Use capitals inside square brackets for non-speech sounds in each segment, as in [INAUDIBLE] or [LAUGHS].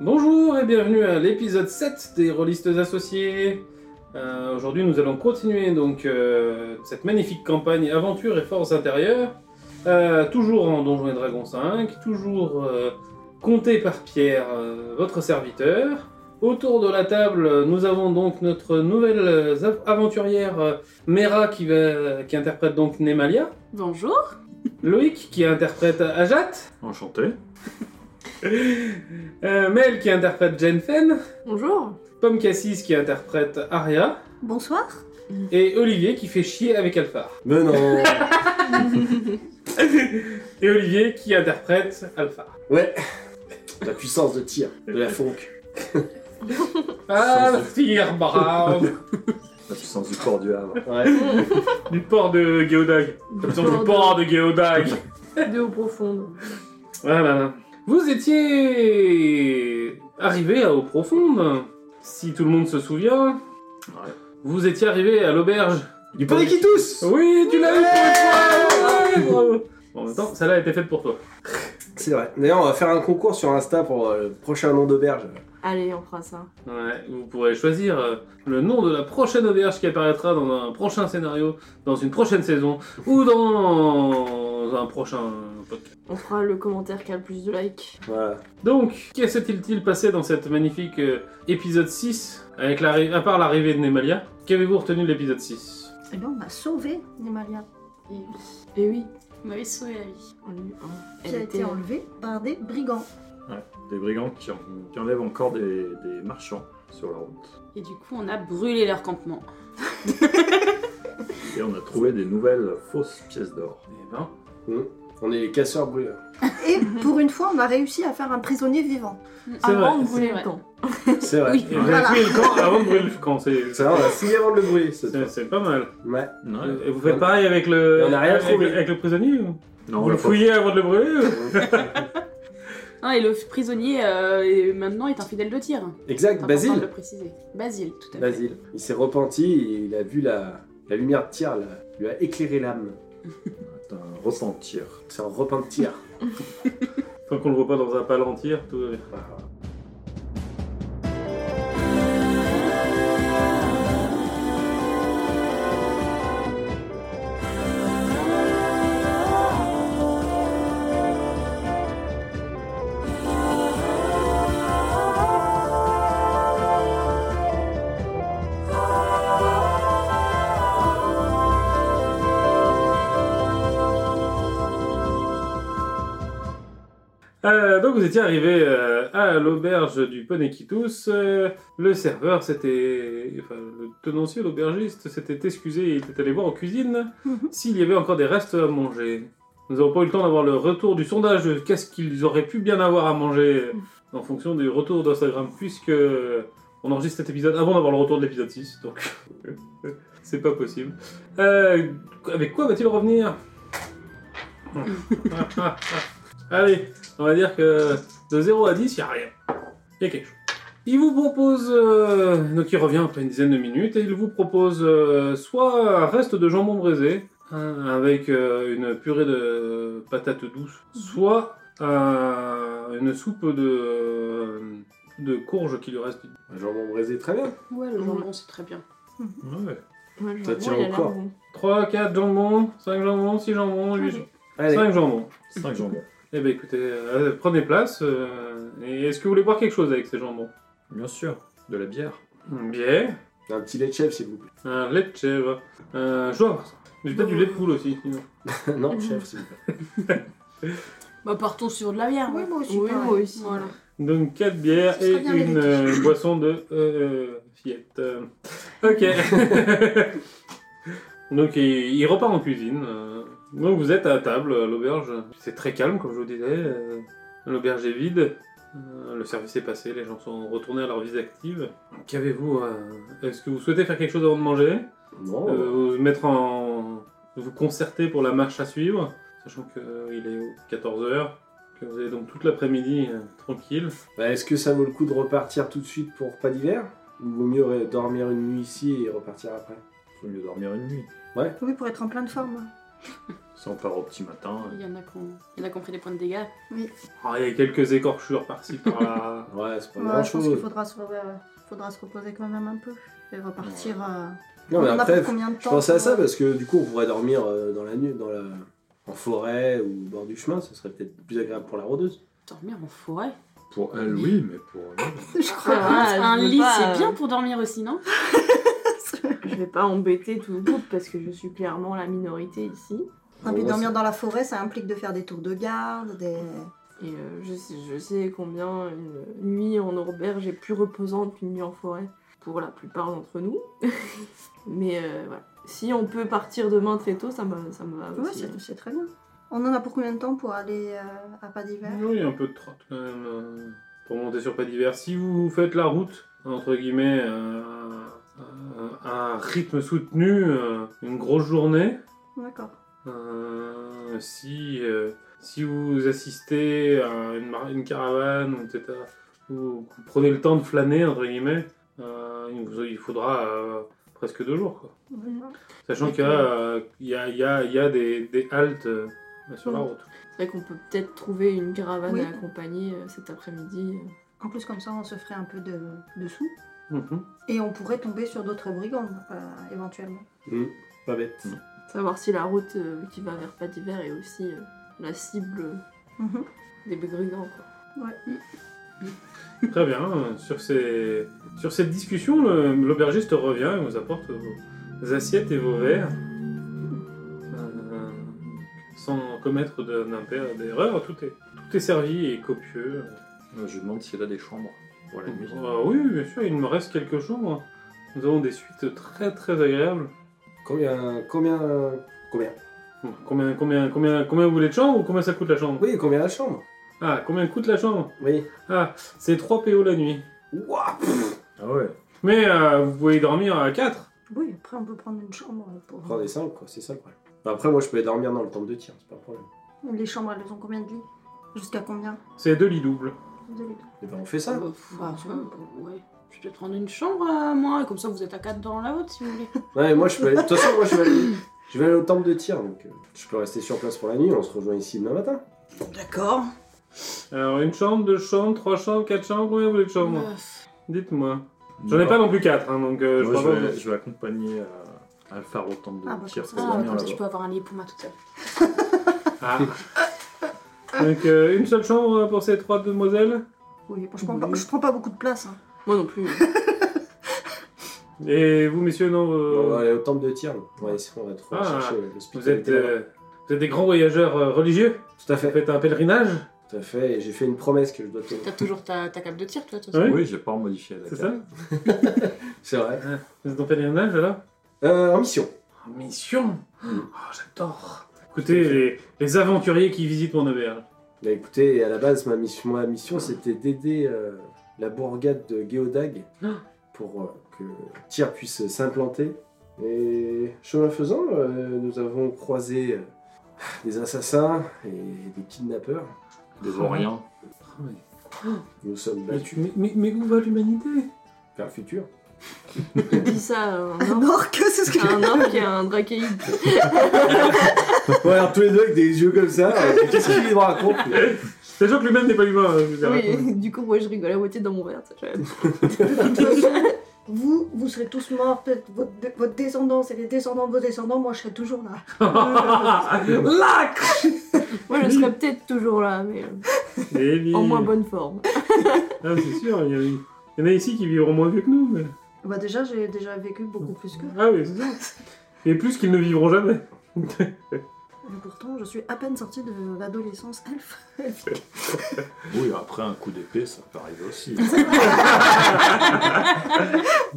Bonjour et bienvenue à l'épisode 7 des Rôlistes Associés. Euh, Aujourd'hui, nous allons continuer donc euh, cette magnifique campagne Aventure et Forces intérieures, euh, toujours en Donjons et Dragons 5, toujours euh, compté par Pierre, euh, votre serviteur. Autour de la table, euh, nous avons donc notre nouvelle euh, av- aventurière euh, Mera qui, va- qui interprète donc Nemalia, Bonjour. Loïc qui interprète Ajat, Enchanté. [LAUGHS] euh, Mel qui interprète Jenfen, Bonjour. Pomme Cassis qui interprète Aria. Bonsoir. Et Olivier qui fait chier avec [LAUGHS] Alphard. Mais [LAUGHS] non Et Olivier qui interprète Alphard. Ouais La puissance de tir, de la fonk. Ah, Alphir [LAUGHS] Brown La puissance du corps du Havre. Ouais. Du port de Geodag. La puissance du port de Geodag. hein. De eau profonde. Voilà. Vous étiez arrivé à Eau Profonde, si tout le monde se souvient. Ouais. Vous étiez arrivé à l'auberge. Du panier qui tous Oui, tu l'as eu pour une fois. Ouais, bravo. Bon, en même temps, celle-là a été faite pour toi. C'est vrai. D'ailleurs, on va faire un concours sur Insta pour euh, le prochain nom d'auberge. Allez, on fera ça. Ouais, vous pourrez choisir euh, le nom de la prochaine auberge qui apparaîtra dans un prochain scénario, dans une prochaine saison ou dans un prochain podcast. On fera le commentaire qui a le plus de likes. Voilà. Donc, qu'est-ce s'est-il passé dans cette magnifique euh, épisode 6 avec l'arri- à part l'arrivée de Nemalia Qu'avez-vous retenu de l'épisode 6 Eh bien, on m'a sauvé Nemalia, Et, et Eh oui, Vous m'avez sauvé la vie. on lui- on- qui a été enlevée par des brigands. Des brigands qui, en- qui enlèvent encore des, des marchands sur la route. Et du coup, on a brûlé leur campement. Et on a trouvé des nouvelles fausses pièces d'or. Eh ben, On est les casseurs brûleurs. Et pour une fois, on a réussi à faire un prisonnier vivant. C'est vrai, Avant de c'est brûler vrai. le camp. C'est vrai. Oui. et vous avez Voilà. tué le camp avant de brûler le camp, c'est- C'est vrai, on a signé avant de le brûler. ce soir. c'est c'est pas mal. Ouais. Ouais. Et vous faites pareil avec le, Et on a rien avec, trouvé. avec le prisonnier ou Non, Vous le la fois- fouillez avant de le brûler ou Ah, et le prisonnier, euh, est- maintenant, est un fidèle de tir. Exact, Important de Basile. le préciser. Basile, tout à fait. Basile. Il s'est repenti et il a vu la, la lumière de tir, là. Il lui a éclairé l'âme. c'est un ressentir. C'est un repentir. Tant qu'on le voit pas dans un palantir, tout euh, va bien. Euh, donc vous étiez arrivé euh, à l'auberge du Poney qui tousse. euh, le serveur s'était, enfin le tenancier, l'aubergiste s'était excusé. et Il était allé voir en cuisine Mhm. s'il y avait encore des restes à manger. Nous n'avons pas eu le temps d'avoir le retour du sondage. de Qu'est-ce qu'ils auraient pu bien avoir à manger en fonction du retour d'Instagram, puisque on enregistre cet épisode avant d'avoir le retour de l'épisode 6, donc [LAUGHS] c'est pas possible. Euh, avec quoi va-t-il revenir Allez, on va dire que de 0 à 10, il n'y a rien. Il y a quelque chose. Il vous propose, euh, donc il revient après une dizaine de minutes, et il vous propose euh, soit un reste de jambon braisé, hein, avec euh, une purée de patates douces, soit euh, une soupe de, de courge qui lui reste. Un jambon braisé, très bien. Ouais, le jambon, c'est très bien. Ouais. Ouais, le Ça jambon, tient il a au l'air corps. bon. 3, 4 jambons, 5 jambons, 6 jambons, 8 jambons. 5 jambons. 5 jambons. Eh ben écoutez, euh, prenez place, euh, et est-ce que vous voulez boire quelque chose avec ces jambons Bien sûr. De la bière. Une bière Un petit lait de chef, s'il vous plaît. [LAUGHS] Un lait de Euh, chèvre. Un joie. J'ai peut-être du lait de poule aussi. sinon. non, chef, s'il vous plaît. Bah, partons sur de la bière. Ah, hein. Oui, moi aussi. Oui, pareil. moi aussi. Voilà. Donc 4 bières Ce et serait bien une mérité. euh, boisson de euh, euh, fillette. Euh, ok. [LAUGHS] Donc il, il repart en cuisine. euh. Donc vous êtes à table à l'auberge. C'est très calme comme je vous disais. euh. L'auberge est vide. Euh, Le service est passé, les gens sont retournés à leur vie active. Qu'avez-vous euh, Est-ce que vous souhaitez faire quelque chose avant de manger Non. Euh, vous mettre en vous concerter pour la marche à suivre, sachant que euh, il est 14h, que vous avez donc toute l'après-midi euh, tranquille. Bah, Est-ce que ça vaut le coup de repartir tout de suite pour pas d'hiver Ou vaut mieux ré- dormir une nuit ici et repartir après Ah Il faut mieux dormir une nuit. Oui, pour être en pleine forme. Ça, on part au petit matin. euh, Il y en a qui ont il y en a qui ont pris des points de dégâts. Ah, il y a quelques écorchures par-ci, par-là. [LAUGHS] Ouais, c'est pas Ouais, grand je pense qu'il chose. faudra se, re- faudra se reposer quand même un peu et repartir. euh, Non, mais on a après, pour combien de temps je pensais à ça pour- parce que du coup, on pourrait dormir euh, dans la nuit, dans la... en forêt ou au bord du chemin. Ce serait peut-être plus agréable pour la rôdeuse. Dormir en forêt. Pour elle, oui, mais pour nous. euh, [LAUGHS] Je crois. Ah, un je veux lit, pas, c'est euh, bien pour dormir aussi, non Je vais pas embêter tout le groupe parce que je suis clairement la minorité ici. Et puis Bon, dormir dans la forêt, ça implique de faire des tours de garde, des. Et euh, je, sais, je sais combien une nuit en auberge est plus reposante qu'une nuit en forêt pour la plupart d'entre nous. [LAUGHS] Mais euh, voilà. Si on peut partir demain très tôt, ça me, ça me va Ouais, aussi. hein. c'est- c'est très bien. On en a pour combien de temps pour aller euh, à pas d'hiver Oui, il y a un peu de trotte quand même euh, pour monter sur pas d'hiver. Si vous faites la route, entre guillemets, euh, euh, à un rythme soutenu, euh, une grosse journée, D'accord. euh, si, euh, si vous assistez à une, mar- une caravane, ou etc., ou que vous prenez le temps de flâner, entre guillemets, euh, il, vous- il faudra euh, presque deux jours. quoi. Sachant qu'il y a, euh, il y a, il y a- il y a des, des haltes euh, sur la Mhm. route. C'est vrai qu'on peut peut-être trouver une caravane Oui. à accompagner euh, cet après-midi. euh, En plus, comme ça, on se ferait un peu de, de sous. Mhm. Et on pourrait tomber sur d'autres brigands, euh, éventuellement. Hum, pas bête. Savoir si la route euh, qui va vers Pas d'hiver est aussi euh, la cible Mhm. des brigands. quoi. Ouais. Très bien. euh, Sur, ces, sur cette discussion, le- l'aubergiste revient et vous apporte vos assiettes et vos verres. Euh, sans commettre de- d'impé- d'erreur, tout est, tout est servi et copieux. Je lui demande s'il a des chambres pour la nuit. Euh, oui, bien sûr, il me reste quelques chambres. Nous avons des suites très très agréables. Combien, combien, combien Bon, Combien, combien, combien, combien vous voulez de chambre ou combien ça coûte la chambre Oui, combien la chambre Ah, combien coûte la chambre Oui. Ah, c'est 3 PO la nuit. Ouah, Ah ouais Mais euh, vous pouvez dormir à 4. Oui, après, on peut prendre une chambre pour. Prends des 5, quoi, c'est ça le problème. Enfin, Après, moi, je peux dormir dans le temple de tir, c'est pas un problème. Les chambres, elles ont combien de lits Jusqu'à combien C'est deux lits doubles. de lits Et ben, on fait ça. Euh, pff, ah, tu vois, euh, ouais. Je peux prendre une chambre à moi, comme ça vous êtes à quatre dans la haute si vous voulez. Ouais, mais moi, je peux aller. De toute façon, moi, je vais aller, je vais aller au temple de tir, donc euh, je peux rester sur place pour la nuit, on se rejoint ici demain matin. [LAUGHS] D'accord. Alors, une chambre, deux chambres, trois chambres, quatre chambres, combien vous voulez de chambres bah, Dites-moi. J'en ai pas non plus quatre, hein, donc euh, je Moi, crois je, pas. vais, je vais accompagner euh, Alpha au temple de Ah, bah, Tyr comme pour ça, Ah, dormir comme ça je là-bas. peux avoir un lit pour moi toute seule. Ah. donc, euh, une seule chambre pour ces trois demoiselles Oui, je prends, pas, je prends pas beaucoup de place. hein. Moi non plus. Et vous, messieurs, non euh, On va aller au temple de tir, on va essayer, on va trouver, Ah, chercher euh, Vous êtes, l'hospitalité. euh, vous êtes des grands voyageurs euh, religieux Tout à Vous fait, faites un pèlerinage tout à fait, et j'ai fait une promesse que je dois tenir. [LAUGHS] T'as toujours ta, ta cape de tir, toi, de toute Ouais. façon. Oui, j'ai pas modifié la C'est carte. ça C'est vrai. Vous êtes en pèlerinage alors Euh, en mission. En mission Mm. Oh, J'adore Écoutez, les, les aventuriers qui visitent mon auberge. Bah écoutez, à la base, ma mission, ma mission c'était d'aider euh, la bourgade de Geodag Ah. pour euh, que Tyr puisse s'implanter. Et chemin faisant, euh, nous avons croisé euh, des assassins et des kidnappeurs. Des Orients. Oh, mais, Nous sommes mais battus Bah, tu- mais- mais- mais où va l'humanité vers le futur. Il dit ça à un Un orc, orque, c'est ce que. [LAUGHS] à un orc et à un dracaïde. Ouais, alors tous les deux avec des yeux comme ça, euh, qu'est-ce qu'il nous raconte [LAUGHS] mais Sachant que l'humain n'est pas humain, hein, je veux dire. [LAUGHS] Oui, du coup, moi je rigole à moitié dans mon verre. tu sais. [LAUGHS] Vous, vous serez tous morts, peut-être votre, votre descendance et les descendants de vos descendants, moi je serai toujours là. Lac Moi je serais peut-être toujours là, mais euh, Eh en moins bonne forme. Ah, c'est sûr, il y, a- il y en a ici qui vivront moins vieux que nous. mais- [LAUGHS] Bah déjà, j'ai déjà vécu beaucoup plus que. Ah oui, c'est ça. Et plus qu'ils ne vivront jamais. Et pourtant, je suis à peine sortie de l'adolescence [LAUGHS] elfe. Oui, après un coup d'épée, ça peut arriver aussi.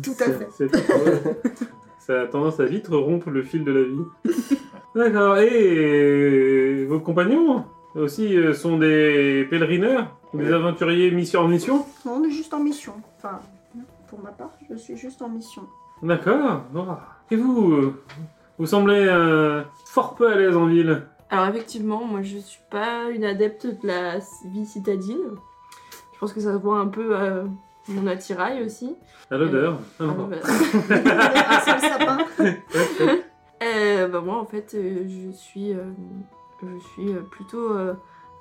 Tout à fait. C'est- c'est- Ça a tendance à vite rompre le fil de la vie. D'accord, et vos compagnons aussi euh, sont des pèlerineurs, des Ouais. aventuriers mission en mission On est juste en mission. Enfin, pour ma part, je suis juste [LAUGHS] en mission. [LAUGHS] D'accord. Oh. Et vous euh, Vous semblez euh, fort peu à l'aise en ville. Alors effectivement, moi je suis pas une adepte de la vie citadine. Je pense que ça se voit un peu euh, mon attirail aussi. À l'odeur. Ah, Ah, non. bah, Un seul sapin. euh, euh, bah, moi, en fait, euh, je suis, euh, je suis euh, plutôt euh,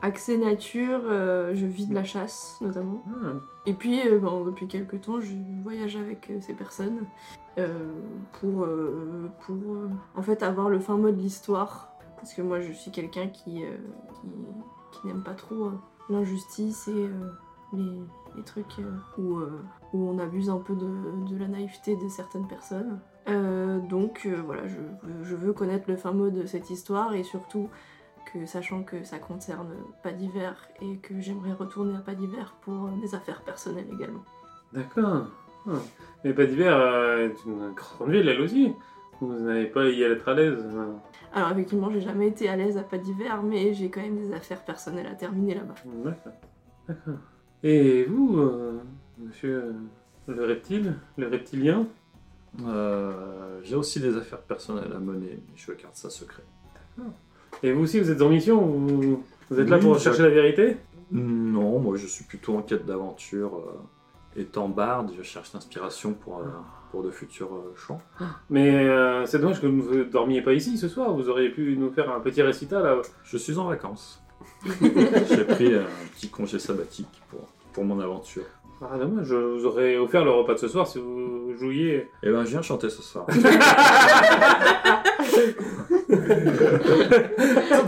axée nature. euh, je vis de la chasse, notamment. Ah, Et puis, euh, ben, depuis quelques temps, je voyage avec euh, ces personnes euh, pour, euh, pour euh, en fait avoir le fin mot de l'histoire. Parce que moi, je suis quelqu'un qui, euh, qui, qui n'aime pas trop euh, l'injustice et euh, les, les trucs euh, où, euh, où on abuse un peu de, de la naïveté de certaines personnes. Euh, donc euh, voilà, je, veux- je veux connaître le fin mot de cette histoire et surtout que sachant que ça concerne pas d'hiver et que j'aimerais retourner à pas d'hiver pour euh, des affaires personnelles également. D'accord. Ah. Mais pas d'hiver euh, est une grande ville, elle aussi. Vous n'avez pas y à être à l'aise. hein. Alors effectivement, j'ai jamais été à l'aise à pas d'hiver, mais j'ai quand même des affaires personnelles à terminer là-bas. D'accord. D'accord. Et vous, euh, monsieur euh, le reptile, le reptilien Euh, J'ai aussi des affaires personnelles à mener, mais je garde ça secret. Et vous aussi, vous êtes en mission Vous, vous êtes là Oui, pour je- chercher la vérité Non, moi je suis plutôt en quête d'aventure. euh, étant barde, je cherche l'inspiration pour, euh, pour de futurs euh, chants. Mais euh, c'est dommage que vous ne dormiez pas ici ce soir. Vous auriez pu nous faire un petit récital. à- Je suis en [LAUGHS] vacances. J'ai pris un petit congé sabbatique pour, pour mon aventure. Ah, dommage, je vous aurais offert le repas de ce soir si vous jouiez. Et ben, je viens chanter ce soir. Hop,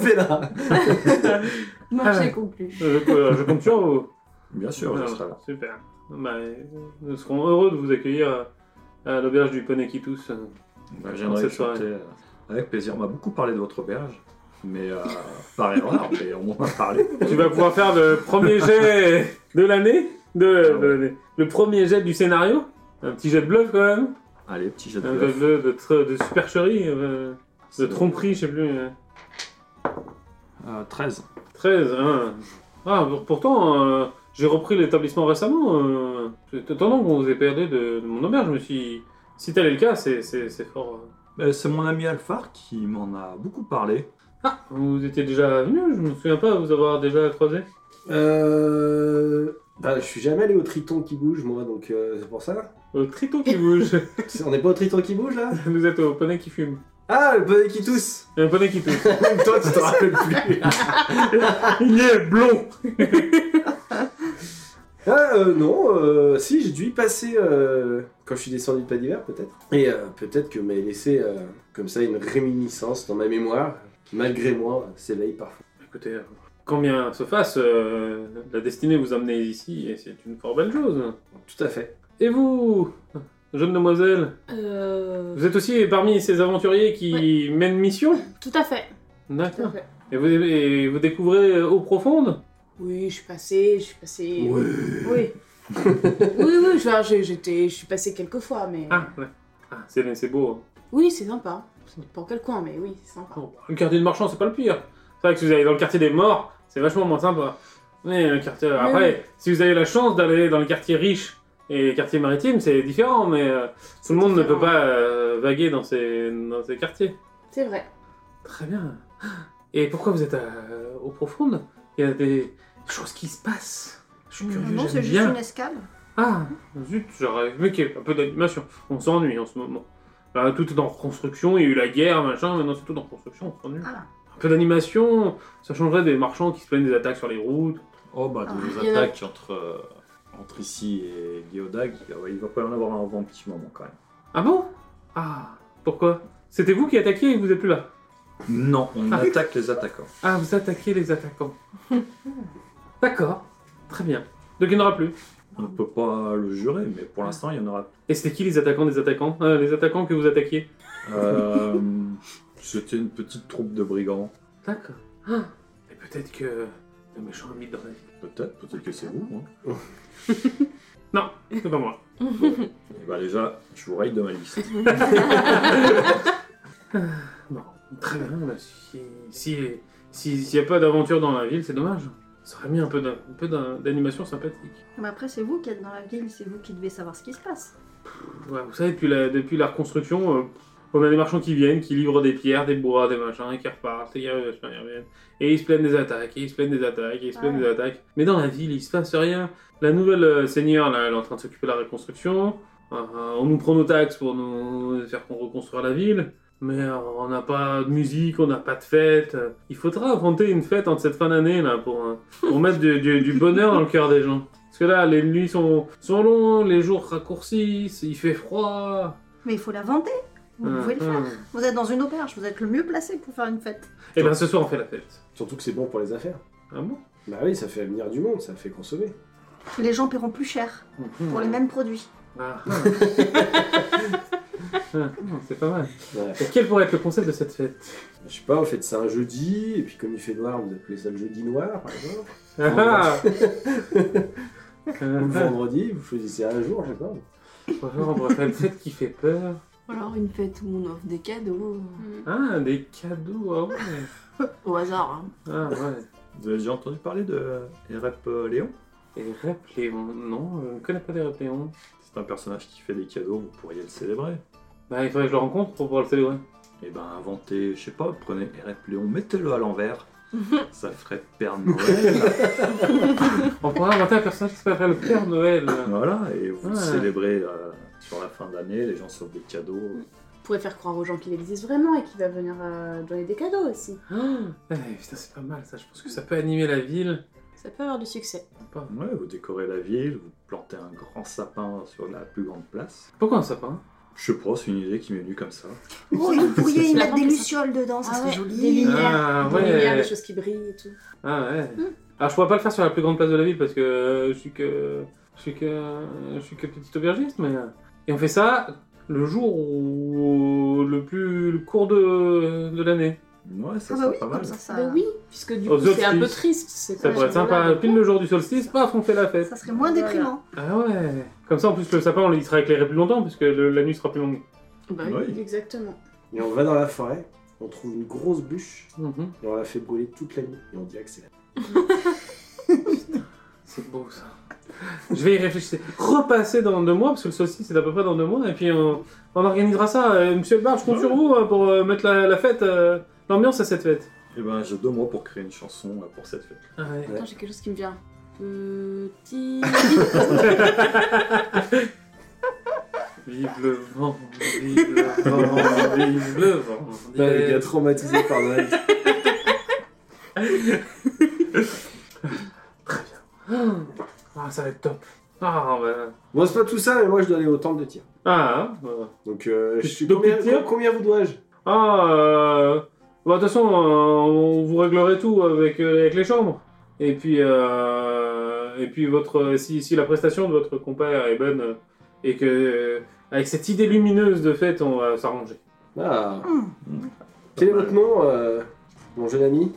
et là Marché conclu. Je, euh, je compte sur vous. Bien sûr, je Ah, [LAUGHS] serai là. Super. Bah, euh, nous serons heureux de vous accueillir euh, à, à l'auberge du Ponekitus. Ben, je viendrai Cette chanter soirée. euh, avec plaisir. On m'a beaucoup parlé de votre auberge, mais euh, par erreur, [LAUGHS] mais on m'en a parlé. tu vas pouvoir faire le premier jet de l'année de, de l'année. Le premier jet du scénario Un petit jet de bluff quand même Allez, petit jet de Un bluff. jet de, de, tr- de supercherie euh, De C'est- tromperie, je sais plus. euh, Euh, 13. 13, hein. Ah, pour- pourtant, euh, j'ai repris l'établissement récemment. euh, C'est étonnant qu'on vous ait perdu de, de mon auberge. Je me suis... Si tel est le cas, c'est c'est- c'est fort... euh, Euh, C'est mon ami Alphar qui m'en a beaucoup parlé. Vous étiez déjà venu, je me souviens pas vous avoir déjà croisé. Euh. Bah, je suis jamais allé au triton qui bouge, moi, donc euh, c'est pour ça. Au triton qui bouge. [LAUGHS] On n'est pas au triton qui bouge, là Vous êtes au poney qui fume. Euh, Ah, le bonnet qui tousse Un poney qui tousse. Même toi, tu t'en rappelles plus [LAUGHS] Il est blond. Ah, euh, non, euh, si, j'ai dû y passer euh, quand je suis descendu de pas d'hiver, peut-être. Et euh, peut-être que m'avait laissé, euh, comme ça, une réminiscence dans ma mémoire, qui, malgré moi, s'éveille parfois. Écoutez, euh, quand bien se fasse, euh, la destinée vous amenez ici et c'est une fort belle chose. Tout à fait. Et vous, jeune demoiselle, Euh, vous êtes aussi parmi ces aventuriers qui mènent mission Tout à fait. Tout à D'accord. fait. Et vous, et vous découvrez euh, eau profonde Oui, je suis passée, je suis passée. Ouais. Oui. oui, oui, je- alors, j'ai- j'étais, je suis passée quelques fois, mais. Ah, ouais. Ah, c'est c'est beau. Oui, c'est sympa. Ça dépend quel coin, mais oui, c'est sympa. Bon, le quartier de marchand, c'est pas le pire. C'est vrai que si vous allez dans le quartier des morts, c'est vachement moins sympa. Mais le quartier. Après, si vous avez la chance d'aller dans le quartier riche et les quartiers maritimes, c'est différent, mais euh, tout le monde ne différent. peut pas euh, vaguer dans ces, dans ces quartiers. C'est vrai. Très bien. Et pourquoi vous êtes à- au profond Il y a des choses qui se passent. Je suis curieux. Non, j'aime c'est juste bien. une escale. Ah, zut, j'aurais aimé qu'il y ait un peu d'animation. On s'ennuie en ce moment. Là, tout est en reconstruction, il y a eu la guerre, machin, maintenant c'est tout en reconstruction, on s'ennuie. Ah. Un peu d'animation, ça changerait des marchands qui se plaignent des attaques sur les routes. Oh, bah, Ah, des il y en a- attaques entre, euh, entre ici et Guéodag, il va- il va pas y en avoir avant un petit moment quand même. Ah bon Ah, pourquoi C'était vous qui attaquiez et vous êtes plus là. Non, on Ah. attaque les attaquants. Ah, vous attaquez les [LAUGHS] attaquants. D'accord, très bien. Donc il n'y en aura plus. On peut pas le jurer, mais pour l'instant, il y en aura. Et c'était qui les attaquants des attaquants Euh, Les attaquants que vous attaquiez Euh, [LAUGHS] C'était une petite troupe de brigands. D'accord. Ah, et peut-être que le méchant habite dans la ville. Peut-être, peut-être que c'est vous. hein. Non, c'est pas moi. Et bah, déjà, je vous raye de ma liste. Bon, très bien. bah, si- si- S'il n'y a pas d'aventure dans la ville, c'est dommage. Ça aurait mis un peu d'un- un peu d'un- d'animation sympathique. Mais après, c'est vous qui êtes dans la ville, c'est vous qui devez savoir ce qui se passe. Ouais, vous savez, depuis la, depuis la reconstruction, euh, on a des marchands qui viennent, qui livrent des pierres, des bois, des machins, et qui repartent, et ils reviennent, ils reviennent. Et ils se plaignent des attaques, et ils se plaignent des attaques, et ils se plaignent Ouais. des attaques. Mais dans la ville, il se passe rien. La nouvelle euh, seigneur, là, elle est en train de s'occuper de la reconstruction. Euh, euh, on nous prend nos taxes pour nous faire qu'on reconstruire la ville. Mais euh, on n'a pas de musique, on n'a pas de fête. Euh, Il faudra inventer une fête en cette fin d'année là pour, euh, pour mettre du, du- du bonheur dans le cœur des gens. Parce que là, les nuits sont, sont longues, les jours raccourcissent, il fait froid. Mais il faut l'inventer. Vous Hum, pouvez le faire. hum. Vous êtes dans une auberge, vous êtes le mieux placé pour faire une fête. Eh bien, ce soir, on fait la fête. Surtout que c'est bon pour les affaires. Ah bon Bah oui, ça fait venir du monde, ça fait consommer. Les gens paieront plus cher pour les mêmes produits. Ah, ah. Ah, ah, C'est pas mal. Ouais. Et quel pourrait être le concept de cette fête Je sais pas, vous faites ça un jeudi, et puis comme il fait noir, vous appelez ça le jeudi noir, par exemple. Ah, ah. Ou [LAUGHS] le Euh, vendredi, vous choisissez un jour, je sais pas. Ou alors, on pourrait faire une fête qui fait peur. Ou alors une fête où on offre des cadeaux euh, Ah, des cadeaux, ah ouais. au hasard. hein. Ah ouais. Vous avez déjà entendu parler de Erep euh, Léon Et Repléon, non, je ne connais pas des Repléons. C'est un personnage qui fait des cadeaux, vous pourriez le célébrer. Bah, il faudrait que je le rencontre pour pouvoir le célébrer. Et ben inventez, je sais pas, prenez Erep Léon, mettez-le à [LAUGHS] l'envers. ça ferait Père Noël. On pourrait inventer un personnage qui s'appellerait le Père Noël. voilà, et vous le Ah. Ouais. célébrez euh, sur la fin d'année, les gens sortent des cadeaux. Vous pourrez faire croire aux gens qu'il existe vraiment et qu'il va venir euh, donner des cadeaux aussi. Ah, eh, putain, c'est pas mal ça, je pense que ça peut animer la ville. Ça peut avoir du succès. Sympa. Ouais, vous décorez la ville, vous plantez un grand sapin sur la plus grande place. Pourquoi un sapin Je sais pas, c'est une idée qui m'est venue comme ça. Oh, vous pourriez y C'est mettre des vraiment ça. lucioles dedans, ça Ah serait ouais, joli. des lumières. Ah Des lumières, ouais des choses qui brillent et tout. Ah ouais Hmm. Alors, je pourrais pas le faire sur la plus grande place de la ville parce que euh, je suis que. Je suis que. Je suis que petit aubergiste, mais. euh, Et on fait ça le jour où. le plus le cours de, de l'année. Ouais, ça Ah serait bah oui, pas mal. comme ça, ça, Mais Ben oui, puisque du Aux coup c'est un peu solstices. triste. c'est Ça quand pourrait même être sympa, là. pile le jour du solstice, paf, on fait la fête. ça serait moins Voilà. déprimant. Ah ouais Comme ça, en plus, le sapin, on il sera éclairé plus longtemps, puisque le- la nuit sera plus longue. Bah oui. Oui. Exactement. Et on va dans la forêt, on trouve une grosse bûche, Mhm. et on la fait brûler toute la nuit, et on dirait que c'est la C'est beau, ça. Je vais y réfléchir. Repasser dans deux mois, parce que le solstice, c'est à peu près dans deux mois, et puis on, on organisera ça. Euh, Monsieur Bar, je compte sur vous hein, pour euh, mettre la, la fête, euh, l'ambiance à cette fête. Et ben j'ai deux mois pour créer une chanson euh, pour cette fête. Ah ouais. Attends, j'ai quelque chose qui me vient. Petit. Vive le vent, vive le vent, vive le vent. Putain, le gars Yes. traumatisé par [LAUGHS] Noël. Ah, ça va être top. Ah, bah. Bon, c'est pas tout ça, mais moi je dois aller au temple de tir. Ah, bah. Donc, euh, je suis Donc, combien, le tir combien vous dois-je Ah, euh... bah, de toute façon, euh, on vous réglerait tout avec, euh, avec les chambres. Et puis, euh, et puis votre, euh, si, si la prestation de votre compère est bonne euh, et que, euh, avec cette idée lumineuse de fête, on va s'arranger. [LAUGHS] Ah, Hmm. quel est Pas mal. votre nom, euh, mon jeune ami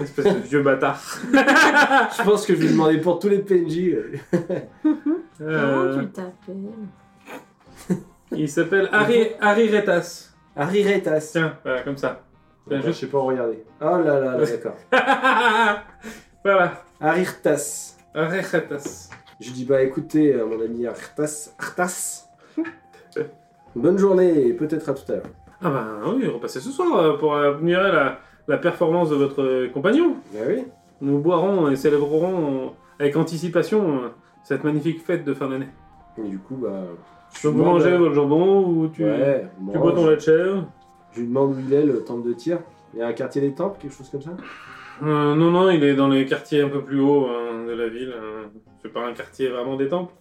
Espèce de vieux bâtard. Je pense que je vais lui demander pour tous les PNJ. euh. Comment Euh, tu t'appelles il s'appelle Harry, Harry Retas. Harry Retas. Tiens, voilà, comme ça. Tiens, Bah, Je juste. [LAUGHS] sais pas regarder. Oh là là, là, d'accord. voilà, Harry Retas. Harry Retas. Je dis bah écoutez, euh, mon ami Artas, [LAUGHS] Artas, bonne journée et peut-être à tout à l'heure. Ah bah oui, repassez ce soir euh, pour euh, admirer la, la performance de votre euh, compagnon. Bah oui. Nous boirons et célébrerons avec anticipation euh, cette magnifique fête de fin d'année. Et du coup, bah. Je Donc lui vous demande, mangez euh, votre jambon ou tu, Ouais, tu mange. bois ton lait de chèvre Je lui demande où il est le temple de tir. Il y a un quartier des temples, quelque chose comme ça Euh, Non, non, il est dans les quartiers un peu plus haut hein, de la ville. euh, C'est pas un quartier vraiment des temples.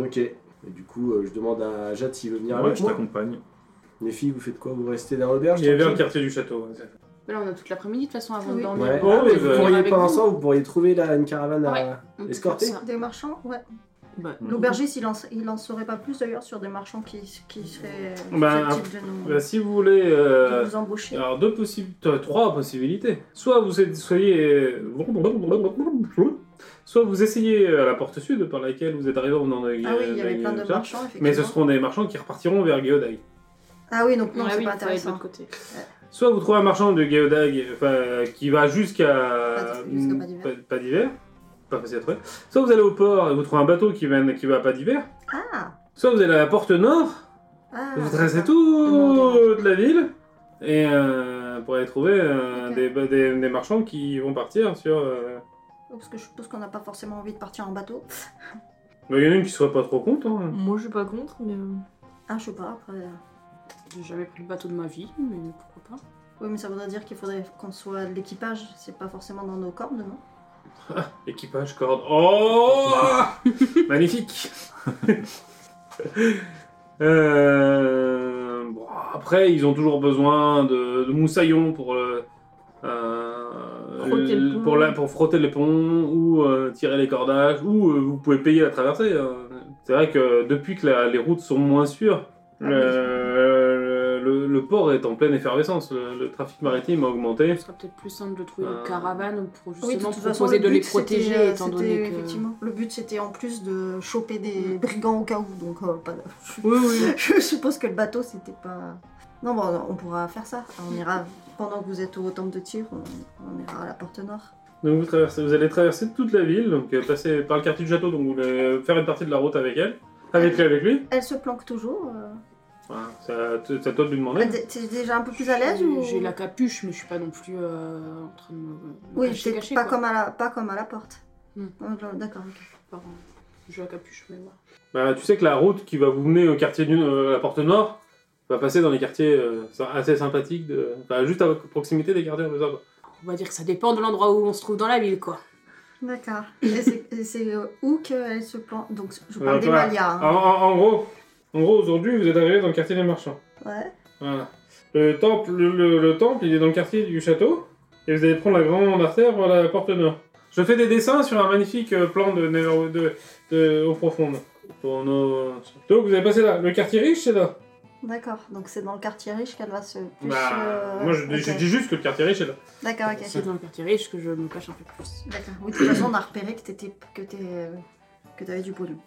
Ok. Et du coup, euh, je demande à Jade s'il veut venir ouais, avec je moi. t'accompagne. Les filles, vous faites quoi Vous restez dans l'auberge Il est vers le tranquille quartier du château. ouais, c'est ça. Mais Ben là, on a toute l'après-midi de toute façon avant de Oui. dormir. Ouais. Oh, Ah, mais oui, vous bah. pourriez Avec pas vous. ensemble, vous pourriez trouver là une caravane à. On peut Escorté faire ça. Des marchands, ouais. Bah, Mmh. L'aubergiste, il en, il en saurait pas plus d'ailleurs sur des marchands qui, qui seraient Bah, susceptibles de nous, Bah, si vous voulez... euh, de nous embaucher. Alors deux possibilités, trois possibilités. Soit vous êtes- soyez, soit vous essayez à la porte sud par laquelle vous êtes arrivé au nom de Ah oui, il y avait de- plein de euh, ça. marchands, effectivement. Mais ce seront des marchands qui repartiront vers Geodag. Ah oui, donc non, Ah c'est oui, pas il faut aller de intéressant. l'autre côté. Soit vous trouvez un marchand de Geodag enfin, qui va jusqu'à Pas d'hiver, jusqu'à pas d'hiver. pas d'hiver, pas facile à trouver. Soit vous allez au port et vous trouvez un bateau qui va qui va à pas d'hiver. Ah, Soit vous allez à la porte nord, ah vous d'accord. tracez toute la ville et euh, pour aller trouver euh, Ok. des, des- des marchands qui vont partir sur euh, Parce que je suppose qu'on n'a pas forcément envie de partir en bateau. Il y en a une qui serait pas trop contente. Hein. Moi je suis pas contre, mais. euh, Ah, je sais pas, après. J'ai jamais pris de bateau de ma vie, mais pourquoi pas. Oui, mais ça voudrait dire qu'il faudrait qu'on soit de l'équipage. C'est pas forcément dans nos cordes, non Équipage, corde. Oh Magnifique [LAUGHS] Euh, bon, Après, ils ont toujours besoin de, de moussaillons pour, le- euh, Frotter le pont. pour, la- pour frotter les ponts ou euh, tirer les cordages ou euh, vous pouvez payer la traversée. hein. C'est vrai que depuis que la- les routes sont moins sûres, Ah, le, le- le port est en pleine effervescence. Le, le trafic maritime a augmenté. Ce serait peut-être plus simple de trouver Euh, une caravane pour Oui, de justement toute façon, proposer le de les but, c'était, protéger, euh, étant c'était, donné que. Mm. Effectivement, le but c'était en plus de choper des brigands au cas où, donc euh, pas de- [LAUGHS] Oui, oui. je suppose que le bateau c'était pas. Non, bon, on pourra faire ça. On ira, pendant que vous êtes au temple de tir, on, on ira à la porte nord. Donc vous, traversez, vous allez traverser toute la ville, donc euh, passer par le quartier du château, donc vous voulez faire une partie de la route avec elle, avec, avec lui. Elle se planque toujours. euh. Voilà, c'est à t- c'est à toi de lui demander. Elle- T'es déjà un peu plus à J'ai- l'aise ou J'ai la capuche, mais je suis pas non plus euh, en train de me. me Oui, cacher, peut-être cacher, pas quoi. comme à la, pas comme à la porte. Hmm. Euh, D'accord. ok. Pardon. J'ai la capuche, mais voilà. Bah, tu sais que la route qui va vous mener au quartier du, euh, à la porte nord va passer dans les quartiers euh, sy- assez sympathiques, de, enfin, juste à proximité des quartiers un peu sympas. On va dire que ça dépend de l'endroit où on se trouve dans la ville, quoi. D'accord. Et c'est- et c'est euh, où qu'elle se planque Donc je Euh, parle des voilà. Malias. En, hein. en- en gros, en gros aujourd'hui vous êtes arrivé dans le quartier des marchands. Ouais. Voilà. Le temple, le, le- le temple, il est dans le quartier du château et vous allez prendre la grande artère vers la porte nord. Je fais des dessins sur un magnifique euh, plan de, de, de, de eau profonde. Pour nos... Donc vous avez passé là. Le quartier riche, c'est là. D'accord. Donc c'est dans le quartier riche qu'elle va se. plus, Bah, euh, moi je, ok. je dis juste que le quartier riche est là. D'accord. Ok. C'est dans le quartier riche que je me cache un peu plus. D'accord. Oui, de toute façon, on a repéré que t'étais, que t'es, euh, que t'avais du pognon.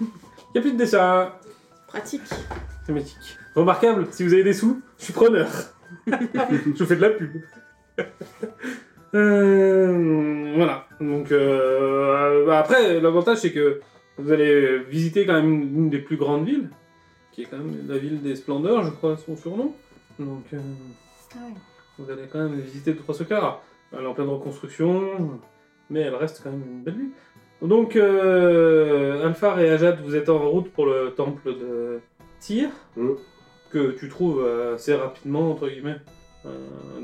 Il n'y a plus de dessins. Pratique. Thématique. Remarquable, si vous avez des sous, je suis preneur. je vous fais de la pub. Euh, voilà. Donc euh, bah après, l'avantage c'est que vous allez visiter quand même une une des plus grandes villes, qui est quand même la ville des splendeurs, je crois son surnom. Donc euh, Ah oui. vous allez quand même visiter deux trois socars. Elle est en pleine reconstruction, mais elle reste quand même une belle ville. Donc euh, Alphar et Ajad, vous êtes en route pour le temple de Tyr Mm. que tu trouves euh, assez rapidement, entre guillemets, euh,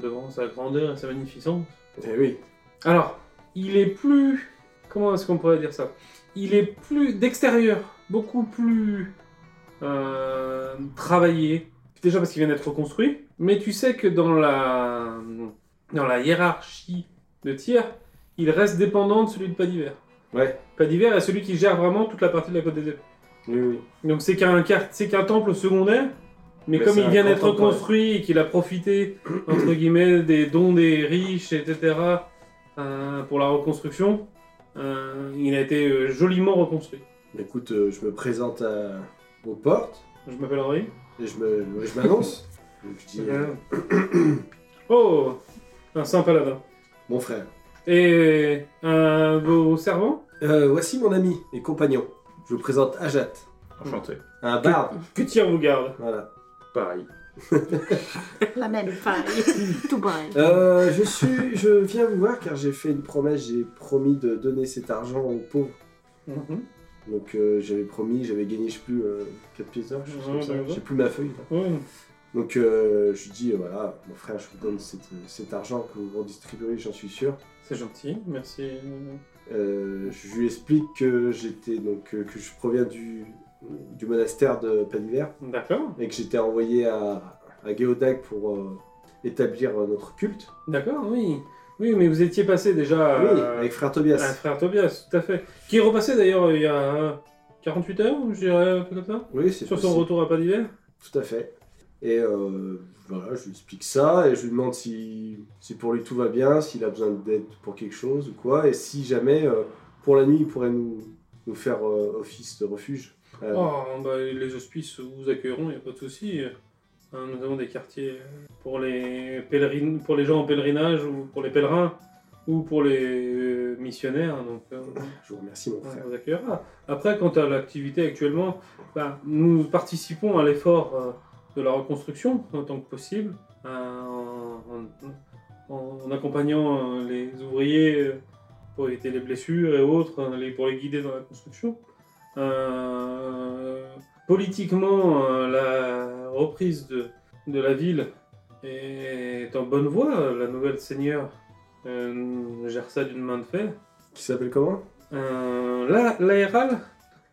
devant sa grandeur et sa magnificence. Eh oui. Alors, il est plus... Comment est-ce qu'on pourrait dire ça Il est plus d'extérieur, beaucoup plus euh, travaillé. Déjà parce qu'il vient d'être reconstruit, mais tu sais que dans la, dans la hiérarchie de tir, il reste dépendant de celui de Padiver. Ouais. Padiver est celui qui gère vraiment toute la partie de la côte des épées. Oui, Eh oui. Donc c'est qu'un quart- c'est qu'un temple secondaire, mais, Mais comme c'est il un vient d'être contemporain. reconstruit et qu'il a profité entre guillemets des dons des riches, etc. euh, pour la reconstruction, euh, il a été euh, joliment reconstruit. Écoute, euh, je me présente à- aux portes Je m'appelle Henri. et je me- je [LAUGHS] m'annonce. Donc je dis euh, [COUGHS] oh, un saint paladin. mon frère. Et un beau servant. Euh, voici mon ami et compagnon. Je vous présente Ajat, Enchanté. un [LAUGHS] barde. Que tire vous garde. Voilà. Pareil. La même. Pareil, tout pareil. Euh, je suis, je viens vous voir car j'ai fait une promesse. J'ai promis de donner cet argent aux pauvres. Donc euh, j'avais promis, j'avais gagné, je sais plus, 4 pièces d'or, je sais Ouais, comme ça. d'accord. J'ai plus ma feuille. là. Oui. Donc euh, je lui dis, euh, voilà, mon frère, je vous donne cet, cet argent que vous redistribuez, j'en suis sûr. C'est gentil, merci. Euh, je lui explique que j'étais donc euh, que je proviens du, du monastère de Paniver D'accord, et que j'étais envoyé à, à Géodag pour euh, établir euh, notre culte. d'accord, oui. Oui, mais vous étiez passé déjà. Oui, euh, avec frère Tobias. Ah, frère Tobias, tout à fait. Qui est repassé d'ailleurs il y a euh, 48 heures, je dirais, un peu comme ça. oui, c'est Sur son possible. retour à pas d'hiver. Tout à fait. Et euh, voilà, je lui explique ça et je lui demande si, si pour lui tout va bien, s'il a besoin d'aide pour quelque chose ou quoi, et si jamais euh, pour la nuit il pourrait nous, nous faire euh, office de refuge. Euh, Oh, bah, les hospices vous accueilleront, il n'y a pas de souci. Hein, Nous avons des quartiers pour les, pèlerines, pour les gens en pèlerinage, ou pour les pèlerins, ou pour les euh, missionnaires. Donc, euh, Je vous remercie, mon on frère. vous accueillera. Après, quant à l'activité actuellement, bah, nous participons à l'effort euh, de la reconstruction en tant que possible, euh, en, en- en accompagnant euh, les ouvriers euh, pour éviter les blessures et autres, euh, les- pour les guider dans la construction. Euh, Politiquement, euh, la reprise de, de la ville est en bonne voie. La nouvelle seigneur euh, gère ça d'une main de fer. Qui s'appelle comment Euh, la- L'aéral,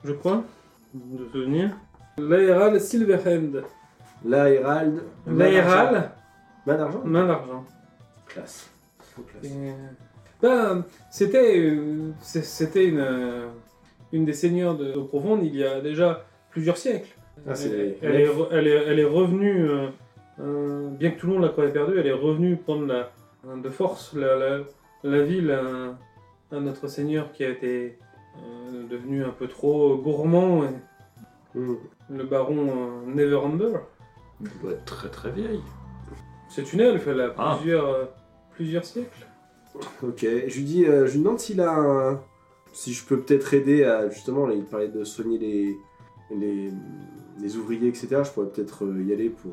je crois, de souvenir. L'aéral Silverhand. La Hérald. L'aéral, Main d'argent main d'argent. Classe. Trop classe. Et, ben, c'était euh, c'est- c'était une, euh, une des seigneurs de, de Profonde il y a déjà plusieurs siècles. Ah, c'est- elle, elle est, re- elle, est, elle est revenue, euh, euh, bien que Toulon la croyait perdue, elle est revenue prendre la, euh, de force la, la, la ville à, à notre seigneur qui a été euh, devenu un peu trop gourmand, et Hmm. le baron euh, Neverember. Elle doit être très très vieille. C'est une elfe, elle a Ah. plusieurs, euh, plusieurs siècles. Ok, je lui dis, euh, je lui demande s'il a un... Si je peux peut-être aider à, justement, là, il parlait de soigner les, les, les ouvriers, etc. Je pourrais peut-être euh, y aller pour...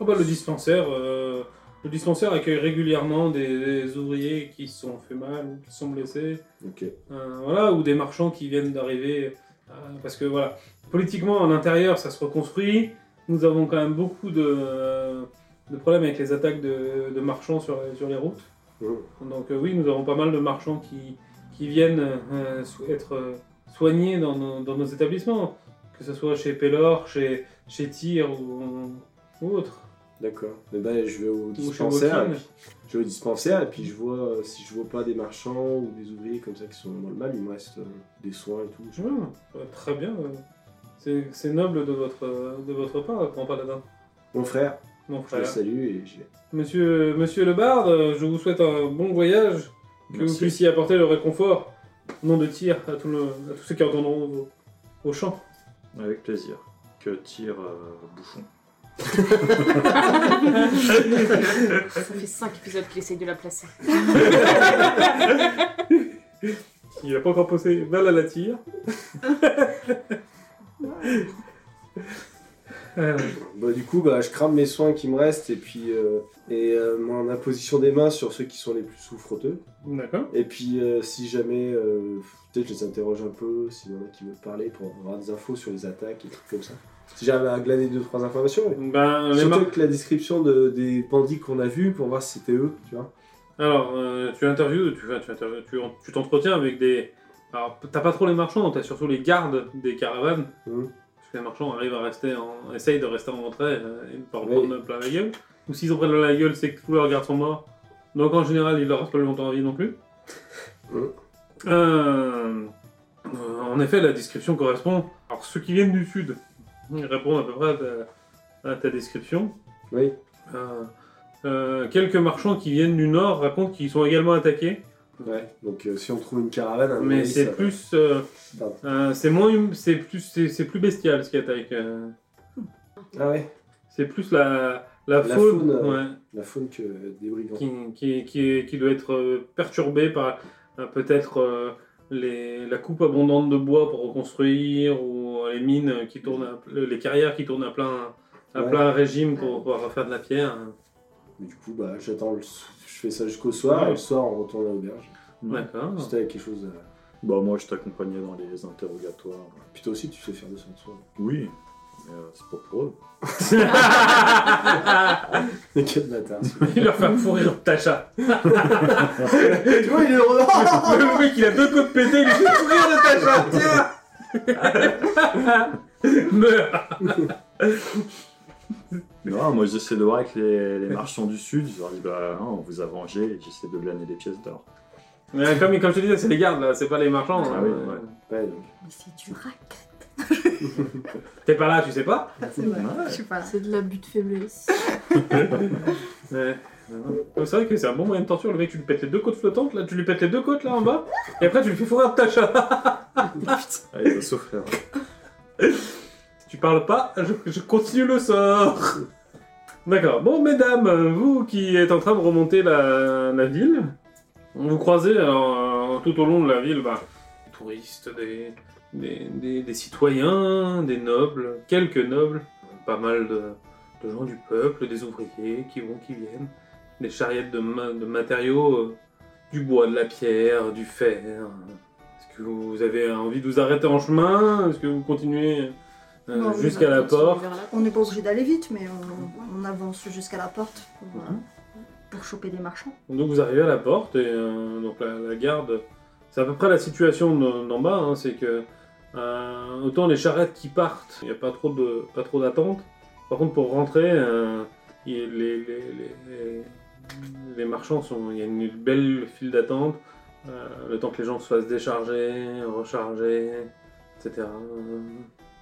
Ah bah, le dispensaire, euh, le dispensaire accueille régulièrement des, des ouvriers qui se sont fait mal ou qui sont blessés, Ok. euh, voilà, ou des marchands qui viennent d'arriver. euh, parce que voilà, politiquement à l'intérieur ça se reconstruit. Nous avons quand même beaucoup de, euh, de problèmes avec les attaques de, de marchands sur, sur les routes. Hmm. Donc euh, oui, nous avons pas mal de marchands qui, qui viennent euh, sou- être euh, soignés dans nos, dans nos établissements, que ce soit chez Pellor, chez, chez Tyr ou, ou autre. D'accord. Mais ben, je vais au Ou chez dispensaire. Walking. et puis- Je vais au dispensaire et puis je vois euh, si je vois pas des marchands ou des ouvriers comme ça qui sont dans le mal, il me reste euh, des soins et tout. Ouais, bah, très bien. euh, C'est c'est noble de votre, euh, de votre part, grand paladin. Mon frère, Mon je le frère. salue et j'y vais. Monsieur, monsieur le barde, euh, je vous souhaite un bon voyage, que vous Merci. puissiez apporter le réconfort, nom de tir, à, tout le- à tous ceux qui entendront vos, vos chants. Avec plaisir. Que tire euh, Bouchon. Ça fait 5 épisodes qu'il essaye de la placer. Il n'a pas encore posé balle à la tire. [LAUGHS] Euh, Bah, du coup, bah, je crame mes soins qui me restent et puis euh, et euh, mon imposition des mains sur ceux qui sont les plus souffreteux. D'accord. Et puis, euh, si jamais, euh, peut-être je les interroge un peu, s'il y en a qui veulent parler pour avoir des infos sur les attaques et trucs comme ça. Si j'arrive à glaner deux trois informations. mais- Ben, les mar- Surtout que la description de- des bandits qu'on a vus pour voir si c'était eux, tu vois. Alors, euh, tu interviews, tu vas- tu interviews- tu en- tu t'entretiens avec des. Alors, p- t'as pas trop les marchands, hein, t'as surtout les gardes des caravanes. Mhm. Parce que les marchands arrivent à rester en. essayent de rester en retrait euh, et de pas en Oui. prendre plein la gueule. Ou s'ils en prennent la gueule, c'est que tous leurs gardes sont morts. Donc en général, ils leur restent pas longtemps en vie non plus. Mhm. Euh, euh, en effet, la description correspond. Alors, ceux qui viennent du sud ils répondent à peu près à ta- à ta description. Oui. Euh, euh, quelques marchands qui viennent du nord racontent qu'ils sont également attaqués, Ouais. Donc, euh, si on trouve une caravane, à mon mais avis, c'est ça- plus, euh, Pardon. euh, c'est moins, hum- c'est plus, c'est c'est plus bestial ce qui attaque. euh. Ah ouais. c'est plus la la, La faune, faune, euh, ouais, La faune que euh, des brigands. qui, qui, qui, qui doit être euh, perturbée par euh, peut-être euh, les, la coupe abondante de bois pour reconstruire ou euh, les mines qui tournent, à- les carrières qui tournent à plein à Ouais. plein régime pour pouvoir faire de la pierre. hein. Mais du coup, bah, j'attends. le- Je fais ça jusqu'au soir Ouais. Ah. et le soir, on retourne à l'auberge. D'accord. Si t'as quelque chose. à- Bah moi je t'accompagnais dans les interrogatoires. Puis toi aussi, tu sais faire de son soin. Oui. Mais euh, c'est pas pour eux. [LAUGHS] Mais [LAUGHS] quel bâtard. Il leur fait pourrir Tacha. tu vois, il est [LAUGHS] heureux. Le mec il a deux coups de pété, il fait sourire de ta chatte, tiens Meurs [LAUGHS] Non, moi j'essaie de voir avec les, les marchands du sud. Je leur dis bah non, on vous a vengé et j'essaie de glaner des pièces d'or. Mais comme, comme je te disais, c'est les gardes là, c'est pas les marchands. Ah hein. oui, ouais. [LAUGHS] Ouais, donc. Mais c'est du rack. T'es pas là, tu sais pas C'est vrai. Ouais. Je suis pas là. C'est de l'abus de faiblesse. Ouais. C'est vrai que c'est un bon moyen de torture, le mec tu lui pètes les deux côtes flottantes, là tu lui pètes les deux côtes là en bas, et après tu lui fais fourrer de ta chatte. Allez, ça souffert. Si tu parles pas, je, je continue le sort D'accord, bon mesdames, vous qui êtes en train de remonter la, la ville, vous croisez alors, euh, tout au long de la ville bah, des touristes, des, des, des- des citoyens, des nobles, quelques nobles, pas mal de, de gens du peuple, des ouvriers qui vont, qui viennent, des charriettes de, ma- de matériaux, euh, du bois, de la pierre, du fer. Est-ce que vous avez envie de vous arrêter en chemin Est-ce que vous continuez euh, Non, mais jusqu'à la porte. On n'est pas obligé d'aller vite, mais on, on avance jusqu'à la porte pour, euh, Mhm. pour choper des marchands. Donc vous arrivez à la porte et euh, donc la, la garde, c'est à peu près la situation d'en d'en bas, hein, c'est que euh, autant les charrettes qui partent, il n'y a pas trop de pas trop d'attente. Par contre pour rentrer, euh, il y a les, les, les- les- les marchands sont, il y a une belle file d'attente, euh, le temps que les gens se fassent décharger, recharger, etc. Euh,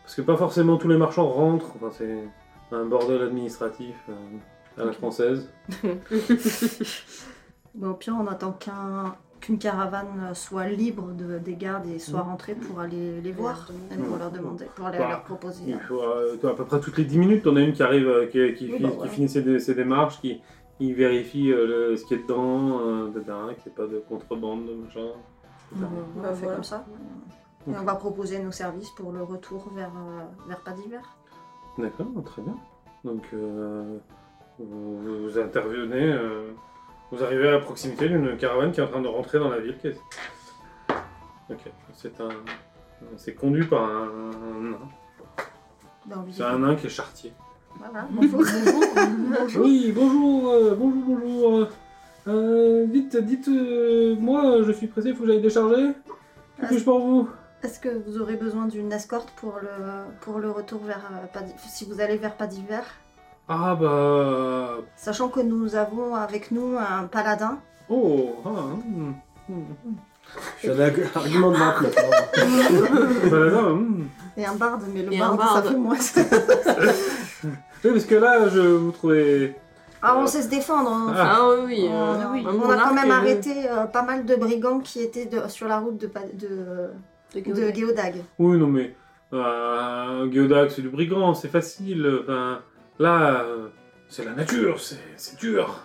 Parce que pas forcément tous les marchands rentrent, enfin, c'est un bordel administratif euh, à la Ok. française. Mais au pire, on attend qu'un- qu'une caravane soit libre de, des gardes et soit Mhm. rentrée pour aller les voir et pour leur demander, pour aller Bah, leur proposer. Il faut, euh, à peu près toutes les 10 minutes, on a une qui arrive, euh, qui, qui, Oui, fi- bah, qui voilà. finit ses, dé- ses démarches, qui, qui vérifie euh, le- ce qui est dedans, euh, etc., qu'il n'y ait pas de contrebande, de machin. On, etc. on Bah, fait voilà. comme ça. Mhm. Et on va proposer nos services pour le retour vers, euh, vers Pas d'hiver. D'accord, très bien. Donc, euh, vous, vous intervenez, euh, vous arrivez à proximité d'une caravane qui est en train de rentrer dans la ville. Qu'est-ce- Ok, c'est un. C'est conduit par un, un nain. Ben, on lui dit- C'est un nain qui est chartier. Voilà, bonjour. Oui, bonjour, euh, bonjour, bonjour. Euh, vite, dites, euh, moi euh, je suis pressé, il faut que j'aille décharger. Que Ah, puis-je pour vous [LAUGHS] Est-ce que vous aurez besoin d'une escorte pour le, pour le retour vers euh, Pas d'Hiver- si vous allez vers Pas d'hiver Ah bah. Sachant que nous avons avec nous un paladin. Oh, ah, hum, hum. J'ai un arg- argument de vente maintenant. Voilà, hum. Et un barde, mais le Et un barde, ça barde. fait moins. [LAUGHS] Oui, parce que là, je vous trouvais. ah, on sait se défendre. on- Ah. Ah oui, oui. on, euh, on même mon a quand arc même est- arrêté euh, pas mal de brigands qui étaient de- sur la route de, Pa- de, de Géodag. Oui, non mais. Euh, Geodax, c'est du brigand, c'est facile. Enfin, là, euh, c'est la nature, c'est c'est dur.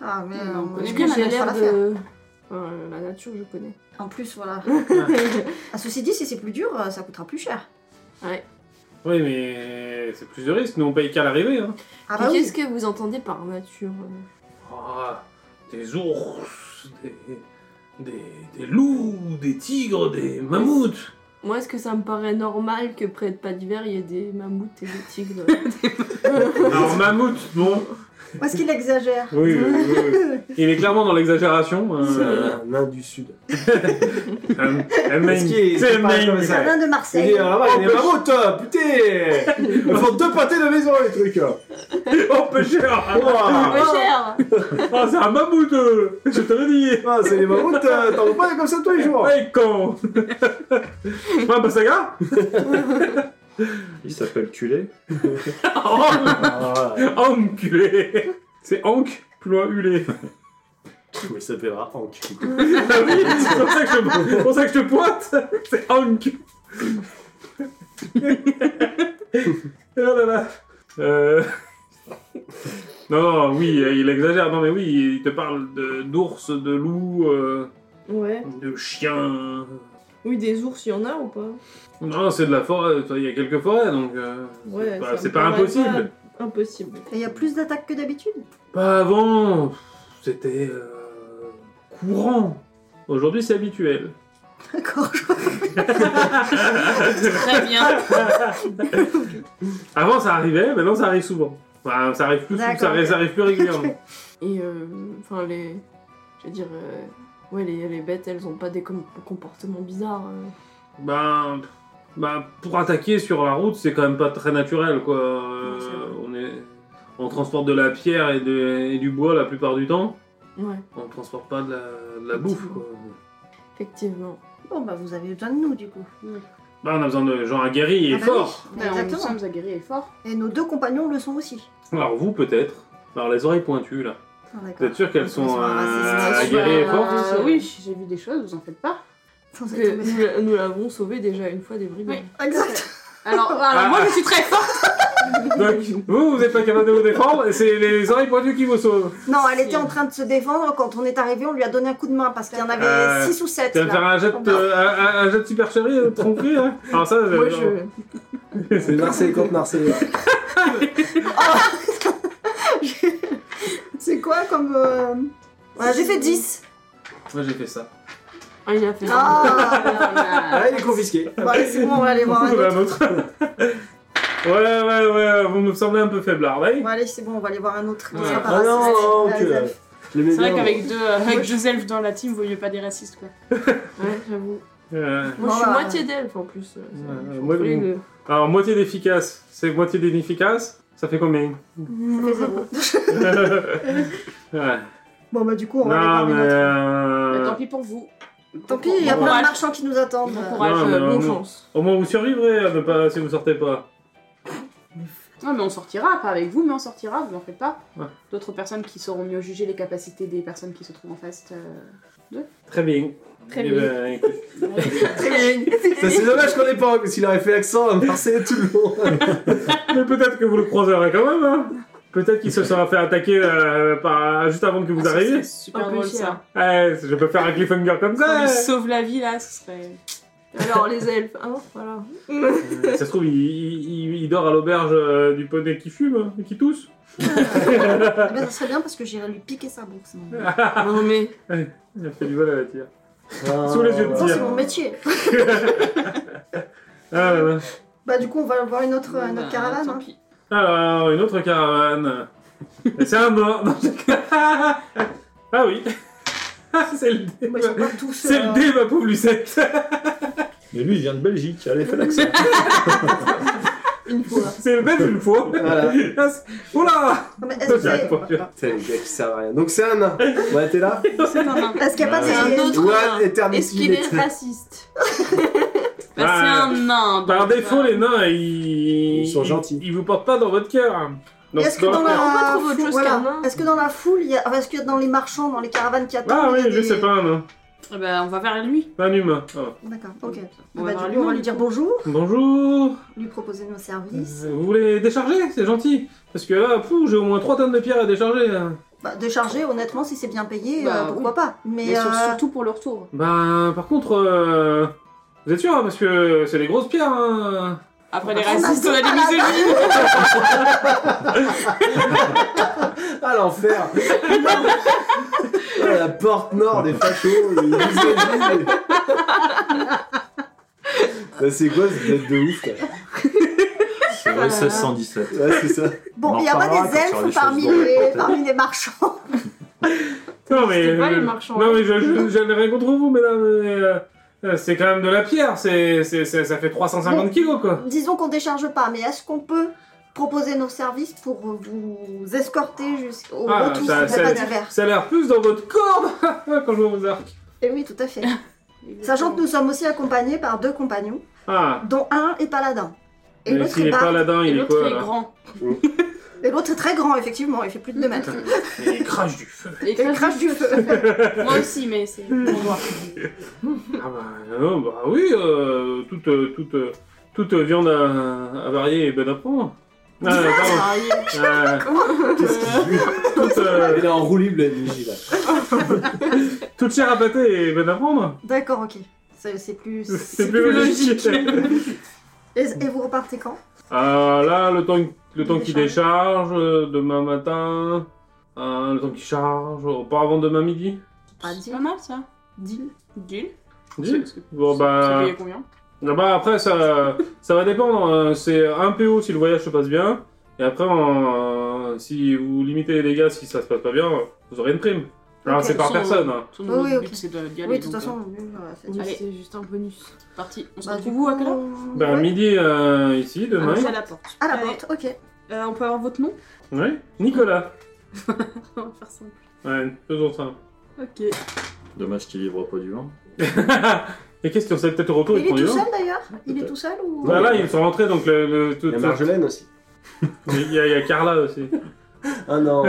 Ah, mais Mais euh, on on connaît est Est-ce bien que obligé j'ai de faire l'air l'affaire. de... Enfin, euh, la nature, je connais. En plus, voilà. ouais. Ah, ceci dit, si c'est plus dur, euh, ça coûtera plus cher. Oui, mais c'est plus de risques, nous on paye qu'à l'arrivée. Hein. Ah, Mais bah oui. Qu'est-ce que vous entendez par nature euh Ah, des ours, des, des, des loups, des tigres, des mammouths. Moi, est-ce que ça me paraît normal que près de Pas d'hiver, il y ait des mammouths et des tigres Alors mammouth, non. Où est-ce qu'il exagère Oui, oui, oui. il est clairement dans l'exagération. C'est euh, un nain du sud. un- un main- Est-ce qu'il- c'est il parle un comme main- C'est un nain de Marseille. euh, Et alors là, ah il est vraiment top, putain Ils font deux pâtés de maison, les trucs hein. Oh, pêcheur Ouah. Pas cher Ah, c'est un mammouth euh, Je te le dis Ah, c'est les mammouths, euh, t'en vois pas comme ça tous les jours Ouais, quand [LAUGHS] Pas un Passaga Il s'appelle Culé. Oh, Ah, voilà. enculé C'est Hank, plus loin, Hulé. Oui, ça s'appellera Hank. Ah oui, c'est pour ça que je, c'est pour ça que je te pointe. C'est Hank. [LAUGHS] oh là là. Euh, Non, non, oui, euh, il exagère. Non, mais oui, il te parle de- d'ours, de, loups, euh, Ouais. de chiens. Oui, des ours, il y en a ou pas Non, c'est de la forêt. Enfin, Il y a quelques forêts, donc euh, Ouais, c'est pas, ça c'est me pas paraît impossible. pas Impossible. Et il y a plus d'attaques que d'habitude. [LAUGHS] Pas avant, c'était euh, courant. Aujourd'hui, c'est habituel. D'accord. Très bien. [LAUGHS] Avant ça arrivait, maintenant ça arrive souvent. Enfin, ça arrive plus, D'accord. ça arrive, ça arrive plus régulièrement. Et euh, enfin, les. Je veux dire. euh, Ouais, les, les bêtes, elles ont pas des com- comportements bizarres. euh. ben, ben, pour attaquer sur la route, c'est quand même pas très naturel, quoi. Euh, Non, c'est vrai. on est, on transporte de la pierre et, de- et du bois la plupart du temps. Ouais, On transporte pas de la, de la bouffe, quoi. effectivement. Bon, bah vous avez besoin de nous du coup. Ben, on a besoin de gens aguerris et Ah bah forts. oui, Ben, nous exactement. sommes aguerris et forts. Et nos deux compagnons le sont aussi. Alors vous peut-être. Alors les oreilles pointues [LAUGHS] là. Ah, Vous êtes sûr qu'elles sont euh, racistes. aguerries et fortes Euh, oui, j'ai vu des choses, vous en faites pas. Sans Parce être que tombés. nous, l'a- nous l'avons sauvé déjà une fois des brigands. Oui. [LAUGHS] Exact. Alors, alors, moi je suis très forte. Donc vous, vous êtes pas capable de vous défendre. et C'est les oreilles pointues qui vous sauvent. Non, elle était en train de se défendre. Quand on est arrivé, on lui a donné un coup de main parce qu'il y en Euh, avait 6 ou 7. Tu vas me faire un jet, de- euh, un, un- un jet de supercherie, euh, tromperie, hein Alors ça, Moi, je- je. C'est Marseille contre Marseille. bah, [LAUGHS] C'est quoi comme. euh, ouais, J'ai fait 10. Moi, j'ai fait ça. Ah, il a fait ça. Ah Ah, il est confisqué. [LAUGHS] Bon, allez, c'est bon, on va aller voir un Bah, autre. un autre. Ouais, ouais, ouais, vous me semblez un peu faiblard, ouais. Bon, allez, c'est bon, on va aller voir un autre. Ouais. Ça Ah non, non, que- Je l'aimais C'est vrai bien, qu'avec deux, euh, avec deux elfes dans la team, vaut mieux pas des racistes quoi. Ouais, j'avoue. Euh, Moi, je Voilà. suis moitié d'elfe en plus. euh, c'est- Ouais, je moi, suis le- de- alors, moitié d'efficace, c'est moitié d'inefficace, ça fait combien [LAUGHS] fait zéro. Ouais. Bon, bah, du coup, on va aller Non, voir mais. une autre. euh, Bah, tant pis pour vous. Tant pis, il y a Bon plein courage. de marchands qui nous attendent. Bon Euh, courage. Non, mais euh, bonne on- [LAUGHS] chance. Au moins, vous survivrez à ne pas, si vous sortez pas. Non, mais on sortira, pas avec vous, mais on sortira, vous en faites pas. Ouais. D'autres personnes qui sauront mieux juger les capacités des personnes qui se trouvent en face. euh, Très bien. Très Eh bien. ben, écoute, [LAUGHS] Ça, c'est dommage qu'on n'ait pas, parce qu'il aurait fait l'accent à Marseille tout le long. Mais peut-être que vous le croiserez quand même, hein. Peut-être qu'il se sera fait attaquer euh, par, juste avant que vous Ah, ce arriviez. serait super Un peu drôle chier. ça. Ouais, je peux faire un cliffhanger comme Qu'on ça. eh. lui ouais. sauve la vie là, ce serait. Alors, les elfes, hein, voilà. Ça se trouve, il, il- il- il dort à l'auberge euh, du poney qui fume hein, et qui tousse. eh ben, ça serait bien parce que j'irais lui piquer sa bourse. mon gars. Non, mais. Il a fait du vol à la tire. Sous les yeux de Ça, Tiens. c'est mon métier. Ah, là, là. Bah, du coup, on va voir une autre, une autre Bah, caravane. tant hein. pis. Alors, une autre caravane. Et C'est un mort. Non, c'est- ah oui. Ah, c'est le dé. Bah, ils sont pas tous. C'est euh, le dé, ma pauvre Lucette. Mais lui, il vient de Belgique, allez, fais [LAUGHS] l'accent. Une fois. C'est le même une fois. Voilà. Ah, c'est- Oula. non, mais Est-ce Ça, que- c'est la pointure. Putain, les gars qui servent à rien. Donc c'est un nain. Ouais, t'es là C'est [LAUGHS] un nain. est-ce qu'il n'y a pas Ouais. des. Un autre Ouais, nain. éternité. Est-ce qu'il est raciste Bah, c'est un nain. donc, Par défaut, euh, les nains, ils... Ils sont gentils. Ils, ils vous portent pas dans votre cœur. Mais Donc, Est-ce que, dans dans leur la... cœur. On peut trouver autre foule- chose voilà. qu'un nain. Est-ce que dans la foule, il y a... enfin, est-ce que dans les marchands, dans les caravanes qui attendent Ah oui, il y a je des- Oh. sais pas, un nain. eh ben, on va vers lui. Un humain. Ah. D'accord, ok. On bah, va du voir coup, lui, on va du lui dire coup. bonjour, Bonjour. lui proposer nos services. Euh, Vous voulez décharger C'est gentil. Parce que là, fou, j'ai au moins 3 tonnes de pierres à décharger. hein. Bah, décharger, honnêtement, si c'est bien payé, Bah, euh, pourquoi oui. pas. Mais, Mais sur- euh, surtout pour le retour. Bah, par contre, euh, vous êtes sûr hein, Parce que c'est les grosses pierres. hein. Après les On a racistes, on a tout à les la [LAUGHS] misogynes. Ah l'enfer Ah, La porte nord des fachos, les misogynes. Bah, c'est quoi cette tête de ouf là C'est vrai, 1617. Ouais, c'est ça. bon, On en il n'y a pas reparlera quand sur des les elfes choses parmi dont on les... parle. parmi les marchands. [LAUGHS] Non, mais. C'était pas les euh, marchands. hein. non, mais je, je- je n'ai rien contre vous, mesdames. mais, euh, euh, c'est quand même de la pierre. c'est c'est- c'est- ça fait 350 Bon. kilos, quoi. Disons qu'on décharge pas, mais est-ce qu'on peut proposer nos services pour vous escorter jusqu'au Ah, retour ça- si c'est pas ça- d'hiver Ça a l'air plus dans votre corde [LAUGHS] quand je vois vos arcs. Et Eh oui, tout à fait. Sachant que nous sommes aussi accompagnés par deux compagnons, Ah. dont un est paladin. Et mais l'autre s'il est, est bar- pas là-dedans, Et il est l'autre quoi est là grand. Et l'autre est très grand, effectivement, il fait plus de 2 mètres. Il crache du feu. Et Il [LAUGHS] crache du feu. Moi aussi, mais c'est. on voit. Ah bah, non, bah oui, euh, toute, euh, toute, euh, toute euh, viande à, à varier est bonne à prendre. Ah, [LAUGHS] pardon. Euh, toute, euh, [LAUGHS] Il est en roue libre la nuit là. toute chair à pâté est bonne à prendre. [LAUGHS] D'accord, ok. C'est c'est plus. [LAUGHS] C'est plus logique. [LAUGHS] Et, et vous repartez quand Euh, là, le temps, le temps qu'il Décharge. décharge, euh, demain matin, euh, le temps qu'il charge, euh, pas avant demain midi. Pas deal. C'est Ah, pas mal ça. Deal. Guil. Dis. Bon Ça bah, payait combien ah bah après [LAUGHS] ça, ça va dépendre. euh, C'est un PO si le voyage se passe bien, et après on- euh, si vous limitez les dégâts si ça se passe pas bien, vous aurez une prime. Alors Ok. c'est par Sans- personne. hein. Tout Oui, le ok. but c'est de- d'y aller. Oui, de toute donc, façon, oui, voilà, c'est Oui, deal. Allez. C'est juste un bonus. euh, Parti. On se Bah, du retrouve coup, où à quelle heure Bah ouais. midi euh, ici demain. Ah, c'est à la porte. À la Allez. porte, ok. Euh, on peut avoir votre nom Ouais. Nicolas. On va faire simple. Ouais, faisons ça. Ok. Dommage qu'il livre pas du vin. et qu'est-ce qu'on sait peut-être au retour Il est prend tout du vin. seul d'ailleurs Il est tout seul ou Bah là ils sont rentrés donc le, le- tout- Il y a Marjolaine aussi. Il y, a- il y a Carla [LAUGHS] aussi. [LAUGHS] Ah non.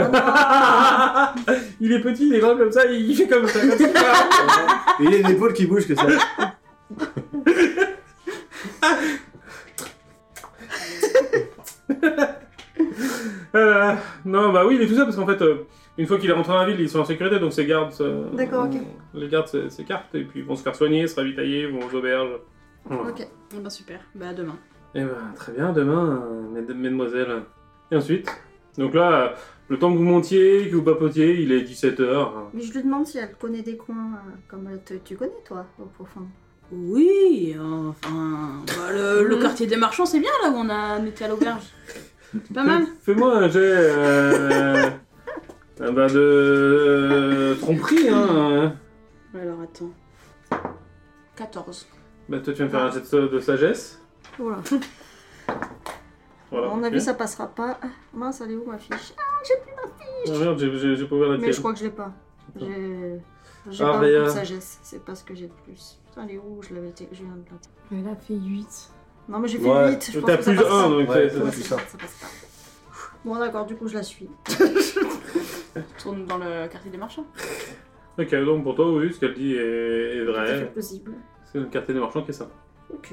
il est petit, il est grand comme ça, il il fait comme ça. comme [LAUGHS] ça. Et il a une épaule qui bouge que ça. Euh, non, bah oui, il est tout seul parce qu'en fait, euh, une fois qu'il est rentré dans la ville, ils sont en sécurité donc ces gardes. euh, D'accord, ok. Les gardes s'é- s'écartent et puis ils vont se faire soigner, se ravitailler, ils vont aux auberges. Voilà. Ok. Ah bah super. Bah à demain. Eh ben, très bien, demain, euh, mesd- mesdemoiselles. Et ensuite Donc là, euh, le temps que vous montiez, que vous papotiez, il est 17h. Mais je lui demande si elle connaît des coins euh, comme elle te- tu connais toi, au profond. Oui, euh, enfin, bah, le, le Mhm. quartier des marchands, c'est bien là où on, a, on était à l'auberge. C'est pas mal. Fais-moi un jet. [LAUGHS] euh, euh, bah, de. tromperie, hein. [LAUGHS] Alors attends. 14. Bah, toi, tu vas me faire un jet de sa- de sagesse. Voilà. Voilà. à mon ok. avis, ça passera pas. Ah, Mince, elle est où ma fiche Ah, Oh merde, j'ai- j'ai j'ai pas ouvert la Mais je tienne. crois que je l'ai pas. J'ai j'ai Ah, pas mais, beaucoup de euh, sagesse. C'est pas ce que j'ai de plus. Putain, elle est où Je l'avais. été- Je viens de la Elle a fait 8. Non, mais j'ai fait Ouais, 8. Je pense T'as que ça plus passe un, pas. donc Ouais, c'est- ouais. c'est- plus ça. Ça passe pas. Bon, d'accord, du coup, je la suis. Je tourne dans le quartier des marchands. Ok, donc pour toi, oui, ce qu'elle dit est, est C'est vrai. possible. C'est le quartier des marchands qui est ça. Ok.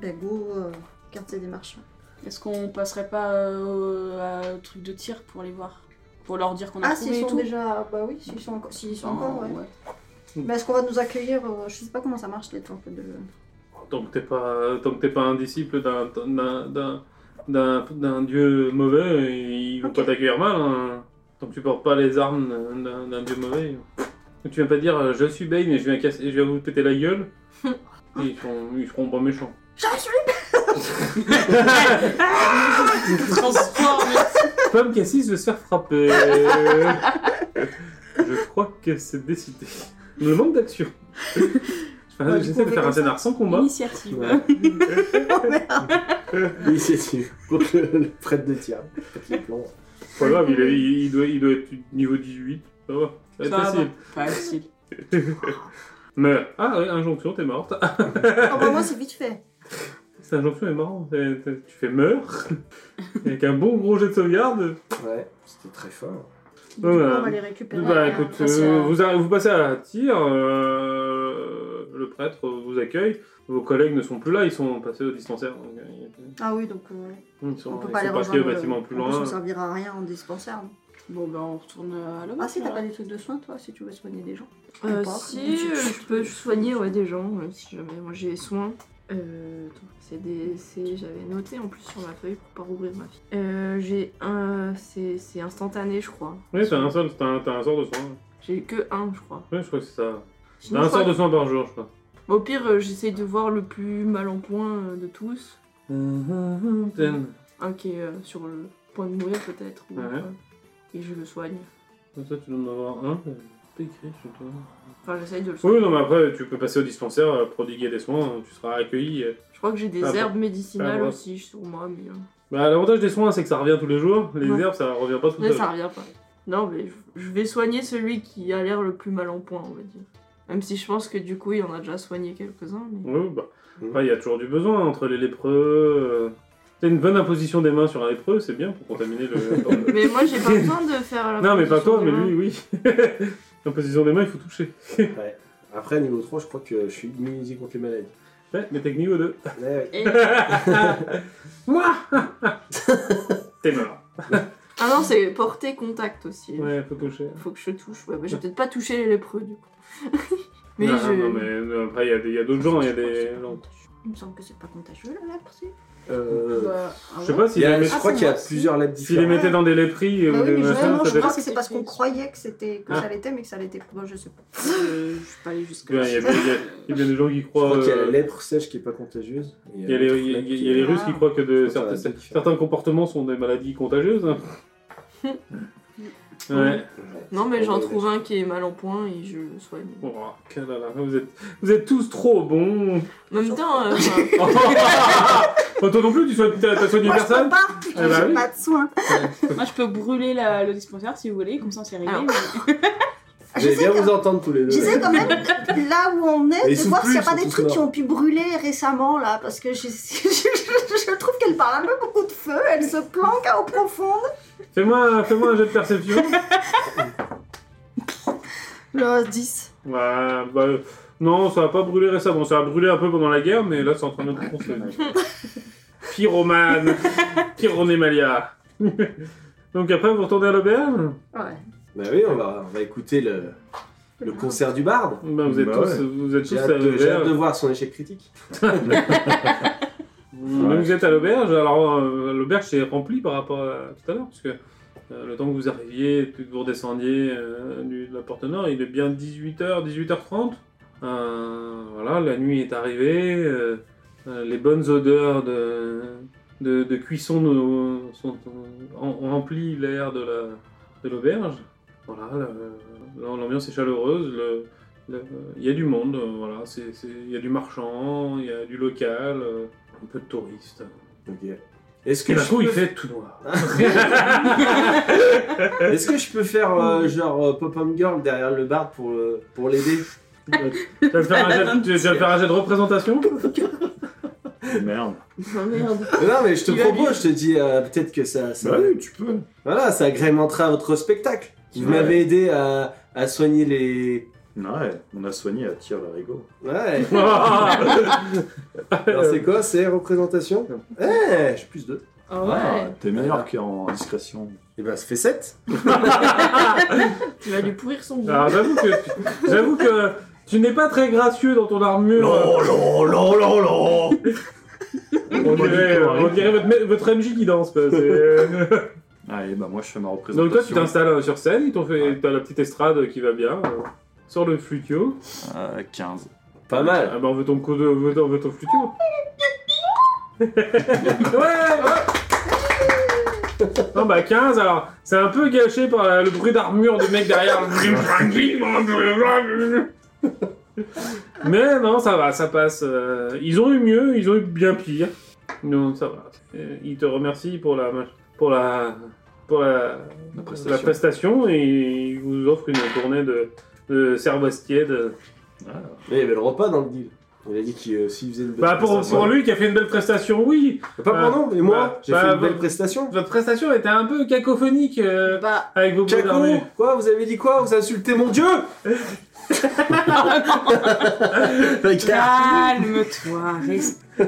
Ben, go, euh, quartier des marchands. Est-ce qu'on passerait pas euh, au- au truc de tir pour les voir Pour leur dire qu'on a Ah, s'ils trouvé et sont tout déjà. Bah oui, s'ils sont encore. S'ils Ah, sont encore, ouais. ouais. Mais est-ce qu'on va nous accueillir euh, Je sais pas comment ça marche, les temples de. Tant que t'es pas, tant que t'es pas un disciple d'un- d'un- d'un- d'un d'un dieu mauvais, ils vont Ok. pas t'accueillir mal. hein. Tant que tu portes pas les armes d'un- d'un d'un dieu mauvais. Et tu viens pas dire euh, je suis Bane et je viens, casser, je viens vous péter la [LAUGHS] gueule. ils, seront, ils seront pas méchants. J'en suis Pomme Cassis veut se faire frapper. je crois que c'est décidé. Le manque [LAUGHS] d'action. Enfin, Ouais, du coup, J'essaie on de fait faire un comme ça. scénar sans combat. Initiative. Ouais. Merde Oui, c'est sûr. Contre le, le prêtre de tir. Petit plan. Pas grave, il, est- il- il doit, il doit être niveau 18. Ça va. Ça va être Ça va, bah. facile. Facile. Mais, ah ouais, injonction, t'es morte. Ah, Ah, bah, Moi, c'est vite fait. cette injonction est marrante. C'est- c'est- Tu fais meurs. [LAUGHS] Avec un bon gros jet de sauvegarde. Ouais, c'était très fort. Du coup, Ouais. on va les récupérer. bah et, euh, écoute, passer euh, à- vous, arri- vous passez à tir. euh, le prêtre vous accueille. Vos collègues ne sont plus là, ils sont passés au dispensaire. donc, euh, ils- Ah oui, donc. euh, ils sont, On peut ils pas les sont rejoindre. passés au bâtiment plus en plus, loin. on servira à rien en dispensaire. non Bon, ben on retourne à l'auberge. Ah si, t'as alors. pas des trucs de soins, toi, si tu veux soigner des gens. Euh, Pas. si, euh, je peux soigner ouais, des gens, ouais, si jamais moi j'ai soin. Euh, attends, c'est des, c'est- j'avais noté en plus sur ma feuille pour pas rouvrir ma fille. Euh, j'ai un, c'est, c'est instantané je crois. Oui, c'est un seul, t'as un, t'as un sort de soin. J'ai eu que un je crois. Oui, je crois que c'est ça. T'as Sinon, un je crois sort de soin par jour, je crois. Bon, au pire, euh, j'essaye de voir le plus mal en point euh, de tous. Mhm, Ten. Un qui est euh, sur le point de mourir, peut-être. ou, Ouais. euh, et je le soigne. Comme ça, tu dois en avoir un. euh, Pas écrit, je sais pas. Enfin, j'essaye de le soigner. Oui, non, mais après, tu peux passer au dispensaire, euh, prodiguer des soins, hein, tu seras accueilli. euh. Je crois que j'ai des Ah, bon. herbes Ah, médicinales voilà. aussi sur moi, mais, euh, Bah, l'avantage des soins, c'est que ça revient tous les jours. Les Ouais. herbes, ça revient pas tout mais seul. ça revient pas. Non, mais je- je vais soigner celui qui a l'air le plus mal en point, on va dire. Même si je pense que du coup, il en a déjà soigné quelques-uns. Mais... Oui, bah. Mhm. Après, il y a toujours du besoin hein, entre les lépreux. euh. T'as une bonne imposition des mains sur un lépreux, c'est bien pour contaminer [LAUGHS] le. mais moi, j'ai pas besoin de faire la non, mais pas position toi, des mais mains. lui, oui. L'imposition des mains, il faut toucher. Ouais. Après, niveau 3, je crois que je suis immunisé contre les maladies. Ouais, mais t'es que niveau [LAUGHS] 2. Ouais, ouais. Et- Moi [LAUGHS] T'es mort. Ah non, c'est porter contact aussi. Ouais, faut toucher. Faut que je touche. Ouais, bah, j'ai peut-être pas touché les lépreux, du coup. [LAUGHS] mais non, je... non, mais euh, après, il y a des- il y a d'autres gens, il y a des gens. Il me semble que c'est pas contagieux, la lèpre, si. Euh, Bah, ah Je sais ouais. pas si il y a- les je met- crois c'est qu'il y a moi, si. plusieurs labs s'ils les différents. mettaient dans des léprries Bah ou oui, des mais machins, vraiment, ça je dé- crois que c'est parce qu'on croyait que c'était que Ah. ça l'était, mais que ça l'était. Bon, je sais pas. Euh, Je suis pas allé jusque Ouais, là. Il y a des- il y a- il y a bien des gens qui Je croient. crois qu'il y a la euh, lèpre sèche qui est pas contagieuse. et euh, Il y a les, il y a- il y a les Russes qui croient que de- Ah. certains, certains comportements sont des maladies contagieuses. hein. [LAUGHS] ouais. Non, mais j'en trouve un qui est mal en point et je le soigne. Oh, que là là, vous, êtes, vous êtes tous trop bons. [LAUGHS] En même temps, euh, enfin, Oh, toi non plus, tu sois- t'as t'as soigné Moi, je peux personne pas Ah bah oui. J'ai pas de soins Moi, je peux brûler la- le dispensaire si vous voulez, comme ça c'est réglé. Alors. mais- Je J'allais sais bien quand- vous entendre tous les deux. J'essaie quand même, là où on Et est, ils de sont voir plus, s'il n'y a ils pas sont des tous trucs qui morts. ont pu brûler récemment, là, parce que j'ai- [LAUGHS] je, je trouve qu'elle parle un peu beaucoup de feu, elle se planque à eau profonde. Fais-moi fais un jet de perception. Le 10. Ouais, bah, euh, non, ça a pas brûlé récemment. Ça a brûlé un peu pendant la guerre, mais là, c'est en train de tout [LAUGHS] consommer. Pyromane [LAUGHS] Pyronémalia Donc après, vous retournez à l'auberge Ouais. Ah. Bah oui, on va, on va écouter le, le concert du barde. Ben, vous, êtes Bah tous, ouais. vous êtes tous J'ai à hâte, de- j'ai hâte l'auberge. de voir son échec critique. Mais Ouais. Vous êtes à l'auberge. Alors, euh, l'auberge s'est remplie par rapport à tout à l'heure, parce que euh, le temps que vous arriviez, puis que vous redescendiez euh, du- de la porte nord, il est bien 18h, 18h30. Euh, voilà, la nuit est arrivée, euh, euh, les bonnes odeurs de, de, de cuisson nous- sont, en- ont rempli l'air de la- de l'auberge. voilà, le- l'am- l'ambiance est chaleureuse, le- le- il y a du monde, euh, voilà, c'est- c'est- il y a du marchand, il y a du local, euh, un peu de touristes. Ok. Est-ce Et que, d'un je coup, il peux... fait tout noir. hein. Est-ce que je peux faire euh, genre euh, pop-up girl derrière le bar pour, euh, [LAUGHS] pour l'aider [LAUGHS] Tu vas me faire un jet- tu vas me faire un jet de représentation Oh, Merde. [LAUGHS] Ah, merde. Non mais je te Il a propose, je te dis euh, peut-être que ça, ça- Bah oui, tu peux. voilà, ça agrémentera votre spectacle. Vous Ouais. m'avez aidé à, à soigner les. Ouais, on a soigné à tir l'arigot. Ouais. Ah [LAUGHS] Alors c'est quoi, c'est représentation Eh, j'ai plus 2. Ah Ah, ouais, T'es meilleur qu'en discrétion. Et bah ça fait 7. tu vas lui pourrir son goût. Alors, ah, j'avoue que, j'avoue que tu n'es pas très gracieux dans ton armure. non, non, non, non On dirait, euh, on dirait votre, votre MJ qui danse. quoi, c'est, euh, Allez, bah moi je fais ma représentation. Donc toi, tu t'installes euh, sur scène, ils t'ont fait, t'as la petite estrade qui va bien. euh, Sur le flutio. Euh, 15. Pas mal. Ah bah on veut ton, coup de, on veut ton, on veut ton flutio. [LAUGHS] ouais, ouais. Non bah 15 alors c'est un peu gâché par la- le bruit d'armure du mec derrière. Mais non ça va ça passe. euh, ils ont eu mieux ils ont eu bien pire. Non ça va. Euh, Ils te remercient pour la pour la pour la, La prestation. la prestation et ils vous offrent une tournée de de euh, cervelle tiède. Ah, Mais il y avait le repas dans le deal. Il a dit qu'il euh, s'il faisait une belle Bah pour, prestation- pour lui qui a fait une belle prestation oui. Pas Bah, pour nous, mais moi, bah, j'ai bah, fait une bah, belle prestation. Votre prestation était un peu cacophonique euh, Bah, avec vos mots Caco, d'armée. quoi Vous avez dit quoi Vous insultez mon [LAUGHS] dieu Ah. calme-toi, respire.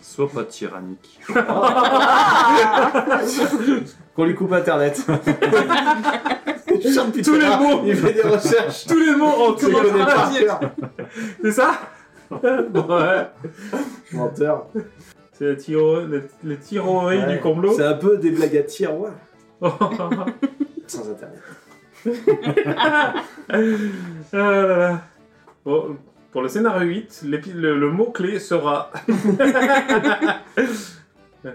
Sois pas tyrannique. [LAUGHS] Qu'on lui coupe internet. Je chante plus Tous les tard. mots. Il fait des recherches. Tous les mots en Je les connais par cœur. C'est ça [LAUGHS] Ouais. Menteur. C'est la tiro- la- les tiroiries Ouais. du complot. [LAUGHS] C'est un peu des blagues à tiroir. Ah Sans internet. Euh, là là. Bon, pour le scénario 8, l'épi- le, le mot-clé sera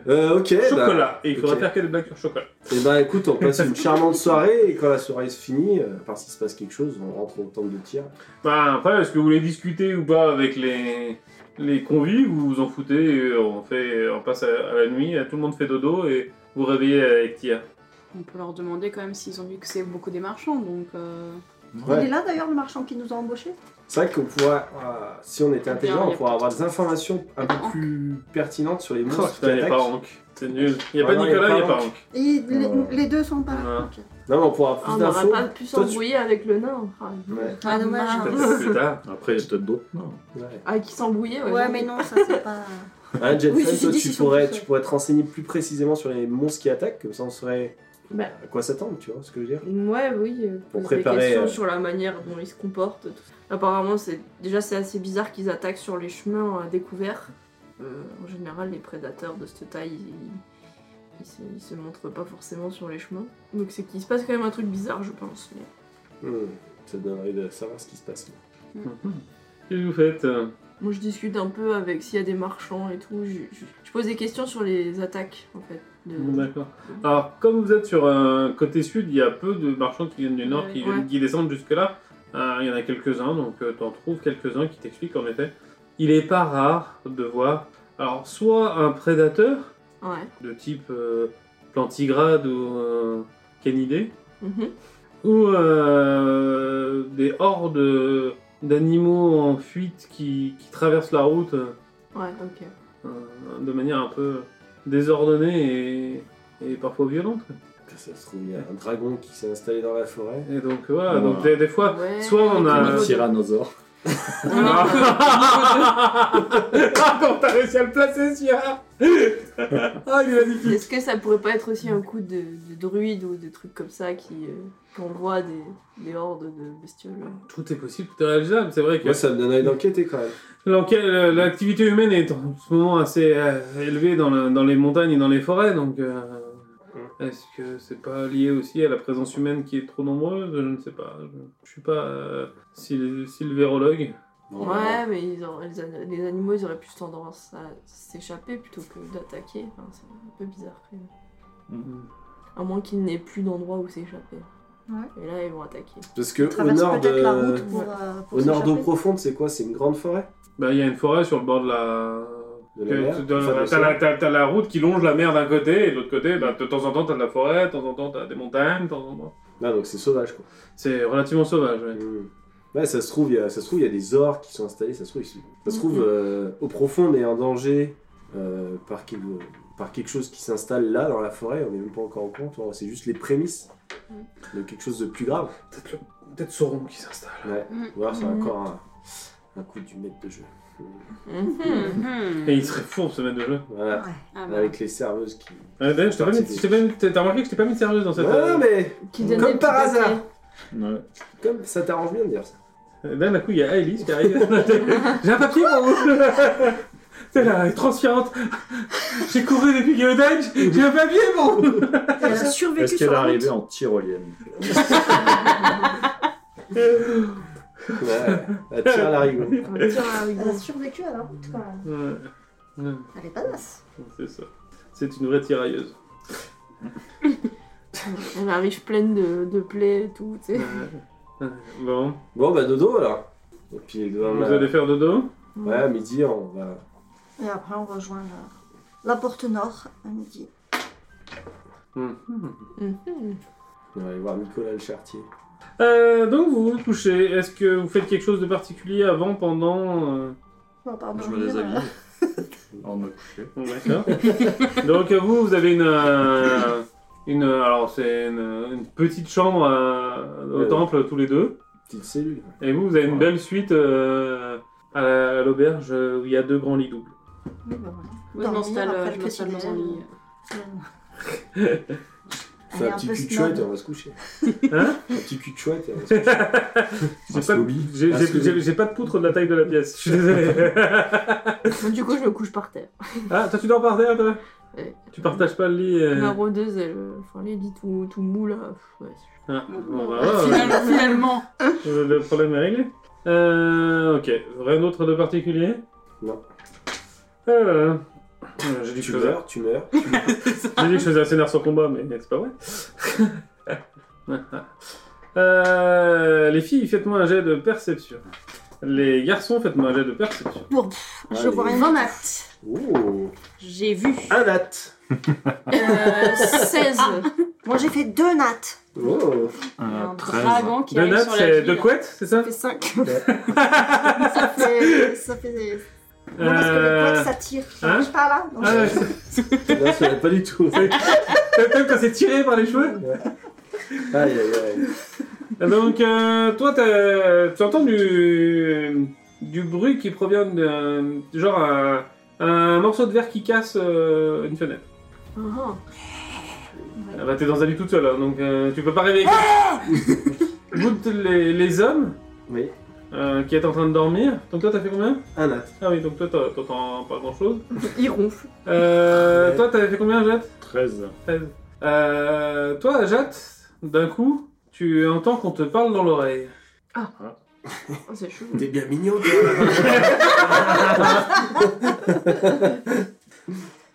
Euh, ok. Bah, chocolat. Et il faudra ok. faire que des blagues sur chocolat. et bah écoute, on passe une charmante soirée et quand la soirée se finit, euh, à part s'il se passe quelque chose, on rentre au temple de tir. Bah, après, est-ce que vous voulez discuter ou pas avec les, les convives ou vous vous en foutez et on, fait, on passe à, à la nuit, euh, tout le monde fait dodo et vous réveillez avec tir On peut leur demander quand même s'ils ont vu que c'est beaucoup des marchands, donc... euh, Il est là d'ailleurs le marchand qui nous a embauchés. C'est vrai qu'on pourra, euh, si on était intelligent, on pourra avoir des informations un peu plus pertinentes sur les Oh, monstres qui putain, y a attaquent. pas Hank. C'est nul. Y a Ah pas non, y a Nicolas, pas y a pas Hank. Hank. Et les, Euh. les deux sont pas là. Ouais. Ok. Non, mais on pourra Ah, plus on d'infos. n'aurait pas pu Toi, tu- s'embrouiller avec le nain. Ah, Ouais. Ah, dommage. Peut-être plus tard. [LAUGHS] Après, il y a peut-être d'autres. Non. Ouais. Ah, qui s'embrouillait, ouais. Ouais, j'avoue. mais non, ça [LAUGHS] c'est pas. Hein, Jetfan, Oui, ceci toi, dit, tu s'ils sont pourrais, tous tu seuls. pourrais te renseigner plus précisément sur les monstres qui attaquent, comme ça on saurait Bah. à quoi s'attendre, tu vois ce que je veux dire Ouais, oui. euh, Pour poser préparer, Des questions euh, sur la manière dont ils se comportent. tout ça. Apparemment, c'est déjà c'est assez bizarre qu'ils attaquent sur les chemins euh, découverts. Euh, en général, les prédateurs de cette taille, ils, ils se, ils se montrent pas forcément sur les chemins. Donc c'est qu'il se passe quand même un truc bizarre, je pense. mais- Hmm, Ça donnerait de savoir ce qui se passe. là. Qu'est-ce que vous faites euh Moi, je discute un peu avec s'il y a des marchands et tout. Je, je- je pose des questions sur les attaques, en fait. de- Bon, D'accord. Alors, comme vous êtes sur un côté sud, il y a peu de marchands qui viennent du nord, qui, Ouais. viennent- qui descendent jusque-là. Euh, Il y en a quelques-uns, donc euh, t'en trouves quelques-uns qui t'expliquent en effet. Il est pas rare de voir, alors, soit un prédateur Ouais. de type euh, plantigrade ou euh, canidé, Mhm. ou euh, des hordes d'animaux en fuite qui, qui traversent la route euh, Ouais, ok. de manière un peu désordonnée et, et parfois violente. Ça se trouve, il y a un dragon qui s'est installé dans la forêt. Et donc voilà, Ouais. donc des, des fois, Ouais, soit on a- avec le Un euh, niveau de- [LAUGHS] tyrannosaure. [LAUGHS] Ah, quand t'as réussi à le placer, Sierra Ah, il est magnifique Est-ce que ça pourrait pas être aussi un coup de, de druide ou de trucs comme ça qui, euh, qui envoie des, des hordes de bestioles ouais. Tout est possible, tout est réalisable, c'est vrai que... Moi, ça me donne envie d'enquêter quand même. L'enquête- euh, L'activité humaine est en ce moment assez euh, élevée dans, le- dans les montagnes et dans les forêts, donc euh, Mm. Est-ce que c'est pas lié aussi à la présence humaine qui est trop nombreuse Je ne sais pas. Je, je suis pas euh, syl- sylvérologue. Bon, Ouais, mais ils ont- les, an- les animaux, ils auraient plus tendance à s'échapper plutôt que d'attaquer. Enfin, c'est un peu bizarre quand même. À moins qu'ils n'aient plus d'endroit où s'échapper. Ouais. Et là, ils vont attaquer. Parce que au Traverse nord peut-être de- la route pour, euh, pour au nord d'eau s'échapper. profonde, c'est quoi C'est une grande forêt Bah, il y a une forêt sur le bord de la. De la que- de- mer, enfin, de t'as, la, l'océan. t'as- t'as la route qui longe la mer d'un côté et de l'autre côté, bah, de temps en temps t'as de la forêt, de temps en temps t'as des montagnes, de temps en temps. Non, donc c'est sauvage quoi. C'est relativement sauvage. ouais. Mm. Ouais, ça se trouve, il y a, ça se trouve, il y a des ors qui sont installés. Ça se trouve, ils- ça se Mm. trouve euh, au profond, on est en danger euh, par, quel- par quelque chose qui s'installe là dans la forêt. On n'est même pas encore au courant. tu vois, C'est juste les prémices Mm. de quelque chose de plus grave. Peut-être, le- peut-être Sauron qui s'installe. Ouais. Mm. Ou alors c'est Mhm. encore un, un coup du maître de jeu. Hmm, Mm-hmm. Mhm. Et il serait fourbe ce maître de jeu. Voilà. Ouais. Hmm. Ah bah. Avec les serveuses qui. Ouais, D'ailleurs, Euh, Ben, je t'ai pas mis- je t'ai pas mis- t'as remarqué que je t'ai pas mis de sérieuse dans cette. Ouais, euh, non, mais Qui donne Comme des par petits hasard. paquets. Ouais. comme ça t'arrange bien de dire [LAUGHS] ça. Ben, D'un d'un coup, il y a Alice qui arrive. [LAUGHS] J'ai un papier pour vous [LAUGHS] C'est la transparente. [LAUGHS] J'ai couru depuis Geodage, j'ai un papier pour vous Elle a survécu Est-ce sur qu'elle est la route. arrivée en tyrolienne Ouais, elle tire la rigole. Un tir à Elle a rigon. survécu à la route quand même. Ouais. [LAUGHS] Ouais, Elle est badass. C'est ça. C'est une vraie tirailleuse. Elle arrive pleine de, de plaies et tout, tu sais. Ouais. Bon, Bon, bah, dodo alors. Et puis, demain, vous euh, allez faire dodo ouais, à midi, on va. Et après, on rejoint la, la porte nord à midi. Hmm. Mhm. On va aller voir Nicolas le chartier. Euh, Donc, vous vous touchez. Est-ce que vous faites quelque chose de particulier avant, pendant euh, On va pas Je me dormir, déshabille. [LAUGHS] euh, En me coucher. Bon, D'accord. Donc euh, vous, vous avez une, euh, une euh, alors c'est une, une petite chambre euh, au Ouais. temple tous les deux, Petite cellule. et vous, vous avez une belle suite euh, à la- à l'auberge euh, où il y a deux grands lits doubles. oui, bah [LAUGHS] voilà. Oui, je Dormir m'installe après euh, le je m'installe dans un petit-déj. lit. On fait Elle un est un petit peu cul de snob. chouette et on va se coucher. [LAUGHS] Hein Un petit cul de chouette et on va [LAUGHS] se J'ai coucher. Un pas, de- slobby. j'ai- Un j'ai- slobby. j'ai- j'ai pas de poutre de la taille de la pièce. Je suis désolé. [LAUGHS] Bon, Du coup, je me couche par terre. ah toi tu dors par terre toi Ouais. Tu partages pas le lit. euh. Ma rôdeuse, elle, euh, enfin, les dit tout, tout mou là. pff, ouais, [LAUGHS] c'est- Ah, bon, bah, Ah, ouais, ouais. finalement- Finalement. Le le problème est réglé. Euh, ok, rien d'autre de particulier Non. Euh, euh, J'ai dit que tu je faisais- meurs, tu meurs. J'ai dit que je faisais un scénar sans combat, mais c'est pas vrai. [LAUGHS] Euh, les filles, faites-moi un jet de perception. Les garçons, faites-moi un jet de perception. Je vois rien. Vingt nattes. Oh. Ouh. J'ai vu. Un natte. Euh, 16 Moi, j'ai fait deux nattes. Oh. Ah, Il y a Un un 13. dragon qui Deux arrive nattes, sur la c'est ville. deux couettes, c'est ça Ça fait 5. [LAUGHS] ça fait. Ça fait. des- Non, parce que Euh, les couettes, ça tire. Ça hein marche pas là. Donc, Ah ouais, je- c'est- Là, ça va pas [LAUGHS] du tout. Aïe, Même quand c'est tiré par les cheveux. aïe, aïe. Donc, euh, toi, t'as- tu entends du, du bruit qui provient d'un genre un, un morceau de verre qui casse euh, une fenêtre. Ah, Ah bah, t'es dans un lit toute seule, hein, donc euh, tu peux pas rêver. [LAUGHS] Vous, les, les hommes Oui, euh, qui est en train de dormir. Donc toi, t'as fait combien un natte. Ah oui, donc toi, t'as- t'entends pas grand-chose. il ronfle. Euh, Ouais. Toi, t'avais fait combien, Jade 13. 13. Euh, toi, Jade, d'un coup, tu entends qu'on te parle dans l'oreille. Oh, c'est chaud. T'es bien mignon, toi.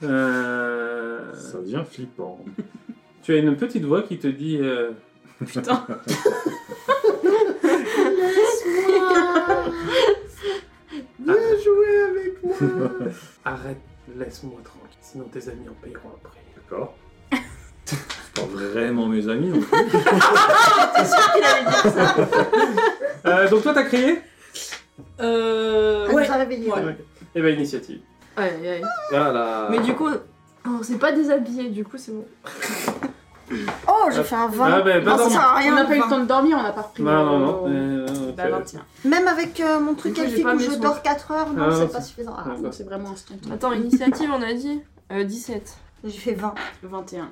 Euh, Ça devient flippant. tu as une petite voix qui te dit... euh, Putain. Ah. Viens jouer avec moi. [LAUGHS] Arrête, laisse-moi tranquille, sinon tes amis en paieront après. D'accord. C'est pas vraiment mes amis. en fait. Euh, donc toi, t'as crié Euh. Elle Ouais. nous a réveillés. Ouais. Eh ben, initiative. Aïe, aïe. Voilà. Mais du coup, oh, on s'est pas déshabillé, du coup, c'est bon. Oh, j'ai fait un 20. Ah, ben, pas Ah, ça dormi. sert à rien. on n'a pas eu le le temps de dormir, on n'a pas repris. Non, non, non. le- euh, non, Bah, c'est- 21. Même avec euh, mon truc Du coup, j'ai elfique pas où mis je son- dors 4 heures, non, Ah, c'est c'est- pas suffisant. Ah, Ouais. Donc c'est vraiment instantané. Attends, initiative, on a dit Euh, 17. J'ai fait 20. 21.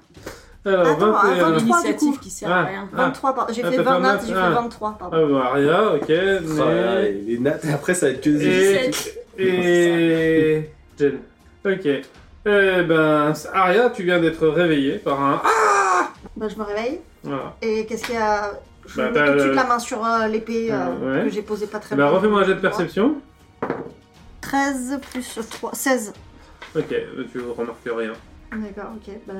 Euh, Alors, 21. Attends, avant- 23, du L'initiative coup. qui sert Ah. à rien. Ah. 23, pardon. J'ai Ah, fait t'as 20 pas nattes, mal. j'ai Ah. fait 23, Ah, pardon. bon, Aria, ok, Oh là là, mais... les, les nattes, après, ça va être que des. Et... Et... Jen. Ok. Eh ben, Aria, tu viens d'être réveillée par un... Ah Bah, je me réveille. Voilà. Et qu'est-ce qu'il y a Je Bah, mets t'as tout de suite le- la main sur euh, l'épée euh, Euh, ouais. que j'ai posée pas très Bah, loin. refais-moi un jet de perception. 13 plus 3, 16. Ok, tu remarques rien. D'accord, ok. Bah...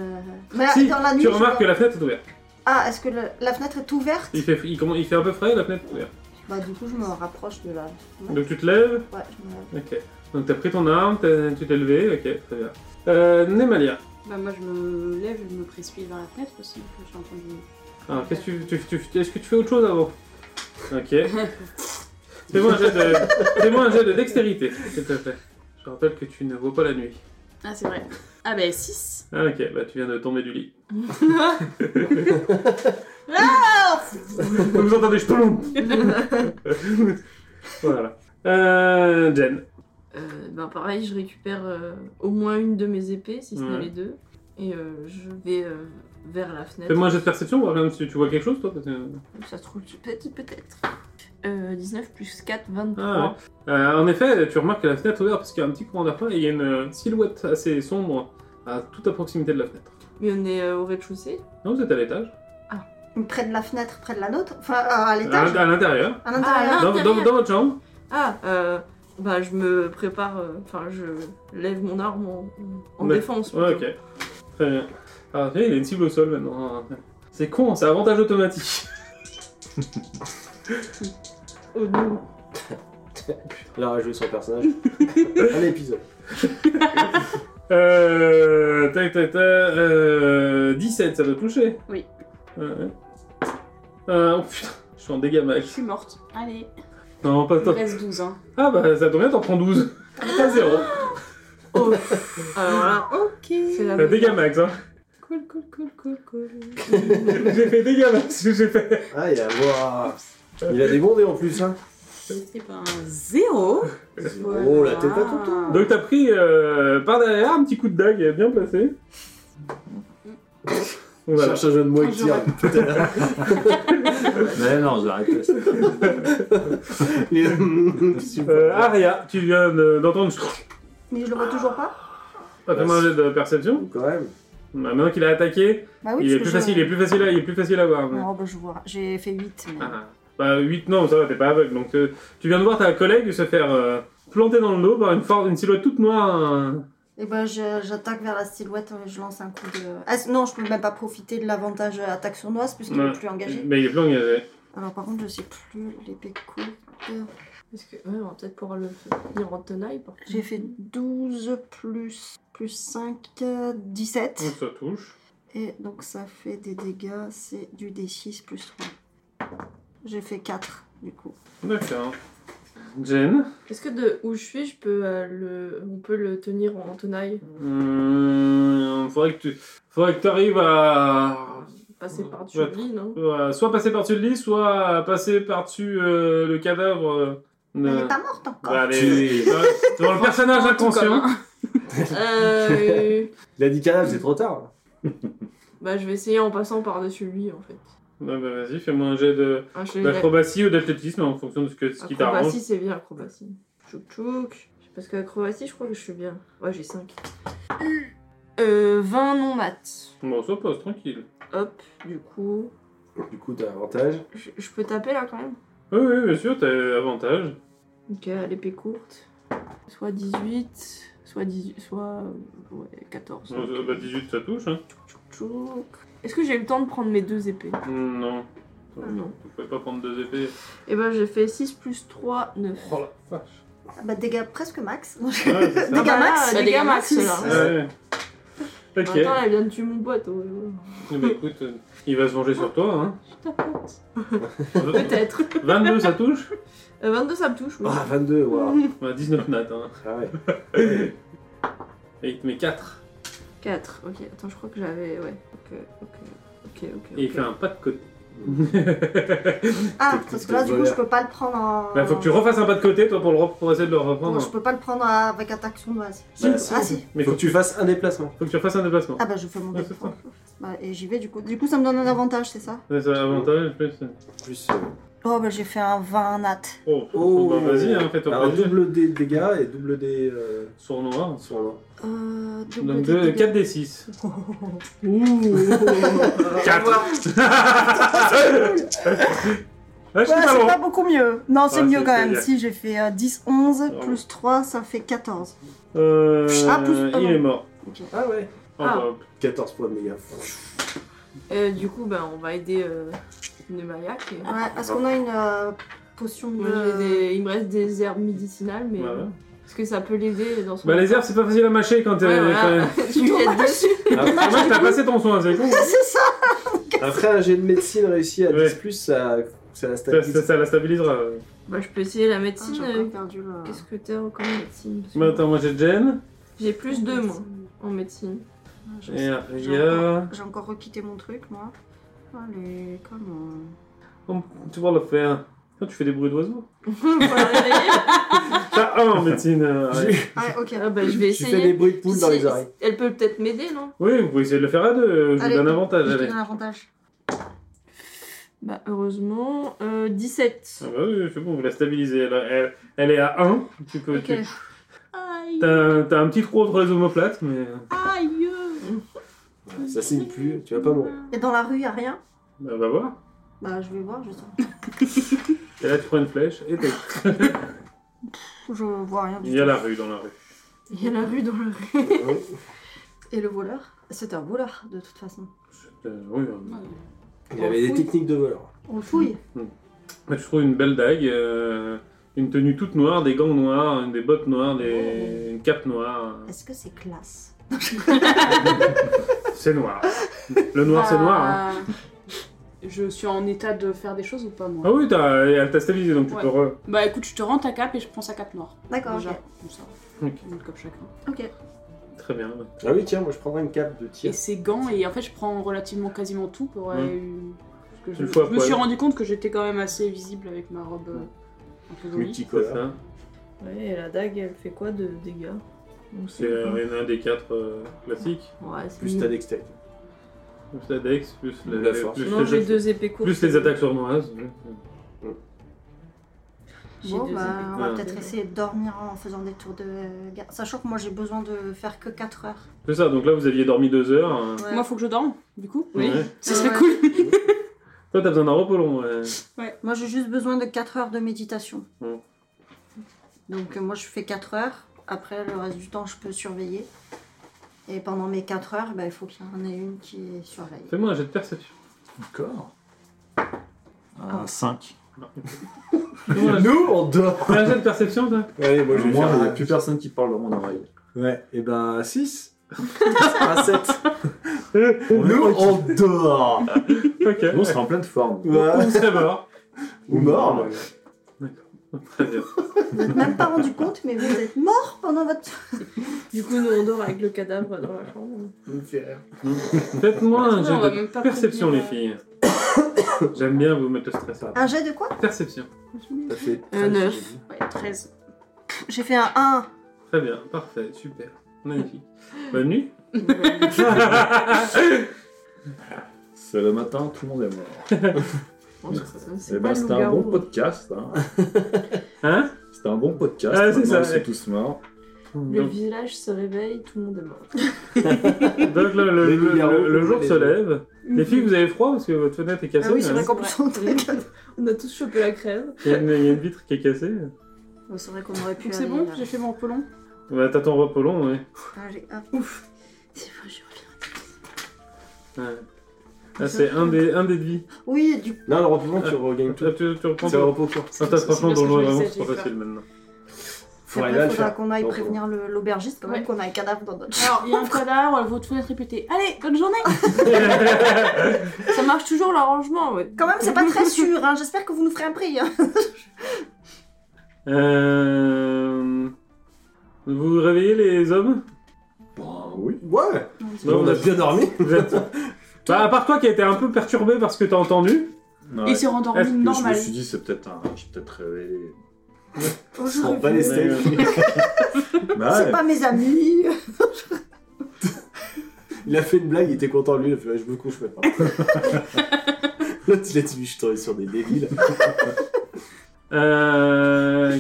Mais si, dans la nuit, tu je remarques que vois- la fenêtre est ouverte. Ah, est-ce que le- la fenêtre est ouverte Il fait, il, comment- il fait un peu frais, la fenêtre est ouverte. Bah, du coup, je me rapproche de la. Ouais, Donc tu te lèves, ouais, je me lève. ok. Donc t'as pris ton arme, t'as- tu t'es levé, ok, très bien. Euh, Nemalia, Bah, moi, je me lève et je me précipite vers la fenêtre aussi. parce que J'ai entendu. alors Ah, qu'est-ce que tu, tu- tu- est-ce que tu fais autre chose avant Ok. Fais-moi un jet de, fais-moi un jet de dextérité, s'il te plaît. Je rappelle que tu ne vois pas la nuit. Ah, c'est vrai. Ah, bah, 6. Ah ok, bah tu viens de tomber du [LAUGHS] lit. [LAUGHS] Vous entendez, je Euh, Voilà. Euh, Jen. Euh, ben pareil, je récupère euh, au moins une de mes épées, si ce n'est Ouais. les deux, et euh, je vais euh, vers la fenêtre. Fais-moi un jet de perception, voir même si tu vois quelque chose, toi. parce que- Ça se trouve, je- peut-être, peut-être. Euh, 19 plus 4, 23. Ah ouais. Euh, en effet, tu remarques que la fenêtre est ouverte parce qu'il y a un petit courant d'air froid et il y a une euh, silhouette assez sombre à toute à proximité de la fenêtre. Mais on est euh, au rez-de-chaussée. Non, vous êtes à l'étage. Près de la fenêtre, près de la nôtre Enfin, euh, à À l'étage l'int- à l'intérieur. À l'intérieur Ah, Dans, dans- l'intérieur. dans votre chambre. Ah, euh, bah je me prépare, euh, enfin je lève mon arme en, en Ouais. défense. Ouais, ok. plutôt. Très bien. Ah, tu vois, il a une cible au sol maintenant. Ah, C'est con, c'est avantage automatique. [LAUGHS] Oh non. Elle a rejoué son [LAUGHS] personnage. Un épisode. Euh. Tac, tac, tac. Euh. 17, ça doit toucher. Oui. Ouais, ouais. Euh, oh putain, je suis en dégâts Je max. suis morte. Allez. Non, pas Il me toi. reste 12, hein. Ah bah ça tombe bien, t'en prends 12. Ah. T'as 0. Oh. Alors là, Ok. c'est la T'as dégâts max, hein. Ah Cool, cool, cool, cool, cool. [LAUGHS] j'ai fait dégâts max, [LAUGHS] j'ai fait. Ah, il a, Ouah. il a des bondés en plus, hein. C'était pas un 0. Oh, la tête à tonton. Donc t'as pris euh, par derrière un petit coup de dague bien placé. Mm. Voilà. Cherche un jeu de mots Un qui tire. [LAUGHS] Mais non, j'arrête. Euh, Aria, tu viens de- d'entendre. Mais je le vois toujours pas T'as fait un jet de perception. Quand même. Bah, Maintenant qu'il a attaqué, Bah oui, il, est plus parce que je- facile, il est plus facile à, il est plus facile à voir. mais- Non, bah je vois. J'ai fait 8. Mais... Ah. Bah 8, non, ça va, t'es pas aveugle. Donc euh, tu viens de voir ta collègue se faire euh, planter dans le dos par une, for- une silhouette toute noire. hein. Et ben je- j'attaque vers la silhouette, euh, je lance un coup de. Ah, c- non, je peux même pas profiter de l'avantage euh, attaque sournoise puisqu'il Ouais. est plus engagé. Mais il est plus engagé. Alors par contre, je sais plus l'épée courte. Parce que, ouais, on va peut-être pouvoir le finir en tenaille. par contre. J'ai fait 12 plus, plus 5, euh, 17. Donc ça touche. Et donc ça fait des dégâts, c'est du D6 plus 3. J'ai fait 4 du coup. D'accord. Jen. Est-ce que de où je suis, je peux, euh, le... on peut le tenir en tenaille Hum, faudrait que tu faudrait que arrives à, Passer par-dessus Ouais. le lit, [LAUGHS] non à soit passer par-dessus le lit, soit passer par-dessus euh, le cadavre. euh, de- Elle est pas morte encore. Bah, les- euh, devant le personnage inconscient. [LAUGHS] Euh, Il a dit cadavre, c'est trop tard. Bah, je vais essayer en passant par-dessus lui en fait. Ouais, bah, vas-y, fais-moi un jet de Hein, je- d'acrobatie ou d'athlétisme en fonction de ce, que, Bah, ce qui t'arrange. Acrobatie, c'est bien, acrobatie. Tchouk tchouk. Parce que acrobatie, je crois que je suis bien. Ouais, j'ai 5. Euh, 20 non mat. Bon, ça passe, tranquille. Hop, du coup. Du coup, t'as avantage. Je, je peux taper là quand même Oui, oui, bien sûr, t'as avantage. Ok, à l'épée courte. Soit 18, soit 18, soit. euh, Ouais, 14. Bon, ça- bah, 18, ça touche. Hein. Tchouk tchouk. Est-ce que j'ai eu le temps de prendre mes deux épées Hum, Non. Ah non. Vous pouvez pas prendre deux épées. Et ben, j'ai fait 6 plus 3, 9. Oh la vache. Ah bah, dégâts presque max. Ouais, Ah, [LAUGHS] c'est ça. [LAUGHS] bah Dégâts là, max dégâts Dégâts max, max. euh, là. Ouais. Ok. Attends, elle vient de tuer mon pote. hein, ouais, ouais. Eh ben, écoute, euh, il va se venger sur toi. Hein. [LAUGHS] [LAUGHS] Peut-être. 22, ça touche Euh, 22, ça me touche, oui. Ah, 22, waouh. Bah, 19 nat. Hein. Ah [LAUGHS] ouais. Et il te met 4. 4, ok, attends, je crois que j'avais. Ouais, ok, ok, ok, ok. Et il fait un pas de côté. [LAUGHS] Ah, Petite parce que là du coup, voleur. je peux pas le prendre en. Bah, faut que tu hein. refasses un pas de côté, toi, pour, le re- pour essayer de le Bon, reprendre. je peux pas le prendre à- avec attaque sournoise. Bah, Ah si. Mais Faut faut, que tu fasses un déplacement. faut que tu refasses un déplacement. Ah bah je fais mon Ouais, dé- c'est ça. Bah, et j'y vais du coup. Du coup ça me donne un avantage, c'est ça Ouais, C'est un avantage, plus. Plus. euh, Oh bah j'ai fait un 20 nat. Oh, Oh. bah, vas-y, hein, fais-toi Alors, plaisir. double D dégâts et double D euh, Sournois. sur l'un. Euh, double hein, Donc des deux. 4 des 6. Ah, Ouais, c'est pas beaucoup mieux. Non, c'est Ah, mieux c'est- quand c'est même. bien. Si, j'ai fait euh, 10, 11, Ah plus 3, ça fait 14. Euh, Ah, plus- pardon. il est mort. bah, Ah ouais. Ah. Encore. 14 points de méga. [LAUGHS] Euh, du coup, ben, on va aider euh, Nemariac. Et... Ouais, parce qu'on a une euh, potion de. Moi, j'ai des- Il me reste des herbes médicinales, mais Ouais, euh, ouais. est-ce que ça peut l'aider dans son. Bah, les herbes, c'est pas facile à mâcher quand t'es. Ouais, voilà. Ah. quand [LAUGHS] même. tu lui jettes dessus. Ah, dommage, t'as passé ton soin, [LAUGHS] c'est con. [LAUGHS] C'est ça Après un jet de médecine réussi à 10 Ouais. plus, ça, ça la Ça, ça- stabilise. ça la stabilisera. Bah, je peux essayer la Ah, médecine. J'ai euh, encore perdu le. Qu'est-ce que t'as en comme médecine parce que Mais Bah, attends, moi j'ai Jen. J'ai plus deux, moi, en médecine. Ah, je Et euh, sais. il y a. J'ai encore requitté mon truc, moi. Allez, comment Comment Tu vas le faire. Putain, Tu fais des bruits [LAUGHS] d'oiseaux. Faut la réveiller. T'as un en médecine. euh, ouais. Ah, ok. Ah, bah, je vais Tu fais essayer. des bruits de poules dans Si- les oreilles. Elle peut peut-être m'aider, non Oui, vous pouvez essayer de le faire à deux. Je vous Allez, donne avantage. Je te Allez. donne avantage. Bah, heureusement. euh, 17. Ah bah oui, c'est bon, vous la stabilisez. Elle, elle- elle est à 1. Tu peux. Ok. tu- Aïe T'as un- t'as un petit trou entre les omoplates, mais. Aïe Voilà, Ça signe plus, tu vas pas mourir. Et dans la rue, y a rien Bah, on va voir. Bah, je vais voir, je sais. Et là, tu prends une flèche et t'es. Je vois rien Il du y a tout. la rue dans la rue. Il y a la rue dans la rue. Et le voleur C'est un voleur, de toute façon. Euh, oui, euh, Ah, Il avait des techniques de voleur. On le fouille. Bah, tu trouves une belle dague, euh, une tenue toute noire, des gants noirs, des bottes noires, des... une cape noire. Est-ce que c'est classe C'est noir. Le noir, c'est noir. hein. Bah, Je suis en état de faire des choses ou pas, moi Ah oui, t'as- elle t'a stabilisé, donc tu Ouais. peux re... Oh. Bah écoute, je te rends ta cape et je prends sa cape noire. D'accord, Déjà, ok. comme ça. Ok. Une cape chacun. Ok. Très bien. ouais. Ah oui, tiens, moi je prendrais une cape de tir. Et ses gants, et en fait, je prends relativement quasiment tout pour. euh, parce que je, Une fois je à me suis poil. rendu compte que j'étais quand même assez visible avec ma robe euh, un peu jolie. C'est Multicolore. ça. Ouais, et la dague, elle fait quoi de dégâts On sait C'est pas. euh, un des quatre euh, classiques. Ouais, c'est Plus ta dextérité. Plus la dex, plus, La les- force. plus Non, les, j'ai deux épées courtes. plus les attaques sournoises. J'ai Bon, deux bah, épées on va Ouais. peut-être essayer de dormir en faisant des tours de garde. Sachant que moi, j'ai besoin de faire que 4 heures. C'est ça, donc là vous aviez dormi deux heures. hein. Ouais. Moi, faut que je dorme, du coup. Ouais. Ce serait Ouais. cool. Toi t'as besoin d'un repos long. ouais. Moi, j'ai juste besoin de 4 heures de méditation. Mm. Donc, euh, moi, je fais 4 heures. Après, le reste du temps, je peux surveiller. Et pendant mes 4 heures, bah, il faut qu'il y en ait une qui surveille. Fais-moi un jet de perception. Encore Un 5. Fais-moi un- Nous, on dort. fais un jet de perception, toi Ouais, moi je vais Moi, Eh faire il n'y un a plus personne qui parle dans mon oreille. Ouais, et ben 6. un [LAUGHS] 7. Nous, on dort Ok. Nous, on sera en pleine forme. Vous serez mort. Ou mort. ouais. Très bien. Vous n'êtes même pas rendu compte, mais vous êtes mort pendant votre. Du coup, nous, on dort avec le cadavre dans la chambre. Faites-moi un Attends, on va jet même de pas Ah, perception, les prévenir, filles. J'aime bien vous mettre le stress. Un jet de quoi Perception. T'as fait Euh, 13, neuf. j'ai dit. Ouais, 13. J'ai fait un 1. Très bien, parfait, super, magnifique. Bonne [LAUGHS] nuit. C'est le matin, tout le monde est mort. Bon, Oh, ça, ça, Eh c'est pas ben, le c'était un loup-garou. bon podcast. [LAUGHS] Hein. Hein C'était un bon podcast. Ah, c'est Maintenant, ça, Ils sont ouais. tous morts. Le Donc, village se réveille, tout le monde est mort. donc le, le- Les le- loups-garous, le- le jour les se loups. lève. Les filles, vous avez froid parce que votre fenêtre est cassée. Ah oui, c'est hein. vrai c'est qu'on peut vrai. s'entrer. [LAUGHS] On a tous chopé la crève. il, y a une, il y a une vitre qui est cassée. C'est vrai qu'on aurait pu. Donc c'est aller, bon, euh, j'ai fait mon pelon. Bah, t'as ton repos long, ouais. Allez, hop. Ouf. C'est vrai, je reviens. Ouais. Ah, c'est un des, un des devis. Oui, du Non, le repos, tu regagnes tout. Ah, tu, tu reprends C'est le ton... repos court. Ah, t'as franchement parce que dans le jeu, je vraiment, le sais, c'est trop j'ai peur. facile maintenant. [LAUGHS] Après, aller le faudra faire. qu'on aille Donc, prévenir le- l'aubergiste quand même Ouais. qu'on a un cadavre dans notre Alors, il y a un cadavre, votre fenêtre est pétée. Allez, bonne journée Ça marche toujours l'arrangement, ouais. Quand même, c'est pas très sûr, hein. j'espère que vous nous ferez un prix. hein. Euh... Vous réveillez les hommes Bon, Bah, oui. Ouais, Non, on a bien dormi. Vous [LAUGHS] êtes- Bah, à part toi qui a été un peu perturbé par ce que t'as entendu. Ouais. Et c'est rendormi Est-ce que Mais Je me normal. suis dit, c'est peut-être un. J'ai peut-être révélé. Je prends pas les steaks. Bah, C'est ouais. pas mes amis. Il a fait une blague, il était content lui, il a fait Ouais, je me couche [LAUGHS] maintenant. L'autre il a dit je suis tombé sur des débiles. Euh,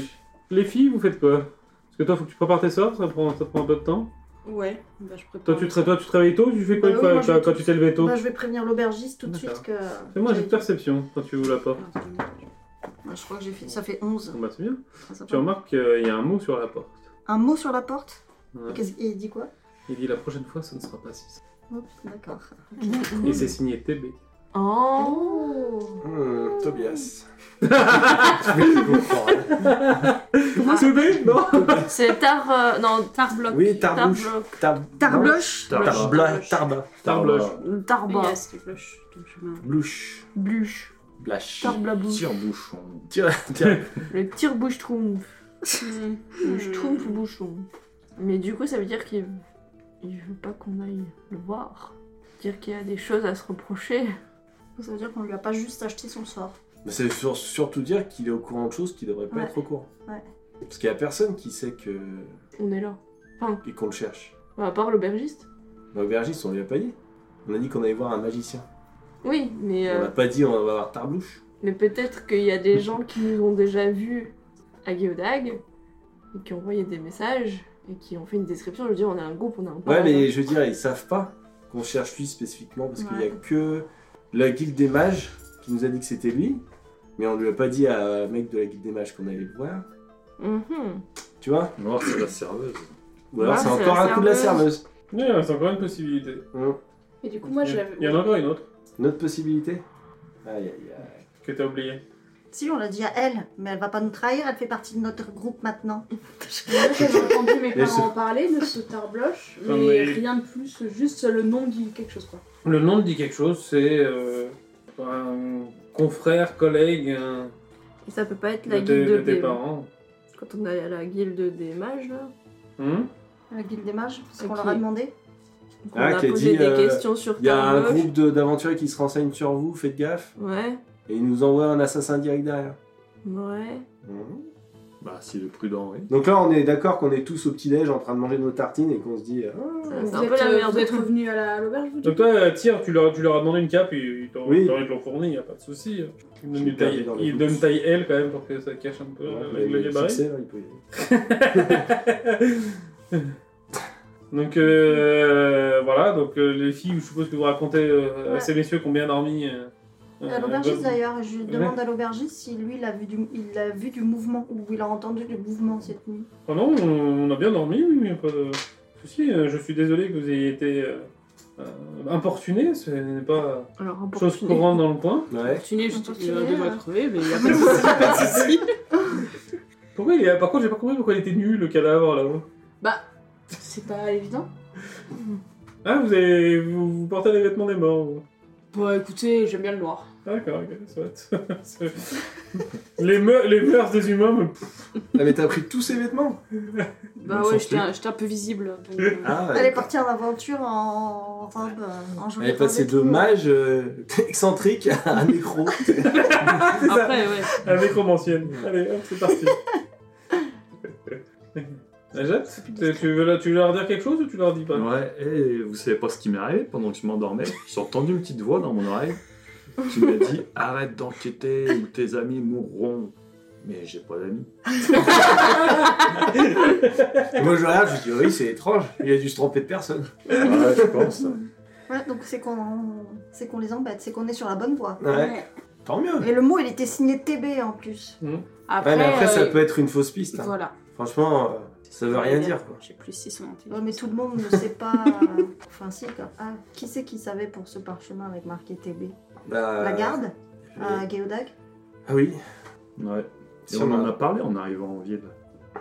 Les filles, vous faites quoi Parce que toi, faut que tu prépares tes sorts, ça prend, ça prend un peu de temps. Ouais. Bah, je prépare. Toi tu, te, toi, tu te réveilles tôt ou tu fais quoi Bah oui, quand- moi, je quand, vais quand tu t'es levé tôt Bah, je vais prévenir l'aubergiste tout de D'accord. suite que. Ah, Fais-moi j'ai de perception quand tu ouvres la porte. Bah, je crois que j'ai fait. Ça fait 11. Bon, bah, c'est bien. Ça, ça Tu va. remarques qu'il y a un mot sur la porte. Un mot sur la porte Ouais. Qu'est-ce- Il dit quoi Il dit la prochaine fois, ce ne sera pas 6. Oups, D'accord. Mmh. Et c'est signé TB. Oh Hmm, Tobias. Ah. TB Non C'est Tar... euh, non, Tarbloc. Oui, Tarbouche. Tarbloc. Tab- Tarbloche Tarbloch. Tarbla- Tarba. Tarbloche. Tarba. Yes, les cloches, tout le chemin. Blouche. Bluche. Blache. Tarblabouche. Tire-bouchon. Tiens, tiens. [LAUGHS] Le tire-bouche-troumpe. Le Hmm. schtroumpf-bouchon. Mais du coup, ça veut dire qu'il... Il veut pas qu'on aille le voir. Dire qu'il y a des choses à se reprocher. Ça veut dire qu'on lui a pas juste acheté son sort. Mais c'est sur- surtout dire qu'il est au courant de choses qui devrait pas Ouais. être au courant. Ouais. Parce qu'il y a personne qui sait que On est là. et qu'on le cherche. À part l'aubergiste. L'aubergiste, on lui a pas dit. On a dit qu'on allait voir un magicien. Oui, mais... On euh, n'a pas dit on va voir Tarblouche. Mais peut-être qu'il y a des gens qui nous ont déjà vus à Geodag et qui ont envoyé des messages et qui ont fait une description. Je veux dire, on est un groupe, on a un Ouais, parent. mais je veux dire, ils savent pas qu'on cherche lui spécifiquement parce qu'il y a que la guilde des mages qui nous a dit que c'était lui. Mais on lui a pas dit à mec de la guilde des mages qu'on allait le voir. Mhm. Tu vois Noir, c'est la serveuse. Ou alors Ah, c'est c'est encore la un coup de la serveuse. serveuse. Il reste encore une possibilité. Hum. Et du coup, moi, je l'avais. Il y en a encore une autre Une autre possibilité Aïe aïe aïe. que t'as oubliée. Si, on l'a dit à elle, mais elle va pas nous trahir, elle fait partie de notre groupe maintenant. Moi, J'avais entendu mes Mais parents en parler de ce tarbloche, Non, mais, mais- rien de plus, juste le nom dit quelque chose quoi. Le nom te dit quelque chose, c'est euh, un confrère, collègue un- Et ça peut pas être de, la tes- guilde de de tes parents. Quand on est à la guilde des mages, là, Hum La guilde des mages, parce qu'on Ok. leur a demandé. qu'on Ah, a qui a posé dit, des euh, questions sur Il y a un Tarboche. groupe de- d'aventuriers qui se renseignent sur vous, faites gaffe. Ouais, Et ils nous envoient un assassin direct derrière. ouais. Bah, s'il est prudent, oui. Donc là, on est d'accord qu'on est tous au petit-déj en train de manger nos tartines et qu'on se dit. euh, Ça, Vous C'est un êtes, peu la euh, merde. vous êtes revenu à la- à l'auberge, vous dites Donc toi, euh, Tyr, tu leur, tu leur as demandé une cape, ils ils t'ont Oui. ils t'ont- ils te l'ont fournie, y a pas de souci. Ils donnent J'ai une perdu taille, dans les ils doutes. donnent taille L quand même pour que ça cache un peu ouais, euh, vous avez le le gabarit. succès, là, il peut y aller. Donc euh, voilà, donc euh, les filles, je suppose que vous racontez euh, à Ouais. ces messieurs combien d'armées. euh, à euh, l'aubergiste vous- d'ailleurs, je Ouais. demande à l'aubergiste si lui il a, vu du, il a vu du mouvement ou il a entendu du mouvement cette nuit. Ah non, on on a bien dormi, oui, mais pas de souci. Euh, Je suis désolé que vous ayez été euh, euh, importuné, ce n'est pas Alors, hein, chose importuné. courante dans le coin. Ouais. Fortuné, je dis, Fortuné, euh, devrait euh. crever, mais il y [LAUGHS] a pas de souci, pas de [LAUGHS] souci. Pourquoi il est... Par contre, j'ai pas compris pourquoi il était nu le cadavre là-haut. Bah, c'est pas évident. Ah, vous, avez... vous, vous portez les vêtements des morts. vous. Bah, écoutez, j'aime bien le noir. D'accord, ok, soit. [LAUGHS] C'est- les, meurs- les mœurs des humains me. Ah, mais t'as pris tous ses vêtements Bah, Bon ouais, sens, j'étais un, j'étais un peu visible. donc, euh, [LAUGHS] Ah, Elle est partie en aventure en robe, euh, en Elle jolie est passée robe et de tout. mage euh, [LAUGHS] excentrique à nécro. euh, Après, ouais. Avec romancienne. Allez, hop, c'est parti. Najat, tu- tu veux, leur- tu veux leur dire quelque chose ou tu leur dis pas Ouais, et vous savez pas ce qui m'est arrivé pendant que je m'endormais J'ai entendu une petite voix dans mon oreille qui m'a dit Arrête d'enquêter ou tes amis mourront. Mais j'ai pas d'amis. Et moi, je regarde, je dis, oui, c'est étrange. Il a dû se tromper de personne. [LAUGHS] Ouais, je pense. Ouais, donc c'est qu'on c'est qu'on les embête, c'est qu'on est sur la bonne voie. Ouais. Tant mieux. Et le mot il était signé TB en plus. Après, Ouais, mais après, ça euh, peut être une fausse piste. hein. Voilà. Franchement, euh, ça veut rien dire. quoi. Je sais plus si son Ouais, intelligence. mais tout le monde ne sait [LAUGHS] pas. euh, Enfin, si, quoi. Ah, qui c'est qui savait pour ce parchemin avec marqué TB Bah, La garde euh, et- À Géodag Ah oui. Ouais. Et Si on on en a- a parlé en arrivant en ville.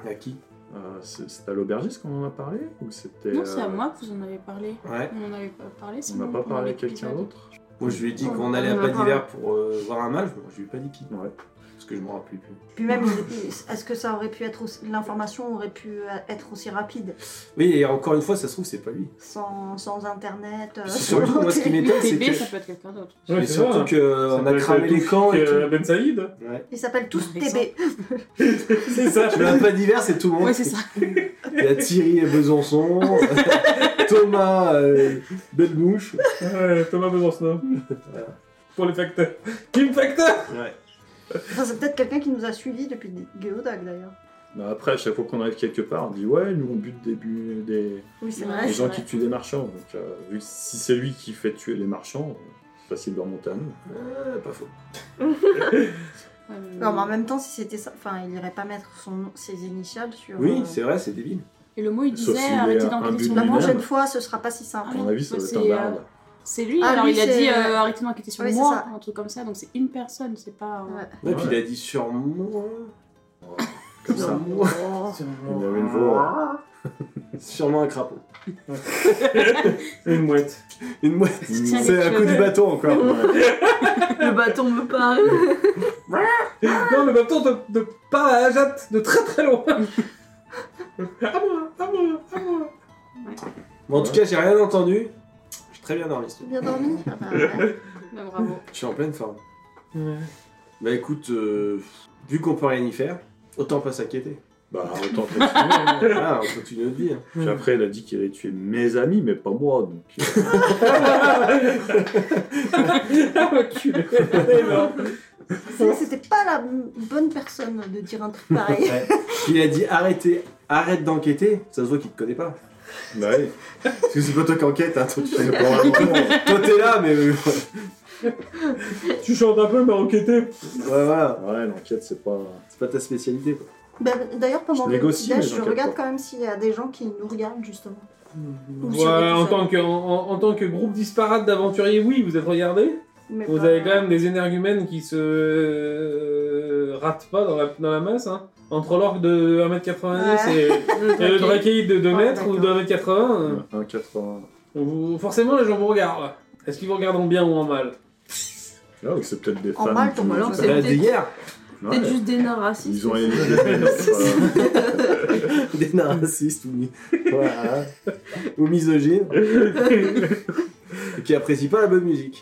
À qui Euh, c'est c'est à l'aubergiste qu'on en a parlé ou c'était Non, c'est à euh, moi que vous en avez parlé. Ouais. On en avait pas parlé, c'est On n'a bon, pas pendant parlé à l'épisode. quelqu'un d'autre Moi, je lui ai dit qu'on On allait à en a pas parlé. d'hiver pour euh, voir un mage. Bon, je lui ai pas dit qui. Ouais. Parce que je me rappelle plus. Puis même, il- il- est-ce que ça aurait pu être aussi- l'information aurait pu euh, être aussi rapide Oui, et encore une fois, ça se trouve, c'est pas lui. sans, sans internet euh, Puis surtout, moi, [LAUGHS] ce qui m'étonne, c'est TB, que. ça peut être quelqu'un d'autre. Ouais, Mais c'est surtout ça. Ça qu'on a peut être cramé les Toufik, camps et euh, tout. Ben Saïd [LAUGHS] Ouais. Ils s'appellent tous Par exemple. TB. C'est ça. Je pas d'hiver, c'est tout le monde. Ouais, c'est ça. Il y a Thierry et [LAUGHS] Besançon, Thomas euh, Bellemouche. Ouais, Thomas [LAUGHS] Besancenot. Pour les facteurs. Kim Facteur Ouais. Enfin, c'est peut-être quelqu'un qui nous a suivis depuis Géodag d'ailleurs. Mais Bah, après, à chaque fois qu'on arrive quelque part, on dit ouais, nous on bute des, bu- des, Oui, c'est Ouais, vrai. des c'est gens vrai. qui tuent des marchands. Donc, euh, vu que si c'est lui qui fait tuer les marchands, euh, c'est facile de remonter à nous. Ah, pas faux. Euh, Non, mais en même temps, si c'était ça, enfin, il irait pas mettre son, nom- ses initiales sur. Oui, euh, c'est vrai, c'est débile. Et le mot, il Sauf disait s'il est arrêtez un d'enquêter sur but La lui-même. prochaine fois, ce sera pas si À simple. mon avis, ça mais va être un Ah c'est, euh, barde. C'est lui, Ah, alors lui, il a c'est- dit euh, arrêtez d'enquêter sur Oui, c'est moi, ça. un truc comme ça, donc c'est une personne, c'est pas. euh, Ouais. Et puis Ouais. il a dit sur moi. Comme ça. moi. Sur Il moi. avait une voix. [LAUGHS] Sûrement un crapaud. Une mouette. Une [LAUGHS] mouette. Une tiens les C'est un coup cheveux. du bâton encore. [LAUGHS] Le bâton me parle. Non, le bâton de, de pas à jatte, de très très loin. Ah à moi, à moi, à moi. Bon, en tout cas, j'ai rien entendu. J'ai très bien dormi. Bien dormi Ah bah, ouais. bah, [LAUGHS] bravo. Je suis en pleine forme. Bah écoute, euh, vu qu'on peut rien y faire, autant pas [LAUGHS] s'inquiéter. Bah, autant continuer. hein. Ah, on continue notre vie. hein. Puis après, il a dit qu'il allait tuer mes amis, mais pas moi. Donc, euh, Tu sais, C'était pas la bonne personne de dire un truc [LAUGHS] pareil. Ouais. Il a dit arrêtez, arrête d'enquêter. Ça se voit qu'il te connaît pas. bah ouais. Parce que c'est pas toi qui enquête, hein, toi tu sais pas vraiment. Toi t'es là, mais. euh, Tu chantes un peu, mais enquêté. Ouais, voilà. Ah Ouais, l'enquête, c'est pas. C'est pas ta spécialité. quoi. Ben, D'ailleurs, pendant Je le négocie, petit mais déj, je j'enquête regarde pas. quand même s'il y a des gens qui nous regardent, justement. Ou si on est Ouais, tout en, seul. tant que, en, en- en tant que groupe disparate d'aventuriers, oui, vous êtes regardés. Mais Vous pas- avez quand même des énergumènes qui se euh, ratent pas dans la, dans la masse. Hein. Entre l'orgue de 1m90 Ouais. et, et le drakeïde de 2 Ouais, mètres ou de d'accord. 1m80, euh, 1,80. vous- forcément les gens vous regardent. là. Est-ce qu'ils vous regarderont bien ou en mal Ah, ou c'est peut-être des En femmes. mal, qui- ton malheur, c'est- Ça a des guerres, Ouais. Peut-être juste des nains racistes. Ils ont éliminé les [LAUGHS] nains, voilà. des nains racistes ou, mi- voilà. ou misogynes, et qui apprécient pas la bonne musique.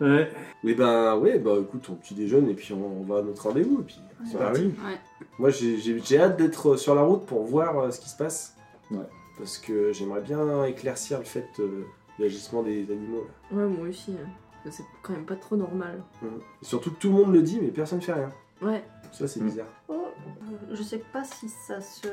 Ouais. Mais ben ouais, bah écoute, on petit déjeune et puis on, va à notre rendez-vous. Et puis c'est Bah parti. oui. Moi j'ai- j'ai j'ai hâte d'être euh, sur la route pour voir euh, ce qui se passe. Ouais. Parce que j'aimerais bien éclaircir le fait euh, de l'agissement des animaux. là. Ouais, moi aussi. hein. Parce que C'est quand même pas trop normal. Mmh. Mhm. Et surtout que tout le monde le dit, mais personne ne fait rien. Ouais. Ça c'est Mhm. bizarre. Oh, Je sais pas si ça se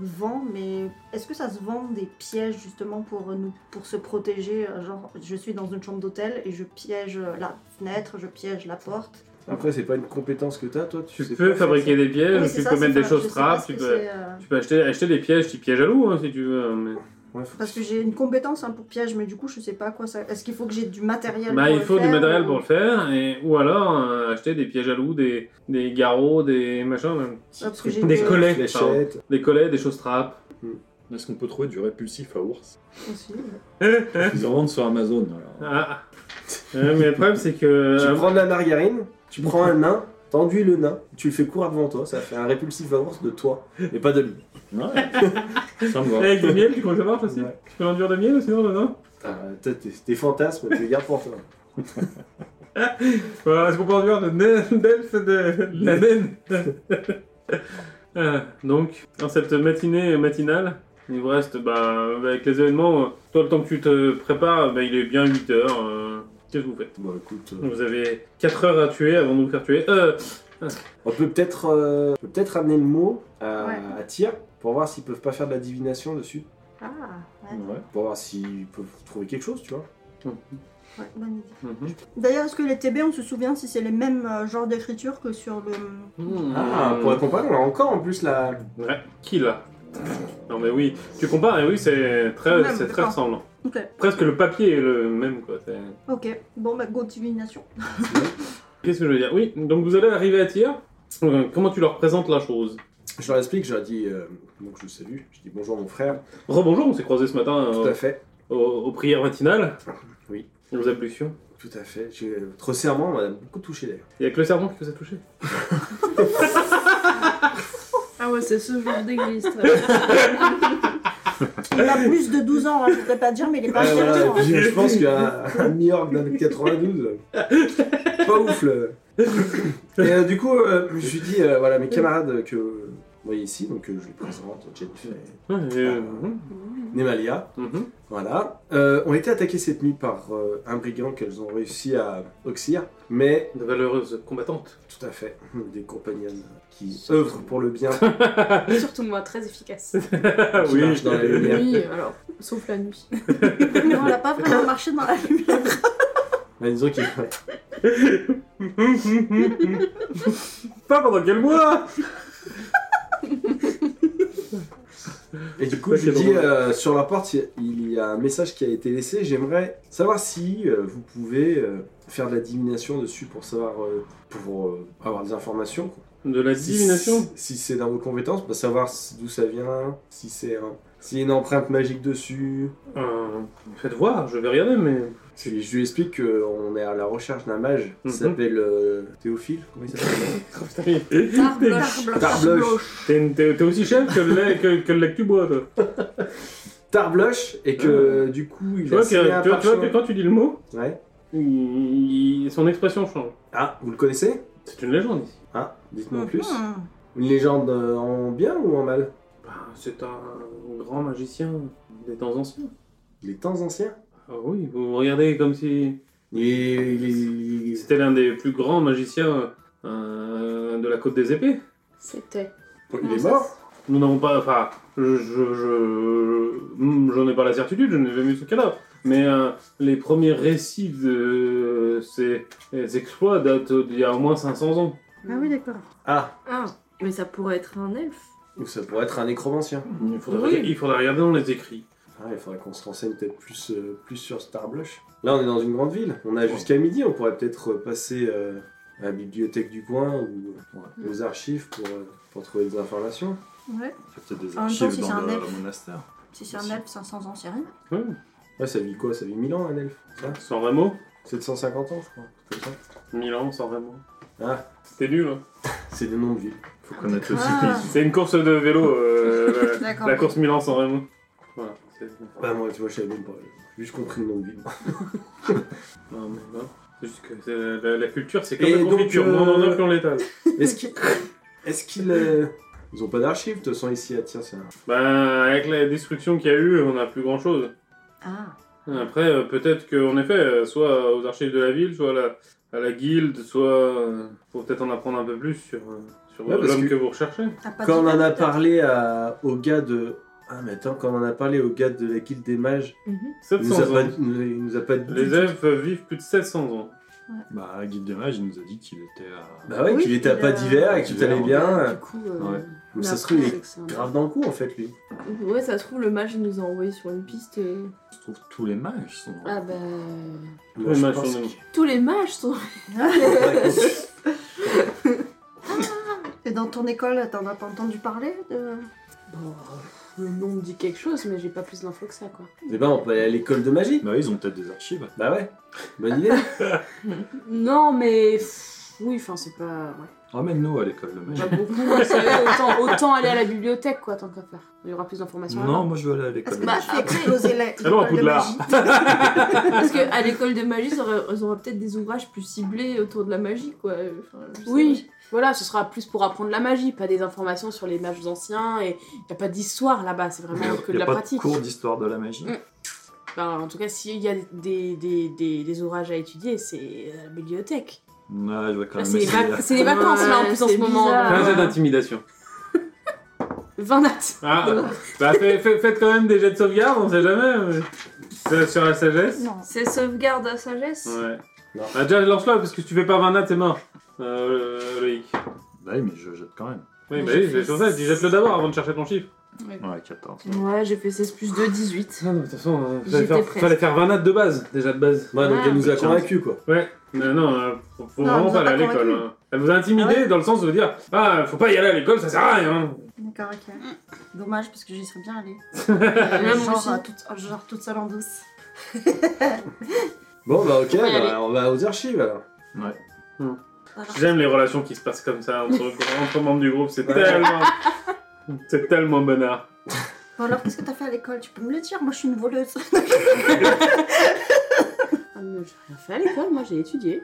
vend, mais est-ce que ça se vend des pièges justement pour nous, pour se protéger euh, Genre, je suis dans une chambre d'hôtel et je piège euh, la fenêtre, je piège la porte. Après, c'est pas une compétence que t'as, toi. Tu sais peux pas faire fabriquer des pièges, Oui, c'est tu ça, peux c'est mettre des ça, je choses sais pas trappes, ce tu que peux, c'est, euh, tu peux acheter, acheter des pièges, tu pièges à loup hein, si tu veux. hein, mais- ça. Ouais, faut- Parce que j'ai une compétence hein, pour piège, mais du coup, je sais pas à quoi ça. Est-ce qu'il faut que j'ai du matériel Bah, pour il le faut du faire, hein. matériel ou- pour le faire, et, ou alors euh, acheter des pièges à loups, des, des garrots, des machins, même. parce que j'ai des une- collets, pardon. Fléchettes. des collets, des choses trappes. Est-ce qu'on peut trouver du répulsif à ours aussi, ouais. Ils en vendent sur Amazon. Alors. Ah. Ouais, mais le problème, c'est que. Tu euh, prends de la margarine, tu prends un nain, t'enduis le nain, tu le fais courir devant toi, ça fait un répulsif à ours de toi, mais pas de lui. Ouais. ça me va. Avec du miel, tu crois que ça marche aussi Ouais. Tu peux l'enduire de miel aussi, non, non, non Euh, t'as tes tes fantasmes, tu les gardes pour toi. Voilà, Est-ce qu'on peut enduire de naine- d'elfe de, de la naine Ah, Donc, dans cette matinée matinale, il vous reste, bah, avec les événements, euh, toi, le temps que tu te prépares, bah, il est bien 8 heures. euh, Qu'est-ce que vous faites Bon, écoute, euh, Vous avez 4 heures à tuer avant de vous faire tuer. Euh, on peut peut-être euh, on peut peut-être amener le mot à, Ouais. à Tyr pour voir s'ils peuvent pas faire de la divination dessus, Ah, ouais. Ouais. pour voir s'ils peuvent trouver quelque chose, tu vois. ouais, bonne idée. mhm. D'ailleurs, est-ce que les TB, on se souvient si c'est les mêmes euh, genres d'écriture que sur le. Ah, pour être comparé, on a encore en plus la. Ouais, qui là Non mais oui, tu compares et oui, c'est très, Même, c'est très d'accord. ressemblant. Ok, Presque le papier est le même quoi. c'est- ok. Bon, bah, go divination. Qu'est-ce que je veux dire Oui, donc vous allez arriver à tir. Euh, Comment tu leur présentes la chose Je leur explique, je leur dis, euh, donc je le salue, je dis bonjour mon frère, Rebonjour, on s'est croisés ce matin tout euh, à fait, aux, aux prières matinales. Oui. Et Aux ablutions. tout à fait. J'ai- Votre serment m'a beaucoup touché d'ailleurs. Il y a que le serment qui vous a touché. Ah ouais, c'est ce genre d'église. ça. Il a plus de 12 ans, hein, je voudrais pas dire, mais il est pas hein. Ouais, fier Euh, voilà, de moi. puis je pense qu'un un New-York d'un 92, pas ouf. le- Et euh, du coup, euh, je lui dis, euh, voilà, mes camarades que voyez ici, donc euh, je lui présente Jennifer Euh, et Nemalia. mhm. Voilà. Euh, ont été attaquées cette nuit par euh, un brigand qu'elles ont réussi à oxyre, mais De valeureuses combattantes. tout à fait [LAUGHS] des compagnons qui œuvrent pour le bien, Surtout moi, très [LAUGHS] efficace. Ah qui marchent dans [LAUGHS] la [LAUGHS] lumière. Oui, alors, sauf la nuit. Non, on n'a pas vraiment marché dans la lumière. Mais Bah, disons qu'ils Pas pendant quel mois Et du coup, Ouais, je c'est dis drôle. euh, sur la porte, il y a- il y a un message qui a été laissé. J'aimerais savoir si euh, vous pouvez euh, faire de la divination dessus pour savoir, euh, pour euh, avoir des informations. quoi. De la Si- divination Si, c'est dans vos compétences, bah, savoir si- d'où ça vient, si c'est un- s'il y a une empreinte magique dessus. Euh, Faites voir, je vais regarder, mais. Je, lui- je lui explique qu'on est à la recherche d'un mage qui Mhm. s'appelle euh, Théophile. Comment il [LAUGHS] s'appelle Tarbloche. T'es t'es- t'es aussi chef que le lait que, que le lait que tu bois, toi. Tarbloche et que du coup Ah. Tu il a vois, que, signé un tu vois- tu vois que parchemin. quand tu dis le mot, Ouais. il- il- son expression change. Ah, vous le connaissez C'est une légende ici. Ah, dites-moi en plus. Mhm. Une légende euh, en bien ou en mal Bah, c'est un grand magicien des temps anciens. Les temps anciens Ah oui, vous regardez comme si il est, il est- il est- c'était l'un des plus grands magiciens euh, de la côte des épées. C'était. il est mort Nous n'avons pas, enfin, je, je, je- hmm, j'en ai pas la certitude, je n'ai jamais vu ce cadavre. Mais euh, les premiers récits de ces, ces exploits datent d'il y a au moins 500 ans. Ah oui, d'accord. Ah, Ah, mais ça pourrait être un elfe. ou ça pourrait être un nécromancien. Il faudrait, Oui. il faudrait regarder dans les écrits. Ah, il faudrait qu'on se renseigne peut-être plus, euh, plus sur Starblush. Là, on est dans une grande ville. On a jusqu'à midi, on pourrait peut-être euh, passer euh, à la bibliothèque du coin ou euh, aux archives pour, euh, pour trouver des informations. Ouais. Il y a peut-être des En même temps, archives si c'est dans un le elfe. monastère. Si c'est un elfe, 500 ans, c'est rien. Ouais, Ouais, ça vit quoi Ça vit 1000 ans, un elfe ça Sans Rameau 750 ans, je crois. Comme ça. 1000 ans, sans Rameau. Ah. C'était nul. hein. C'est des noms de villes. Faut connaître le Ah. cyclisme. C'est une course de vélo, euh, la- D'accord. la, course 1000 ans sans Rameau. Voilà. c'est- Bah, moi, tu vois, je savais même pas. J'ai juste compris le nom de ville. Non, mais non. C'est juste que c'est- la, la culture, c'est comme Et la donc, confiture, euh, moins on en a, plus on l'étale. Est-ce qu'il. [LAUGHS] Est-ce qu'il. euh, Ils ont pas d'archives, de toute façon, ici à Tyr, c'est un- Bah, avec la destruction qu'il y a eu, on n'a plus grand chose. Ah. Après, euh, peut-être qu'en effet, euh, soit aux archives de la ville, soit à la, à la guilde, soit. euh, faut peut-être en apprendre un peu plus sur, euh, sur Ouais, parce l'homme que... que- vous recherchez. T'as Ah, pas Quand on dit en a peut-être. parlé à, au gars de. Ah, mais attends, quand on en a parlé au gars de la guilde des mages, il nous 700 a ans. pas, il nous- il nous a pas dit. Les elfes vivent plus de 700 ans. Bah, la guide des mages, il nous a dit qu'il était à. Bah ouais, Oui, qu'il était à il pas a- d'hiver et que tout D'hiver, allait ouais. bien. Du coup, Ouais. euh, Mais ça se après, trouve, il est avec ça, grave dans le coup en fait, lui. Ouais, ça se trouve, le mage il nous a envoyé sur une piste. euh. et- Je trouve tous les mages sont. Ah bah. Tous Moi, les je mages pense sont que- Tous les mages sont. [LAUGHS] Et dans ton école, t'en as pas entendu parler de... Bon, le nom me dit quelque chose, mais j'ai pas plus d'infos que ça, quoi. Eh ben, on peut aller à l'école de magie. Bah, ils ont peut-être des archives. Bah ouais, bonne idée. Non, mais. pff, Oui, enfin, c'est pas. Ouais. Ramène-nous à l'école de magie. Pas beaucoup. vous savez, autant, autant aller à la bibliothèque, quoi, tant qu'à faire. Il y aura plus d'informations. Non, là-bas. moi je veux aller à Est-ce l'école que de tu magie. fais exploser la- Alors, à l'école de Poudlard. magie Parce qu'à l'école de magie, ça aurait- ils auraient peut-être des ouvrages plus ciblés autour de la magie, quoi. Euh, Enfin, je sais Oui, voilà, ce sera plus pour apprendre la magie, pas des informations sur les mages anciens. Et il n'y a pas d'histoire là-bas, c'est vraiment que Il n'y de a la pas pratique. de cours d'histoire de la magie. Mm. Enfin, en tout cas, s'il y a des, des, des, des ouvrages à étudier, c'est à la bibliothèque. Ouais, je vois quand même Là, Bah, c'est les, essayer. vac- c'est les vacances, là, en Ouais, plus, en c'est ce moment. bizarre. Fais un Ah. jet d'intimidation. 20 dates. Ah, bah, fait- fait- faites quand même des jets de sauvegarde, on sait jamais. mais- C'est Sur la sagesse Non. C'est sauvegarde à sagesse Ouais. Non. Bah, déjà, lance-le, parce que si tu fais pas 20 nattes, t'es mort. Euh, Loïc. Bah oui, mais je jette quand même. Oui, Moi, bah j'ai oui, fait c'est sur ça, je dis jette-le d'abord avant de chercher ton chiffre. Ouais, 14. Ouais, j'ai fait 16 plus 2, 18. Non, non, de toute façon, euh, J'étais fallait, faire, presque. fallait faire 20 nattes de base, déjà de base. Ouais, donc Ah. elle nous a convaincus quoi. Ouais, mais non, euh, faut, faut Non, elle vraiment nous a pas aller à pas l'école. convaincus. hein. Elle vous a intimidé Ah ouais dans le sens de vous dire Ah, faut pas y aller à l'école, ça sert à rien. hein. D'accord, ok. Dommage, parce que j'y serais bien [LAUGHS] allée. Là, moi genre, aussi. euh, toute, euh, genre toute seule en douce. Bon, bah ok, va y bah, aller. on va aux archives alors. Voilà. J'aime les relations qui se passent comme ça entre, [LAUGHS] entre membres du groupe, c'est Ouais. tellement. C'est tellement bonheur. Bon alors, qu'est-ce que t'as fait à l'école Tu peux me le dire Moi, je suis une voleuse. [LAUGHS] Ah, mais J'ai rien fait à l'école, moi, j'ai étudié.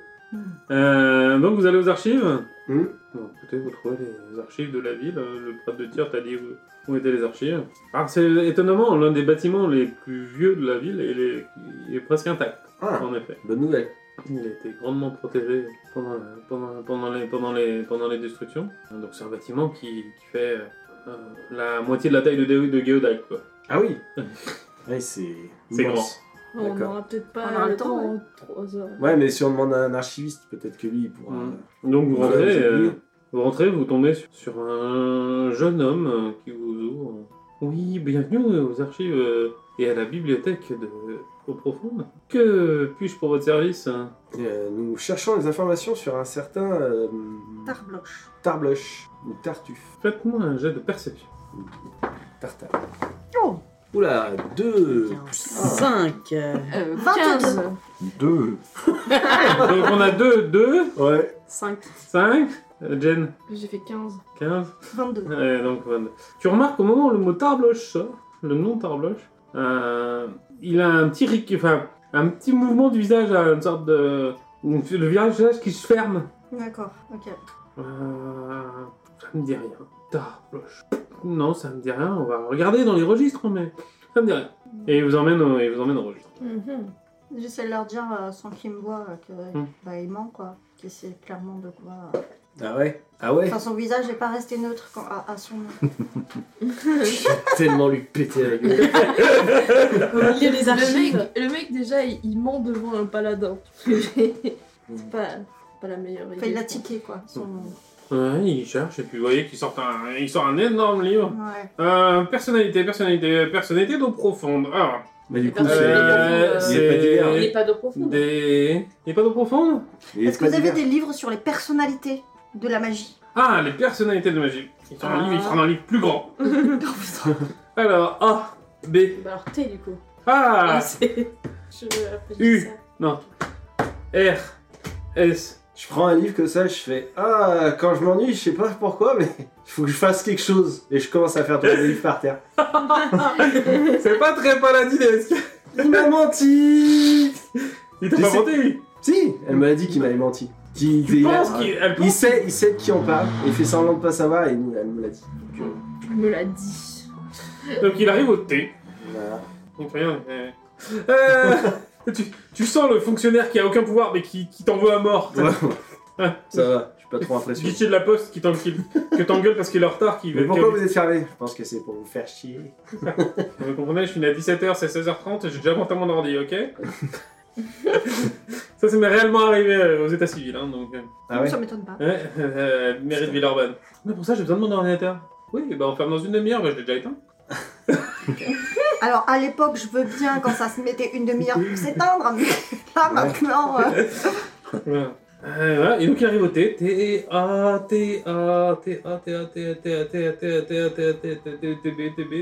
Euh, donc vous allez aux archives Hmm. Bon, écoutez, vous trouvez les archives de la ville. euh, Le prêtre de tir t'a dit où, où étaient les archives. Alors, c'est étonnamment l'un des bâtiments les plus vieux de la ville et les- il est presque intact, Ah, en effet. bonne nouvelle. Il a été grandement protégé pendant, pendant, pendant, les, pendant, les, pendant les destructions. Donc, c'est un bâtiment qui, qui fait euh, la moitié de la taille de, Dé- de Geodag, quoi. Ah [LAUGHS] oui Ouais, c'est. C'est immense. On D'accord. n'aura peut-être pas On aura le temps, hein. en 3 heures. Ouais, mais si on demande à un archiviste, peut-être que lui, il pourra. Mm. Donc vous Ouais, rentrez, j'ai euh, oublié. vous rentrez, vous tombez sur, sur un jeune homme euh, qui vous ouvre. Oui, bienvenue aux archives euh, et à la bibliothèque de Eau Profonde. Que puis-je pour votre service hein? Euh, nous cherchons des informations sur un certain. euh, Tarbloche. Tarbloche. Ou Tartuffe. Faites-moi un jet de perception. [LAUGHS] Tartare. Oh Oula, deux. oh. 5. Euh, 22. 15 Deux. Donc on a 2, 2, Ouais. 5. 5, Jen, J'ai fait 15. 15, 22. Ouais, donc, voilà. Tu remarques au moment où le mot tarbloche sort, le nom tarbloche, euh, il a un petit, ric- enfin, un petit mouvement du visage, là, une sorte de. une- Le visage qui se ferme. D'accord, ok. Euh, ça me dit rien. Tarbloche. Non, ça me dit rien. On va regarder dans les registres, mais ça me dit rien. Et il vous emmène au, il vous emmène au registre. Mhm. J'essaie de leur dire euh, sans qu'ils me voient euh, que Hmm. bah, il ment quoi. Qu'il sait clairement de quoi. Ah ouais Ah ouais Enfin, son visage n'est pas resté neutre quand- à, à son nom. [LAUGHS] Tellement lui péter la gueule. Il y a les Le archives. mec, le mec, déjà, il, il ment devant un paladin. [LAUGHS] c'est pas, pas la meilleure idée. Enfin, il a tiqué quoi. Son nom. Ouais, il cherche, et puis vous voyez qu'il sort un, il sort un énorme livre. Hmm. Ouais. Euh, personnalité, personnalité, personnalité d'eau profonde. Alors, Mais du coup, Personnalité euh, c'est. euh, Il profonde, est pas divers. hein. Il n'est c'est pas d'eau profonde. des... Il est pas d'eau profonde il est Est-ce que pas vous avez divers. des livres sur les personnalités de la magie Ah, les personnalités de magie. Il sort un Ah. livre, il sort un livre plus grand. Oh, putain. Alors, A, B, Bah alors T du coup. A, Ah, c'est- Je je U. dis ça. R, S, Je prends un livre comme ça, je fais Ah, quand je m'ennuie, je sais pas pourquoi, mais [LAUGHS] il faut que je fasse quelque chose. Et je commence à faire [LAUGHS] tomber le livre par terre. C'est pas très paladinesque. Il m'a menti Il t'a Mais pas c'est- menti. Si Elle m'a dit qu'il m'avait menti. Qu'il- Tu il- penses il- qu'il elle il pense sait, il sait de qui on parle, il fait semblant de pas savoir et il nous- elle me l'a dit. Donc, euh, Il me l'a dit. Donc il arrive au thé. voilà. Donc rien. euh, euh, [LAUGHS] tu, tu sens le fonctionnaire qui a aucun pouvoir mais qui, qui t'en veut à mort. Ouais. [LAUGHS] Ça va, je suis pas trop impressionné. Guichet de la poste qui t'engueule, que t'engueule parce qu'il est en retard. Qui, Mais qui- pourquoi vous êtes fermé Je pense que c'est pour vous faire chier. Vous comprenez, je finis à 17h, c'est 16h30, j'ai déjà monté mon ordi, [LAUGHS] ok Ça, c'est réellement arrivé euh, aux états civils, hein, donc... euh, Ah ouais Ça m'étonne pas. Ouais, euh, mairie de Villeurbanne. Mais pour ça, j'ai besoin de mon ordinateur. Oui, bah on ferme dans une demi-heure, bah, je l'ai déjà éteint. Alors à l'époque, je veux bien quand ça se mettait une demi-heure pour s'éteindre, mais là maintenant. euh, [LAUGHS] Voilà. Euh, voilà. Et donc il arrive au T. T A T A T A T A T A T A T A T A T A T A T A T A T A T B T B.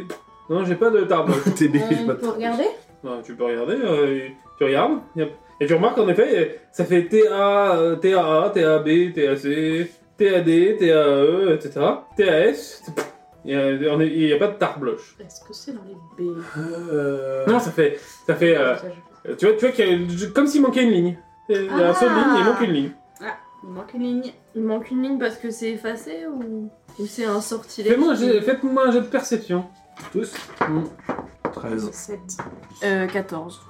Non, j'ai pas de tarbe. [LAUGHS] T'es bébé, je On peut regarder Non, tu peux regarder. euh, Tu regardes. Yep. Et tu remarques en effet, ça fait T A euh, T A A T A B T A C T A D T A E etc. T A S. Il n'y a, pas de tarbloche. Est-ce que c'est dans les B Non, ça fait, ça fait. euh, tu vois, tu vois qu'il y a une- comme s'il manquait une ligne. Il y a un seul Ah. ligne, il manque une ligne. Il manque une ligne. Il manque une ligne parce que c'est effacé ou, ou c'est un sortilège Fais-moi un jet- Faites-moi un jet de perception. Tous. 13. 7. Euh, 14.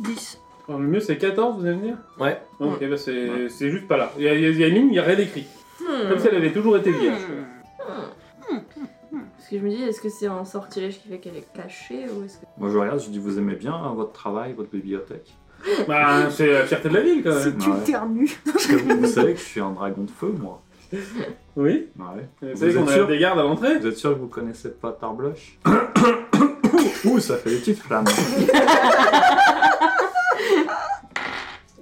10. Alors, le mieux c'est 14, vous allez me dire Ouais. Ok, bah c'est c'est juste pas là. Il y, a- il y a- il y a une ligne, il n'y a rien d'écrit. Hmm. Comme si elle avait toujours été vierge. Parce que je me dis, est-ce que c'est un sortilège qui fait qu'elle est cachée ou est-ce que... Moi, je regarde, je dis Vous aimez bien hein, votre travail, votre bibliothèque Bah, c'est la fierté de la ville quand même. Si tu Ouais. t'éternues. Parce que vous savez que je suis un dragon de feu, moi. Oui. Ouais. Vous, Vous savez êtes qu'on a sûr des gardes à l'entrée Vous êtes sûr que vous connaissez pas Tarbloche Ouh, ça fait des petites flammes.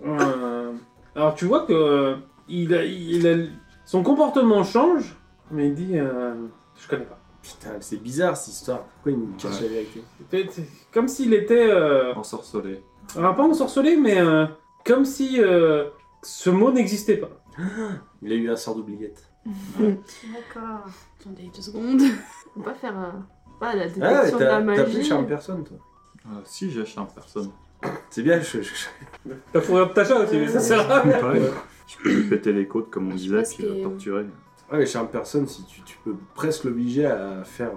Euh, Alors tu vois que euh, il a, il a- son comportement change, mais il dit euh, Je connais pas. Putain, c'est bizarre cette histoire. Pourquoi il nous cache la vérité C'est- c'est Comme s'il était. euh, Ensorcelé. alors, pas ensorcelé, mais euh, comme si euh, ce mot n'existait pas. Il a eu un sort d'oubliette. D'accord. Attendez deux secondes. On peut pas faire un... Pas la Ah ouais, détection de la t'as t'as plus de magie. charme personne, toi. Euh, si, j'ai acheté un personne. C'est bien, je, je- je- La fourrure de ta chatte, mais ça sert à rien. Pareil. Je peux lui péter les côtes, comme on Je sais disait, pas ce puis le qui est- torturer. Ouais, les charmes personnes, si tu, tu peux presque l'obliger à faire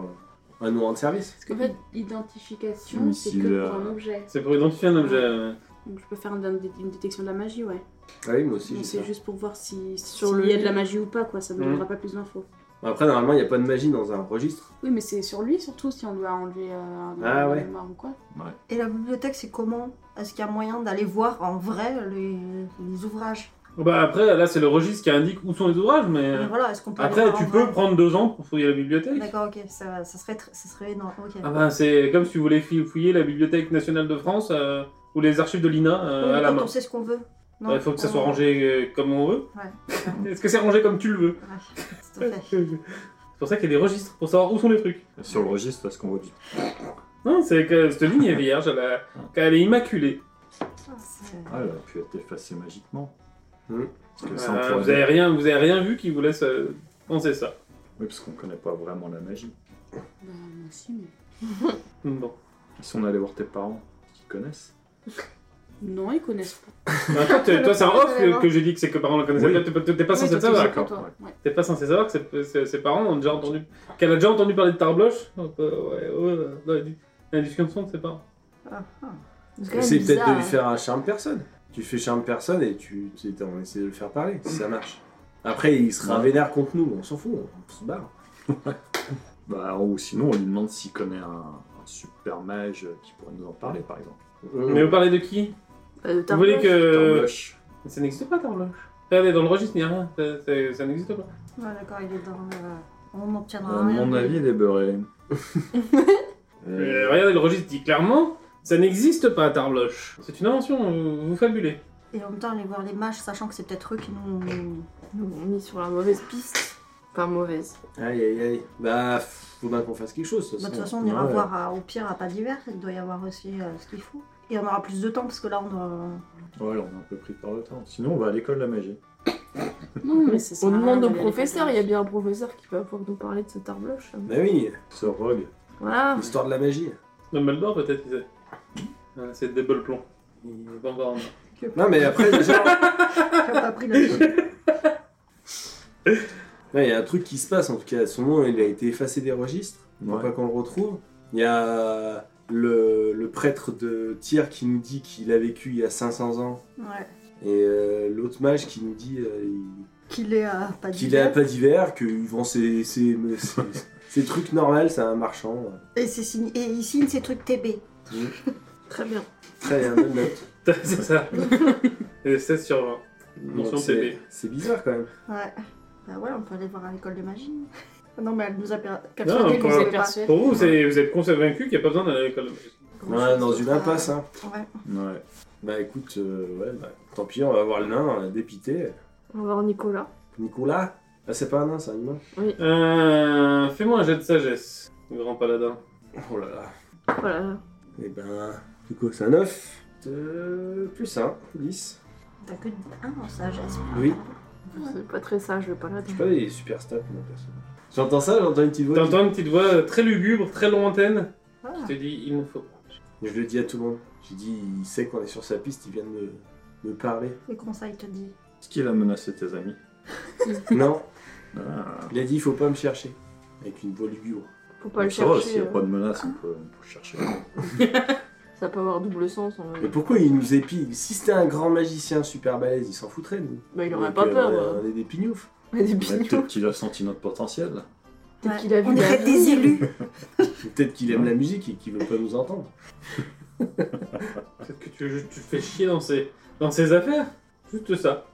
euh, un nom de service. En fait, l'identification, Oui, c'est si, que euh, pour un objet. C'est pour identifier un objet. euh, Donc je peux faire une, une détection de la magie, ouais. Ah oui, moi aussi, Donc, j'ai C'est ça. Mhm. juste pour voir si Sur s'il le y a de lit. la magie ou pas, quoi. Ça ne donnera pas plus d'infos. Après, normalement, il n'y a pas de magie dans un registre. Oui, mais c'est sur lui surtout si on lui a enlevé euh, un Ah un ouais. arme ou quoi. Et la bibliothèque, c'est comment Est-ce qu'il y a moyen d'aller voir en vrai les, les ouvrages Bah après, là, c'est le registre qui indique où sont les ouvrages, mais... Mais Voilà, est-ce qu'on peut aller Euh, Après, voir tu en peux vrai prendre deux ans pour fouiller la bibliothèque. D'accord, ok, ça, ça serait, tr- ça serait énorme. ok. Ah bah, c'est comme si tu voulais fou- fouiller la Bibliothèque nationale de France euh, ou les archives de l'INA euh, Oui, à mais la quand main. on sait ce qu'on veut. Il Non, faut que ça on- soit rangé euh, comme on veut. Ouais. [LAUGHS] Est-ce que c'est rangé comme tu le veux Ouais, tout à fait. [LAUGHS] C'est pour ça qu'il y a des registres, pour savoir où sont les trucs. Sur le registre, parce qu'on voit du. Non, c'est que cette ligne est vierge, elle, a- elle est immaculée. C'est- Ah, elle a pu être effacée magiquement. Hmm. Parce que ça, on Euh, pourrait- vous, avez rien, vous avez rien vu qui vous laisse euh, penser ça. Oui, parce qu'on connaît pas vraiment la magie. Bah, moi aussi, mais. Bon. Si on allait voir tes parents, qui connaissent. Non, ils connaissent pas. Bah, toi, [LAUGHS] t'es- toi, c'est en off que, Vraiment. que j'ai dit que c'est que parents la connaissaient. Oui. Toi, t'es pas- T'es pas Oui, censé toi, tu savoir. sais pas, d'accord, toi. Ouais. T'es pas censé savoir que ses- ses, ses parents ont déjà entendu. Qu'elle a déjà entendu parler de Tarbloche Euh, Ouais, ouais, bah, ouais, dans la dis- la discussion de ses parents. Ah, ah. quand même C'est peut-être bizarre, de lui hein. faire un charme personne. Tu fais charme personne et tu, tu- on essaie de le faire parler, si ça marche. Après, il sera vénère contre nous, on s'en fout, on se barre. Bah, ou sinon, on lui demande s'il connaît un, un super mage qui pourrait nous en parler, par exemple. Mm. Mais vous parlez de qui Bah, Euh, de Vous voulez Tarloche. que. Tarbloche. Ça n'existe pas, Tarbloche. Regardez, dans le registre, il n'y a rien. Ça, ça- ça n'existe pas. Ouais, d'accord, il est dans. euh, On obtiendra À rien. mon avis, il est beurré. Mm. Euh, Mais Euh, regardez, le registre dit clairement ça n'existe pas, Tarbloche. C'est une invention, vous, vous fabulez. Et en même temps, aller voir les mages, sachant que c'est peut-être eux qui nous. Ils nous ont mis sur la mauvaise piste. Enfin, mauvaise. Aïe aïe aïe. Bah, faut bien qu'on fasse quelque chose. Bah, De toute façon, on ira voir à- au pire à pas d'hiver, il doit y avoir aussi euh, ce qu'il faut. Et on aura plus de temps parce que là, on doit. euh, Ouais, là, on est un peu pris par le temps. Sinon, on va à l'école de la magie. Non, mais c'est On demande au professeur, il y a bien un professeur qui va pouvoir nous parler de ce hein. tarbloche. Bah oui, Ce rogue. Voilà. l'histoire de la magie. Ah. Dumbledore, peut-être, il sait. Euh, C'est des bols plombs. Il n'est pas encore en [LAUGHS] Non, mais après, déjà, J'ai pas [LAUGHS] pris la là, il y a un truc qui se passe, en tout cas, son nom, il a été effacé des registres. On Ouais. pas qu'on le retrouve. Il y a le, le prêtre de Tyr qui nous dit qu'il a vécu il y a 500 ans. Ouais. Et euh, l'autre mage qui nous dit euh, il- Qu'il est à pas qu'il est à d'hiver. pas d'hiver, qu'il vend ses, ses, ses- ses trucs normaux, [LAUGHS] c'est un marchand. Et, c'est signé- et il signe ses trucs TB. Très bien. Très bien, bonne note. [LAUGHS] C'est ça. Et 16 sur 20. Mention Donc, c'est- TB. C'est bizarre quand même. Ouais. Bah ouais, on peut aller voir à l'école de magie. Ah Non, mais elle nous a per- on persuadés, peut- nous on avait peut- pas. persuadé. Pour vous, c'est- vous êtes convaincu qu'il n'y a pas besoin d'aller à l'école de magie. Ouais, dans une impasse. Hein. Ah, Ouais. Ouais. Bah écoute, euh, ouais, bah, tant pis, on va voir le nain, on l'a dépité. On va voir Nicolas. Nicolas Ah, c'est pas un nain, c'est un humain. Euh, Fais-moi un jet de sagesse, grand paladin. Oh là là. Voilà. Et ben, du coup, c'est un 9. plus 1, 10. T'as que 1 en sagesse. Oui. C'est pas très sage le paladin. Je sais pas, il est super stable, mon perso. J'entends ça, j'entends une petite voix. T'entends une petite voix très lugubre, très lointaine, Ah. qui te dit il ne faut pas. Je le dis à tout le monde. J'ai dit, il sait qu'on est sur sa piste, il vient de me, me parler. Les conseils te dit. Est-ce qu'il a menacé tes amis [LAUGHS] non, Ah. Il a dit, il faut pas me chercher. Avec une voix lugubre. Faut pas le ça va, chercher. s'il n'y a euh, Ah. pas de menace, on peut, on peut chercher. Ça peut avoir double sens. hein. on va Mais dire. pourquoi il nous épie Si c'était un grand magicien super balèze, il s'en foutrait, nous. Bah, il aurait Donc, pas euh, peur. on est- euh. On est des pignoufs. Mais des Mais pignons. Peut-être qu'il a senti notre potentiel. Peut-être qu'il a vu On la vie. est des élus. Peut-être qu'il aime la musique et qu'il veut pas nous entendre. Peut-être que tu, tu te fais chier dans ces, dans ces affaires Juste ça.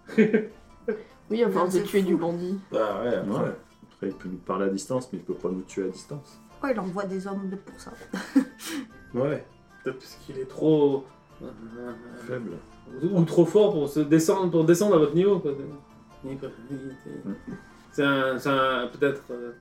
Oui, à force de C'est tuer fou. du bandit. Bah ouais, après. Ouais. Après, il peut nous parler à distance, mais il peut pas nous tuer à distance. Pourquoi il envoie des hommes de- pour ça Ouais. Peut-être parce qu'il est trop. Faible. ou trop fort pour, se descendre, pour descendre à votre niveau. quoi. Il peut- il- il- C'est un. c'est un- Peut-être. euh,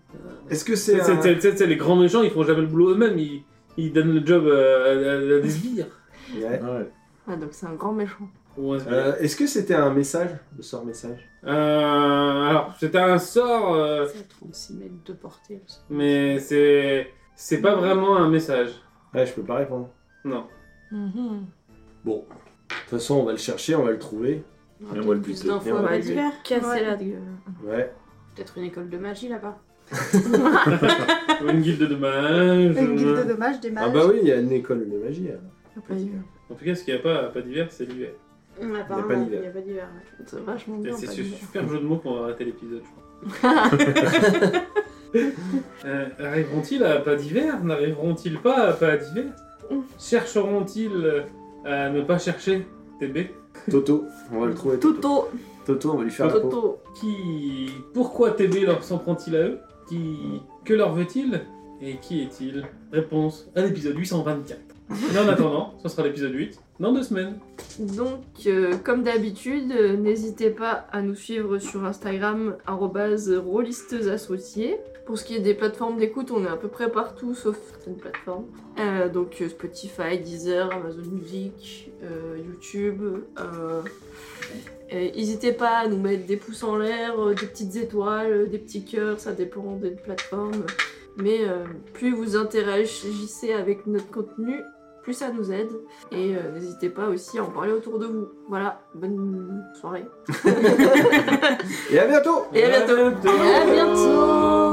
Est-ce que c'est C'est un... c'est- c'est- c'est- c'est les grands méchants, ils font jamais le boulot eux-mêmes, ils, ils donnent le job euh, à, à- à des sbires. Ouais. Ouais. Ah, donc c'est un grand méchant. Ou un sbire. Euh, Est-ce que c'était un message Le sort message Euh, alors, c'était un sort, euh, C'est 36 mètres de portée. parce que- mais c'est c'est pas vraiment un message. Ouais, je peux pas répondre. Non. Mm-hmm. Bon. De toute façon, on va le chercher, on va le trouver. Et on va le buter. D'infos à Ouais, pas du- d'hiver. Casser la gueule. Ouais. Peut-être une école de magie là-bas. Une guilde de euh, mages. Une guilde de dommages, des mages. Ah bah oui, il y a une école de magie. hein. alors. En tout cas, ce qu'il n'y a pas, pas d'hiver, c'est l'hiver. Ah Apparemment, pas il d'hiver. n'y a pas d'hiver. ouais. C'est vachement Et bien. C'est pas ce mal. super jeu de mots qu'on va arrêter l'épisode, je crois. [LAUGHS] Euh, Arriveront-ils à pas d'hiver N'arriveront-ils pas à pas d'hiver Chercheront-ils à ne pas chercher TB Toto, on va le trouver. Toto, Toto, on va lui faire la peau. Toto. Qui... Pourquoi TB leur s'en prend-il à eux qui... Que leur veut-il Et qui est-il Réponse à l'épisode 824. Et en attendant, ce sera l'épisode 8 dans deux semaines. Donc, euh, comme d'habitude, euh, n'hésitez pas à nous suivre sur Instagram, arrobase rôlisteusassociées. Pour ce qui est des plateformes d'écoute, on est à peu près partout, sauf certaines plateformes. Euh, donc euh, Spotify, Deezer, Amazon Music, euh, YouTube. euh, et N'hésitez pas à nous mettre des pouces en l'air, euh, des petites étoiles, euh, des petits cœurs, ça dépend des plateformes. Mais euh, plus vous interagissez avec notre contenu, plus ça nous aide. Et euh, n'hésitez pas aussi à en parler autour de vous. Voilà, bonne soirée. Et à bientôt Et à bientôt. À bientôt.